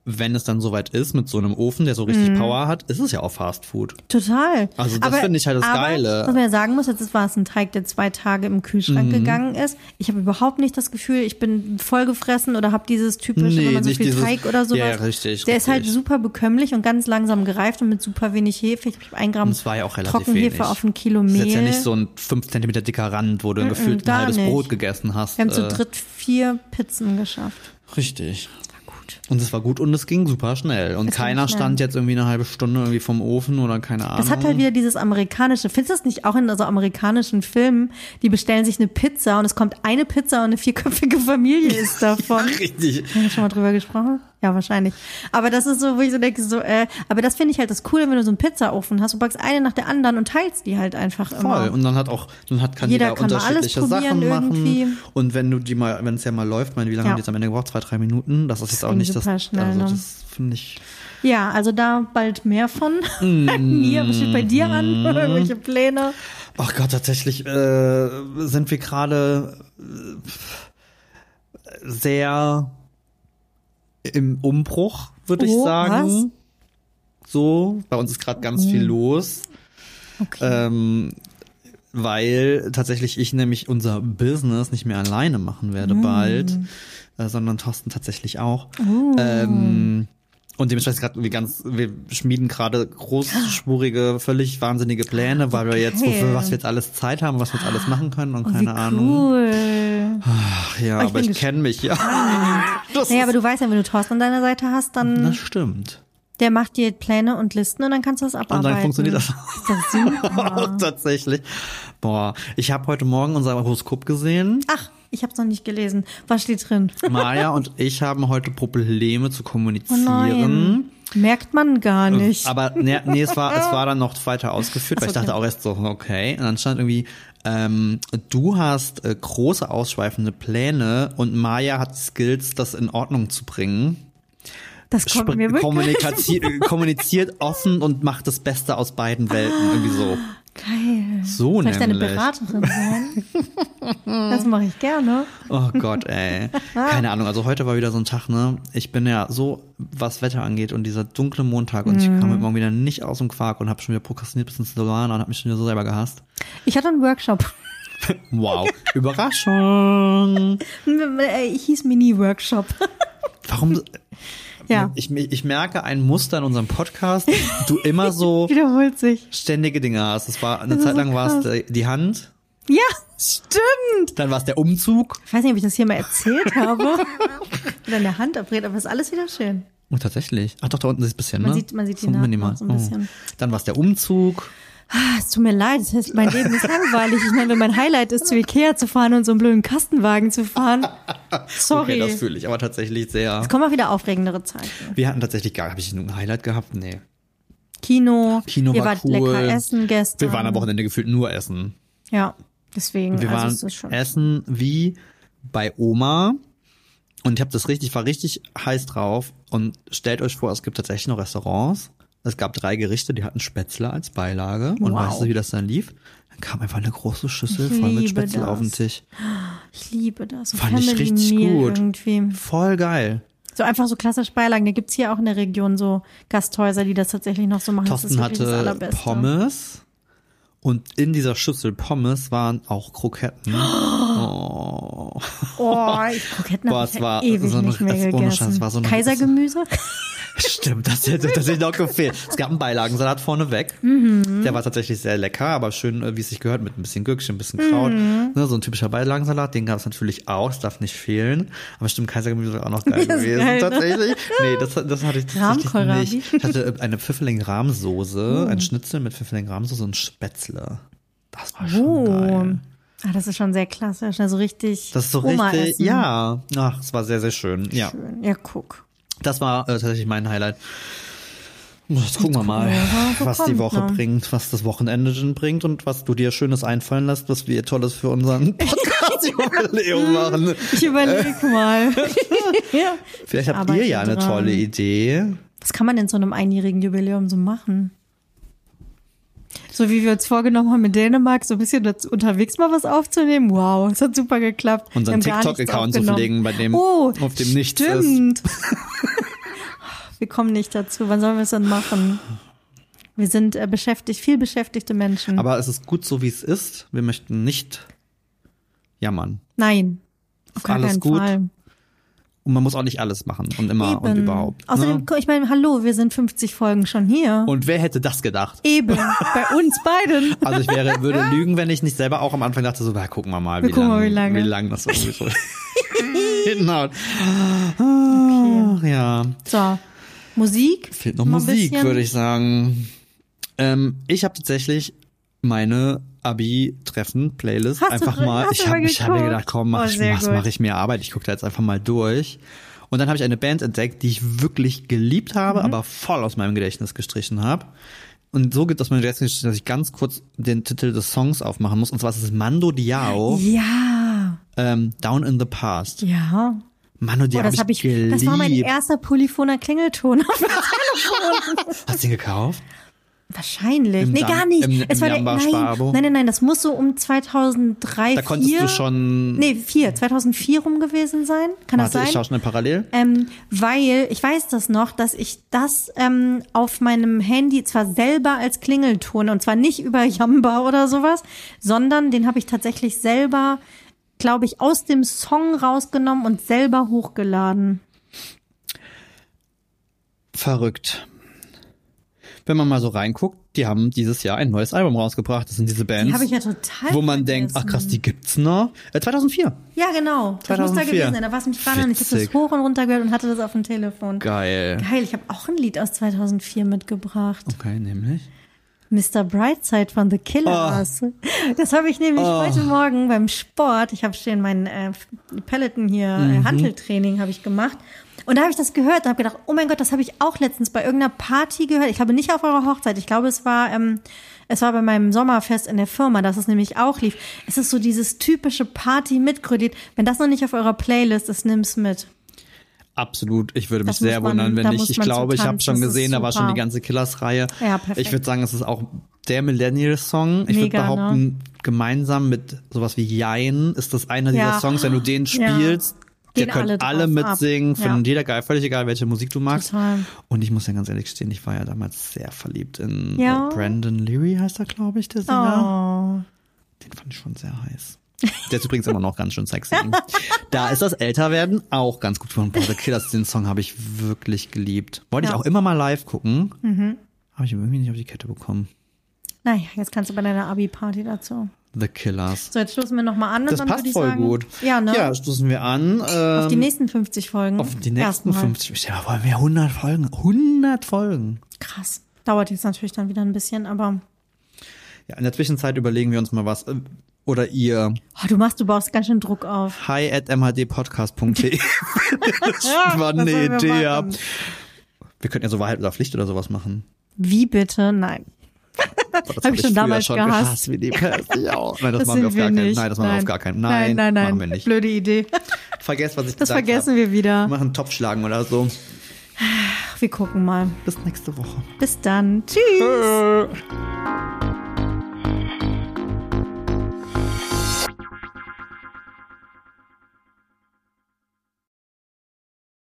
Speaker 2: wenn es dann soweit ist, mit so einem Ofen, der so richtig
Speaker 1: Mhm.
Speaker 2: Power hat, ist es ja auch Fast Food.
Speaker 1: Total.
Speaker 2: Also das
Speaker 1: Aber-
Speaker 2: finde ich halt das
Speaker 1: aber,
Speaker 2: Geile. Mhm.
Speaker 1: Was man ja sagen muss, jetzt war es ein Teig, der zwei Tage im Kühlschrank gegangen ist. Ich habe überhaupt nicht das Gefühl, ich bin vollgefressen oder habe dieses typische,
Speaker 2: Nee,
Speaker 1: wenn man so
Speaker 2: nicht
Speaker 1: viel
Speaker 2: dieses-
Speaker 1: Teig oder sowas.
Speaker 2: Ja, richtig,
Speaker 1: Der ist halt
Speaker 2: richtig.
Speaker 1: super bekömmlich und ganz langsam gereift und mit super wenig Hefe. Ich habe ein Gramm
Speaker 2: Und es war ja auch relativ
Speaker 1: Trockenhefe
Speaker 2: wenig.
Speaker 1: auf ein Kilo
Speaker 2: Das
Speaker 1: Mehl.
Speaker 2: ist jetzt ja nicht so ein 5 cm dicker Rand, wo du gefühlt ein
Speaker 1: gar
Speaker 2: halbes
Speaker 1: nicht.
Speaker 2: Brot gegessen hast.
Speaker 1: Wir haben zu
Speaker 2: Äh,
Speaker 1: dritt vier Pizzen geschafft.
Speaker 2: Richtig.
Speaker 1: Das war gut.
Speaker 2: Und es war gut und es ging super schnell. Und
Speaker 1: Es ging
Speaker 2: keiner
Speaker 1: schnell.
Speaker 2: stand jetzt irgendwie eine halbe Stunde irgendwie vom Ofen oder keine Ahnung.
Speaker 1: Das hat halt wieder dieses amerikanische. Findest du das nicht auch in so amerikanischen Filmen? Die bestellen sich eine Pizza und es kommt eine Pizza und eine vierköpfige Familie ist davon.
Speaker 2: Richtig.
Speaker 1: Haben wir schon mal drüber gesprochen? Ja, wahrscheinlich. Aber das ist so, wo ich so denke, so, äh, aber das finde ich halt das Coole, wenn du so einen Pizzaofen hast. Du backst eine nach der anderen und teilst die halt einfach
Speaker 2: Voll.
Speaker 1: immer.
Speaker 2: Und dann hat auch, dann hat, kann
Speaker 1: Jeder
Speaker 2: jeder,
Speaker 1: kann mal alles
Speaker 2: unterschiedliche
Speaker 1: probieren
Speaker 2: Sachen machen.
Speaker 1: irgendwie.
Speaker 2: Und wenn du die mal, wenn es ja mal läuft, meine, wie lange
Speaker 1: Ja.
Speaker 2: hat die jetzt am Ende gebraucht? Zwei, drei Minuten? Das ist jetzt auch
Speaker 1: ging
Speaker 2: nicht das,
Speaker 1: super schnell,
Speaker 2: also
Speaker 1: ne?
Speaker 2: das finde ich,
Speaker 1: Ja, also da bald mehr von. Bei
Speaker 2: Mm.
Speaker 1: mir, was steht bei dir an? Irgendwelche Pläne?
Speaker 2: Ach Gott, tatsächlich äh, sind wir gerade äh, sehr im Umbruch, würde ich
Speaker 1: Oh,
Speaker 2: sagen. So, bei uns ist gerade ganz viel los,
Speaker 1: Okay.
Speaker 2: ähm, weil tatsächlich ich nämlich unser Business nicht mehr alleine machen werde
Speaker 1: Hm.
Speaker 2: bald, äh, sondern Thorsten tatsächlich auch.
Speaker 1: Oh.
Speaker 2: Ähm, und dementsprechend gerade wir ganz, wir schmieden gerade großspurige, völlig wahnsinnige Pläne, weil wir jetzt,
Speaker 1: Okay.
Speaker 2: wofür was wir jetzt alles Zeit haben, was wir jetzt alles machen können und
Speaker 1: Oh, wie
Speaker 2: keine Ahnung.
Speaker 1: cool.
Speaker 2: Ach ja,
Speaker 1: Oh, ich
Speaker 2: aber
Speaker 1: bin Ah.
Speaker 2: ich kenne mich, ja.
Speaker 1: Naja,
Speaker 2: Das,
Speaker 1: hm.
Speaker 2: ist,
Speaker 1: aber du weißt ja, wenn du Thorsten an deiner Seite hast, dann
Speaker 2: das stimmt.
Speaker 1: Der macht dir Pläne und Listen und dann kannst du das
Speaker 2: Und
Speaker 1: abarbeiten.
Speaker 2: dann funktioniert das
Speaker 1: Ist das super.
Speaker 2: tatsächlich. Boah, ich habe heute Morgen unser Horoskop gesehen.
Speaker 1: Ach, ich habe es noch nicht gelesen. Was steht drin?
Speaker 2: Maja und ich haben heute Probleme zu
Speaker 1: Oh
Speaker 2: kommunizieren.
Speaker 1: nein. Merkt man gar
Speaker 2: Also
Speaker 1: nicht.
Speaker 2: Aber nee, nee es, war, es war dann noch weiter ausgeführt, weil
Speaker 1: Ach
Speaker 2: ich
Speaker 1: so,
Speaker 2: dachte auch erst so, okay. Und dann stand irgendwie, ähm, du hast äh, große ausschweifende Pläne und Maya hat Skills, das in Ordnung zu bringen.
Speaker 1: das kommt mir
Speaker 2: Spr-
Speaker 1: wirklich.
Speaker 2: kommunikazi- äh, kommuniziert offen und macht das Beste aus beiden Welten. Irgendwie so.
Speaker 1: Geil.
Speaker 2: So
Speaker 1: Soll ich deine
Speaker 2: nämlich.
Speaker 1: Beraterin sein? das mache ich gerne.
Speaker 2: Oh Gott, ey. Keine Ahnung, also heute war wieder so ein Tag, ne? Ich bin ja so, was Wetter angeht und dieser dunkle Montag und ich
Speaker 1: Mhm.
Speaker 2: kam heute Morgen wieder nicht aus dem Quark und habe schon wieder prokrastiniert bis ins Solana und habe mich schon wieder so selber gehasst.
Speaker 1: Ich hatte einen Workshop.
Speaker 2: Wow, Überraschung.
Speaker 1: Ich Äh, hieß Mini-Workshop.
Speaker 2: Warum?
Speaker 1: Ja.
Speaker 2: Ich, ich merke ein Muster in unserem Podcast. Du immer so
Speaker 1: Wiederholt sich.
Speaker 2: ständige Dinge hast. Es war eine
Speaker 1: Das ist
Speaker 2: Zeit
Speaker 1: so
Speaker 2: lang war es äh, die Hand,
Speaker 1: Ja, stimmt.
Speaker 2: dann war es der Umzug.
Speaker 1: Ich weiß nicht, ob ich das hier mal erzählt habe. Oder in der Hand abreden, aber ist alles wieder schön.
Speaker 2: Oh, tatsächlich. Ach doch, da unten ist ein bisschen,
Speaker 1: Man
Speaker 2: ne?
Speaker 1: sieht- man sieht die
Speaker 2: So
Speaker 1: Naht noch
Speaker 2: minimal.
Speaker 1: so ein bisschen.
Speaker 2: Oh. Dann war es der Umzug.
Speaker 1: Ah, Es tut mir leid, das heißt, mein Leben ist langweilig. Ich meine, wenn mein Highlight ist, zu Ikea zu fahren und so einen blöden Kastenwagen zu fahren. Sorry.
Speaker 2: Okay, das fühle ich aber tatsächlich sehr.
Speaker 1: es kommen auch wieder aufregendere Zeiten.
Speaker 2: Wir hatten tatsächlich gar, habe ich ein Highlight gehabt? Nee.
Speaker 1: Kino,
Speaker 2: Kino
Speaker 1: ihr
Speaker 2: war
Speaker 1: wart
Speaker 2: cool.
Speaker 1: lecker essen gestern.
Speaker 2: Wir waren am Wochenende gefühlt nur essen.
Speaker 1: Ja, deswegen.
Speaker 2: Wir
Speaker 1: also
Speaker 2: waren
Speaker 1: es ist schon.
Speaker 2: essen wie bei Oma. Und ich habe das richtig, war richtig heiß drauf. Und stellt euch vor, es gibt tatsächlich noch Restaurants. Es gab drei Gerichte, die hatten Spätzle als Beilage. Und
Speaker 1: Wow.
Speaker 2: weißt du, wie das dann lief? Dann kam einfach eine große Schüssel
Speaker 1: Ich
Speaker 2: voll mit
Speaker 1: liebe
Speaker 2: Spätzle auf den
Speaker 1: das.
Speaker 2: Tisch.
Speaker 1: ich liebe das. So
Speaker 2: Fand ich
Speaker 1: Family
Speaker 2: richtig
Speaker 1: Meal
Speaker 2: gut.
Speaker 1: Irgendwie.
Speaker 2: Voll geil.
Speaker 1: So einfach so klassisch Beilagen. Da gibt's hier auch in der Region so Gasthäuser, die das tatsächlich noch so machen. das
Speaker 2: Thorsten
Speaker 1: ist wirklich das
Speaker 2: hatte
Speaker 1: Allerbeste.
Speaker 2: Pommes. Und in dieser Schüssel Pommes waren auch Kroketten.
Speaker 1: Oh, ich Kroketten
Speaker 2: Boah,
Speaker 1: habe
Speaker 2: es
Speaker 1: ich
Speaker 2: war
Speaker 1: ja ewig
Speaker 2: so eine-
Speaker 1: nicht mehr
Speaker 2: es- ohne
Speaker 1: gegessen.
Speaker 2: Scheiß, es war so eine-
Speaker 1: Kaisergemüse?
Speaker 2: Stimmt, das hätte tatsächlich noch gefehlt. Es gab einen Beilagensalat vorneweg.
Speaker 1: Mhm.
Speaker 2: Der war tatsächlich sehr lecker, aber schön, äh, wie es sich gehört, mit ein bisschen Gürkchen, ein bisschen Kraut.
Speaker 1: Mhm.
Speaker 2: Ne, so ein typischer Beilagensalat, den gab es natürlich auch, es darf nicht fehlen. Aber stimmt, Kaisergemüse wäre auch noch geil
Speaker 1: Das ist
Speaker 2: gewesen,
Speaker 1: geil, ne?
Speaker 2: tatsächlich. Nee, das, das hatte ich tatsächlich
Speaker 1: Rahmkohlrabi. Oh.
Speaker 2: nicht. Ich hatte äh, eine Pfifferling-Rahmsoße, ein Schnitzel mit Pfifferling-Rahmsoße und Spätzle. Das war schon
Speaker 1: Oh.
Speaker 2: geil.
Speaker 1: Ah, das ist schon sehr klassisch. Also richtig.
Speaker 2: Das ist so
Speaker 1: Oma
Speaker 2: richtig,
Speaker 1: essen.
Speaker 2: ja. Ach, es war sehr, sehr schön. Ja,
Speaker 1: Schön. Ja, guck.
Speaker 2: Das war äh, tatsächlich mein Highlight. Jetzt gucken wir mal,
Speaker 1: wir, was so
Speaker 2: was die
Speaker 1: kommt,
Speaker 2: Woche
Speaker 1: ne?
Speaker 2: bringt, was das Wochenende schon bringt und was du dir Schönes einfallen lässt, was wir Tolles für unseren
Speaker 1: Mhm.
Speaker 2: Podcast-Jubiläum machen.
Speaker 1: Ich
Speaker 2: Äh.
Speaker 1: überlege mal. ja.
Speaker 2: Vielleicht habt
Speaker 1: arbeite
Speaker 2: ihr ja eine
Speaker 1: dran.
Speaker 2: tolle Idee.
Speaker 1: Was kann man denn zu einem einjährigen Jubiläum so machen? So wie wir uns vorgenommen haben in Dänemark, so ein bisschen dazu, unterwegs mal was aufzunehmen. Wow, es hat super geklappt.
Speaker 2: Unseren
Speaker 1: Wir haben gar nichts Oh,
Speaker 2: TikTok-Account zu
Speaker 1: aufgenommen.
Speaker 2: pflegen, bei dem-
Speaker 1: oh,
Speaker 2: auf dem nichts
Speaker 1: stimmt. Wir kommen nicht dazu. Wann sollen wir es denn machen? Wir sind äh, beschäftigt, viel beschäftigte Menschen.
Speaker 2: Aber es ist gut so, wie es ist. Wir möchten nicht jammern.
Speaker 1: Nein. Auf
Speaker 2: Ist alles
Speaker 1: keinen
Speaker 2: gut?
Speaker 1: Fall.
Speaker 2: Und man muss auch nicht alles machen und immer und
Speaker 1: Eben.
Speaker 2: überhaupt.
Speaker 1: Außerdem,
Speaker 2: ne?
Speaker 1: ich meine, hallo, wir sind 50 Folgen schon hier.
Speaker 2: Und wer hätte das gedacht?
Speaker 1: Eben, bei uns beiden.
Speaker 2: Also ich wäre, würde lügen, wenn ich nicht selber auch am Anfang dachte, so, na, gucken wir mal, wie,
Speaker 1: Wir gucken mal, wie lange.
Speaker 2: wie lang das irgendwie so Genau. Ach, ja.
Speaker 1: So, Musik.
Speaker 2: Fehlt noch
Speaker 1: Mal ein
Speaker 2: Musik,
Speaker 1: bisschen.
Speaker 2: würde ich sagen. Ähm, ich habe tatsächlich meine Abi-Treffen-Playlist
Speaker 1: Hast du
Speaker 2: einfach
Speaker 1: drin-
Speaker 2: mal.
Speaker 1: hast
Speaker 2: Ich
Speaker 1: du mal
Speaker 2: habe ich hab mir
Speaker 1: geguckt?
Speaker 2: gedacht, komm,
Speaker 1: Oh,
Speaker 2: mach, ich,
Speaker 1: sehr
Speaker 2: mach,
Speaker 1: gut.
Speaker 2: mach ich mir Arbeit. Ich gucke da jetzt einfach mal durch. Und dann habe ich eine Band entdeckt, die ich wirklich geliebt habe,
Speaker 1: Mhm.
Speaker 2: aber voll aus meinem Gedächtnis gestrichen habe. Und so geht das meinem Gedächtnis, gestrichen, dass ich ganz kurz den Titel des Songs aufmachen muss. Und zwar ist es Mando Diao,
Speaker 1: Ja,
Speaker 2: ähm, Down in the Past.
Speaker 1: ja.
Speaker 2: Mando Diao
Speaker 1: Boah, Oh, das
Speaker 2: hab
Speaker 1: habe ich,
Speaker 2: geliebt.
Speaker 1: das war mein erster polyphoner Klingelton.
Speaker 2: Hast du den gekauft?
Speaker 1: Wahrscheinlich.
Speaker 2: Im
Speaker 1: nee,
Speaker 2: Sam-
Speaker 1: gar nicht.
Speaker 2: im-
Speaker 1: es
Speaker 2: im
Speaker 1: war der,
Speaker 2: Jamba
Speaker 1: nein,
Speaker 2: Sparbo?
Speaker 1: nein, nein, nein, das muss so um 2003,
Speaker 2: Da konntest
Speaker 1: 4,
Speaker 2: du schon
Speaker 1: Nee, 4, 2004 rum gewesen sein. Kann
Speaker 2: Warte,
Speaker 1: das
Speaker 2: ich
Speaker 1: sein?
Speaker 2: schaue schnell parallel.
Speaker 1: Ähm, weil ich weiß das noch, dass ich das ähm, auf meinem Handy zwar selber als Klingelton und zwar nicht über Jamba oder sowas, sondern den habe ich tatsächlich selber, glaube ich, aus dem Song rausgenommen und selber hochgeladen.
Speaker 2: Verrückt. Wenn man mal so reinguckt, die haben dieses Jahr ein neues Album rausgebracht. Das sind diese
Speaker 1: Die
Speaker 2: Bands,
Speaker 1: habe ich ja total.
Speaker 2: wo man denkt, ach
Speaker 1: vergessen.
Speaker 2: krass, die gibt's noch. Äh, 2004.
Speaker 1: Ja, genau. Das muss da
Speaker 2: 2004.
Speaker 1: gewesen sein. Da war es mich gerade noch nicht. Ich habe das
Speaker 2: Witzig.
Speaker 1: hoch und runter gehört und hatte das auf dem Telefon.
Speaker 2: Geil.
Speaker 1: Geil, ich habe auch ein Lied aus 2004 mitgebracht.
Speaker 2: Okay, nämlich.
Speaker 1: Mr. Brightside von The
Speaker 2: Ah.
Speaker 1: Killers. Das habe ich nämlich heute Morgen beim Sport. Ich habe schon meinen äh, Peloton hier,
Speaker 2: Mhm.
Speaker 1: äh, Hanteltraining habe ich gemacht. Und da habe ich das gehört und habe gedacht, oh mein Gott, das habe ich auch letztens bei irgendeiner Party gehört. Ich glaube nicht auf eurer Hochzeit. Ich glaube, es war, ähm, es war bei meinem Sommerfest in der Firma, dass es nämlich auch lief. Es ist so dieses typische Party mitgrödiert. Wenn das noch nicht auf eurer Playlist ist, nimm's mit.
Speaker 2: Absolut. Ich würde mich
Speaker 1: Das muss
Speaker 2: sehr
Speaker 1: man-
Speaker 2: wundern, wenn
Speaker 1: da
Speaker 2: nicht.
Speaker 1: muss
Speaker 2: Ich
Speaker 1: man
Speaker 2: glaube,
Speaker 1: zu
Speaker 2: ich habe
Speaker 1: tanzen,
Speaker 2: schon
Speaker 1: das ist
Speaker 2: gesehen, da war schon
Speaker 1: super.
Speaker 2: die ganze Killers-Reihe.
Speaker 1: Ja, perfekt.
Speaker 2: Ich würde sagen, es ist auch der Millennial-Song. Ich würde
Speaker 1: Mega, ne?
Speaker 2: behaupten, gemeinsam mit sowas wie Jein ist das einer dieser
Speaker 1: Ja.
Speaker 2: Songs, wenn du den
Speaker 1: Ja.
Speaker 2: spielst.
Speaker 1: Gehen
Speaker 2: ihr könnt
Speaker 1: alle drauf
Speaker 2: alle, mitsingen,
Speaker 1: ab. Ja.
Speaker 2: finden jeder geil, völlig egal, welche Musik du magst.
Speaker 1: Total.
Speaker 2: Und ich muss ja ganz ehrlich gestehen, ich war ja damals sehr verliebt in
Speaker 1: Ja.
Speaker 2: äh, Brandon Leary, heißt er, glaube ich, der Sänger.
Speaker 1: Oh.
Speaker 2: Den fand ich schon sehr heiß. Der ist übrigens immer noch ganz schön sexy. Da ist das Älterwerden auch ganz gut von Boah, The Killers. Also Den Song habe ich wirklich geliebt. Wollte
Speaker 1: Ja.
Speaker 2: ich auch immer mal live gucken. Habe ich irgendwie nicht auf die Kette bekommen.
Speaker 1: Naja, jetzt kannst du bei deiner Abi-Party dazu.
Speaker 2: The Killers.
Speaker 1: So, jetzt stoßen wir nochmal an und
Speaker 2: Das
Speaker 1: dann würde
Speaker 2: passt
Speaker 1: ich
Speaker 2: voll
Speaker 1: sagen,
Speaker 2: gut.
Speaker 1: Ja, ne?
Speaker 2: Ja, stoßen wir an.
Speaker 1: Auf die
Speaker 2: ähm,
Speaker 1: nächsten 50 Folgen.
Speaker 2: auf die nächsten
Speaker 1: Erstmal.
Speaker 2: 50. Stell dir mal, wollen wir 100 Folgen? 100 Folgen.
Speaker 1: Krass. Dauert jetzt natürlich dann wieder ein bisschen, aber
Speaker 2: Ja, in der Zwischenzeit überlegen wir uns mal was. äh, Oder ihr
Speaker 1: oh, du machst, du baust ganz schön Druck auf.
Speaker 2: hi at mhdpodcast.de
Speaker 1: Ja,
Speaker 2: war
Speaker 1: das
Speaker 2: eine
Speaker 1: sollen wir
Speaker 2: Idee.
Speaker 1: machen.
Speaker 2: Wir könnten ja so Wahrheit oder Pflicht oder sowas machen.
Speaker 1: Wie bitte? Nein.
Speaker 2: Boah, Das
Speaker 1: Hab
Speaker 2: hab
Speaker 1: ich schon
Speaker 2: früher
Speaker 1: damals gehasst.
Speaker 2: wie die Pest. Ja. Nein, das,
Speaker 1: Das
Speaker 2: machen wir
Speaker 1: sind
Speaker 2: auf gar keinen.
Speaker 1: nicht.
Speaker 2: Nein, das machen wir auf gar keinen.
Speaker 1: Nein, nein, nein.
Speaker 2: machen wir nicht.
Speaker 1: Blöde Idee.
Speaker 2: Vergesst, was ich
Speaker 1: Das
Speaker 2: gesagt
Speaker 1: vergessen
Speaker 2: hab.
Speaker 1: wir wieder.
Speaker 2: Wir machen Topfschlagen oder so.
Speaker 1: Ach, wir gucken mal.
Speaker 2: Bis nächste Woche.
Speaker 1: Bis dann. Tschüss.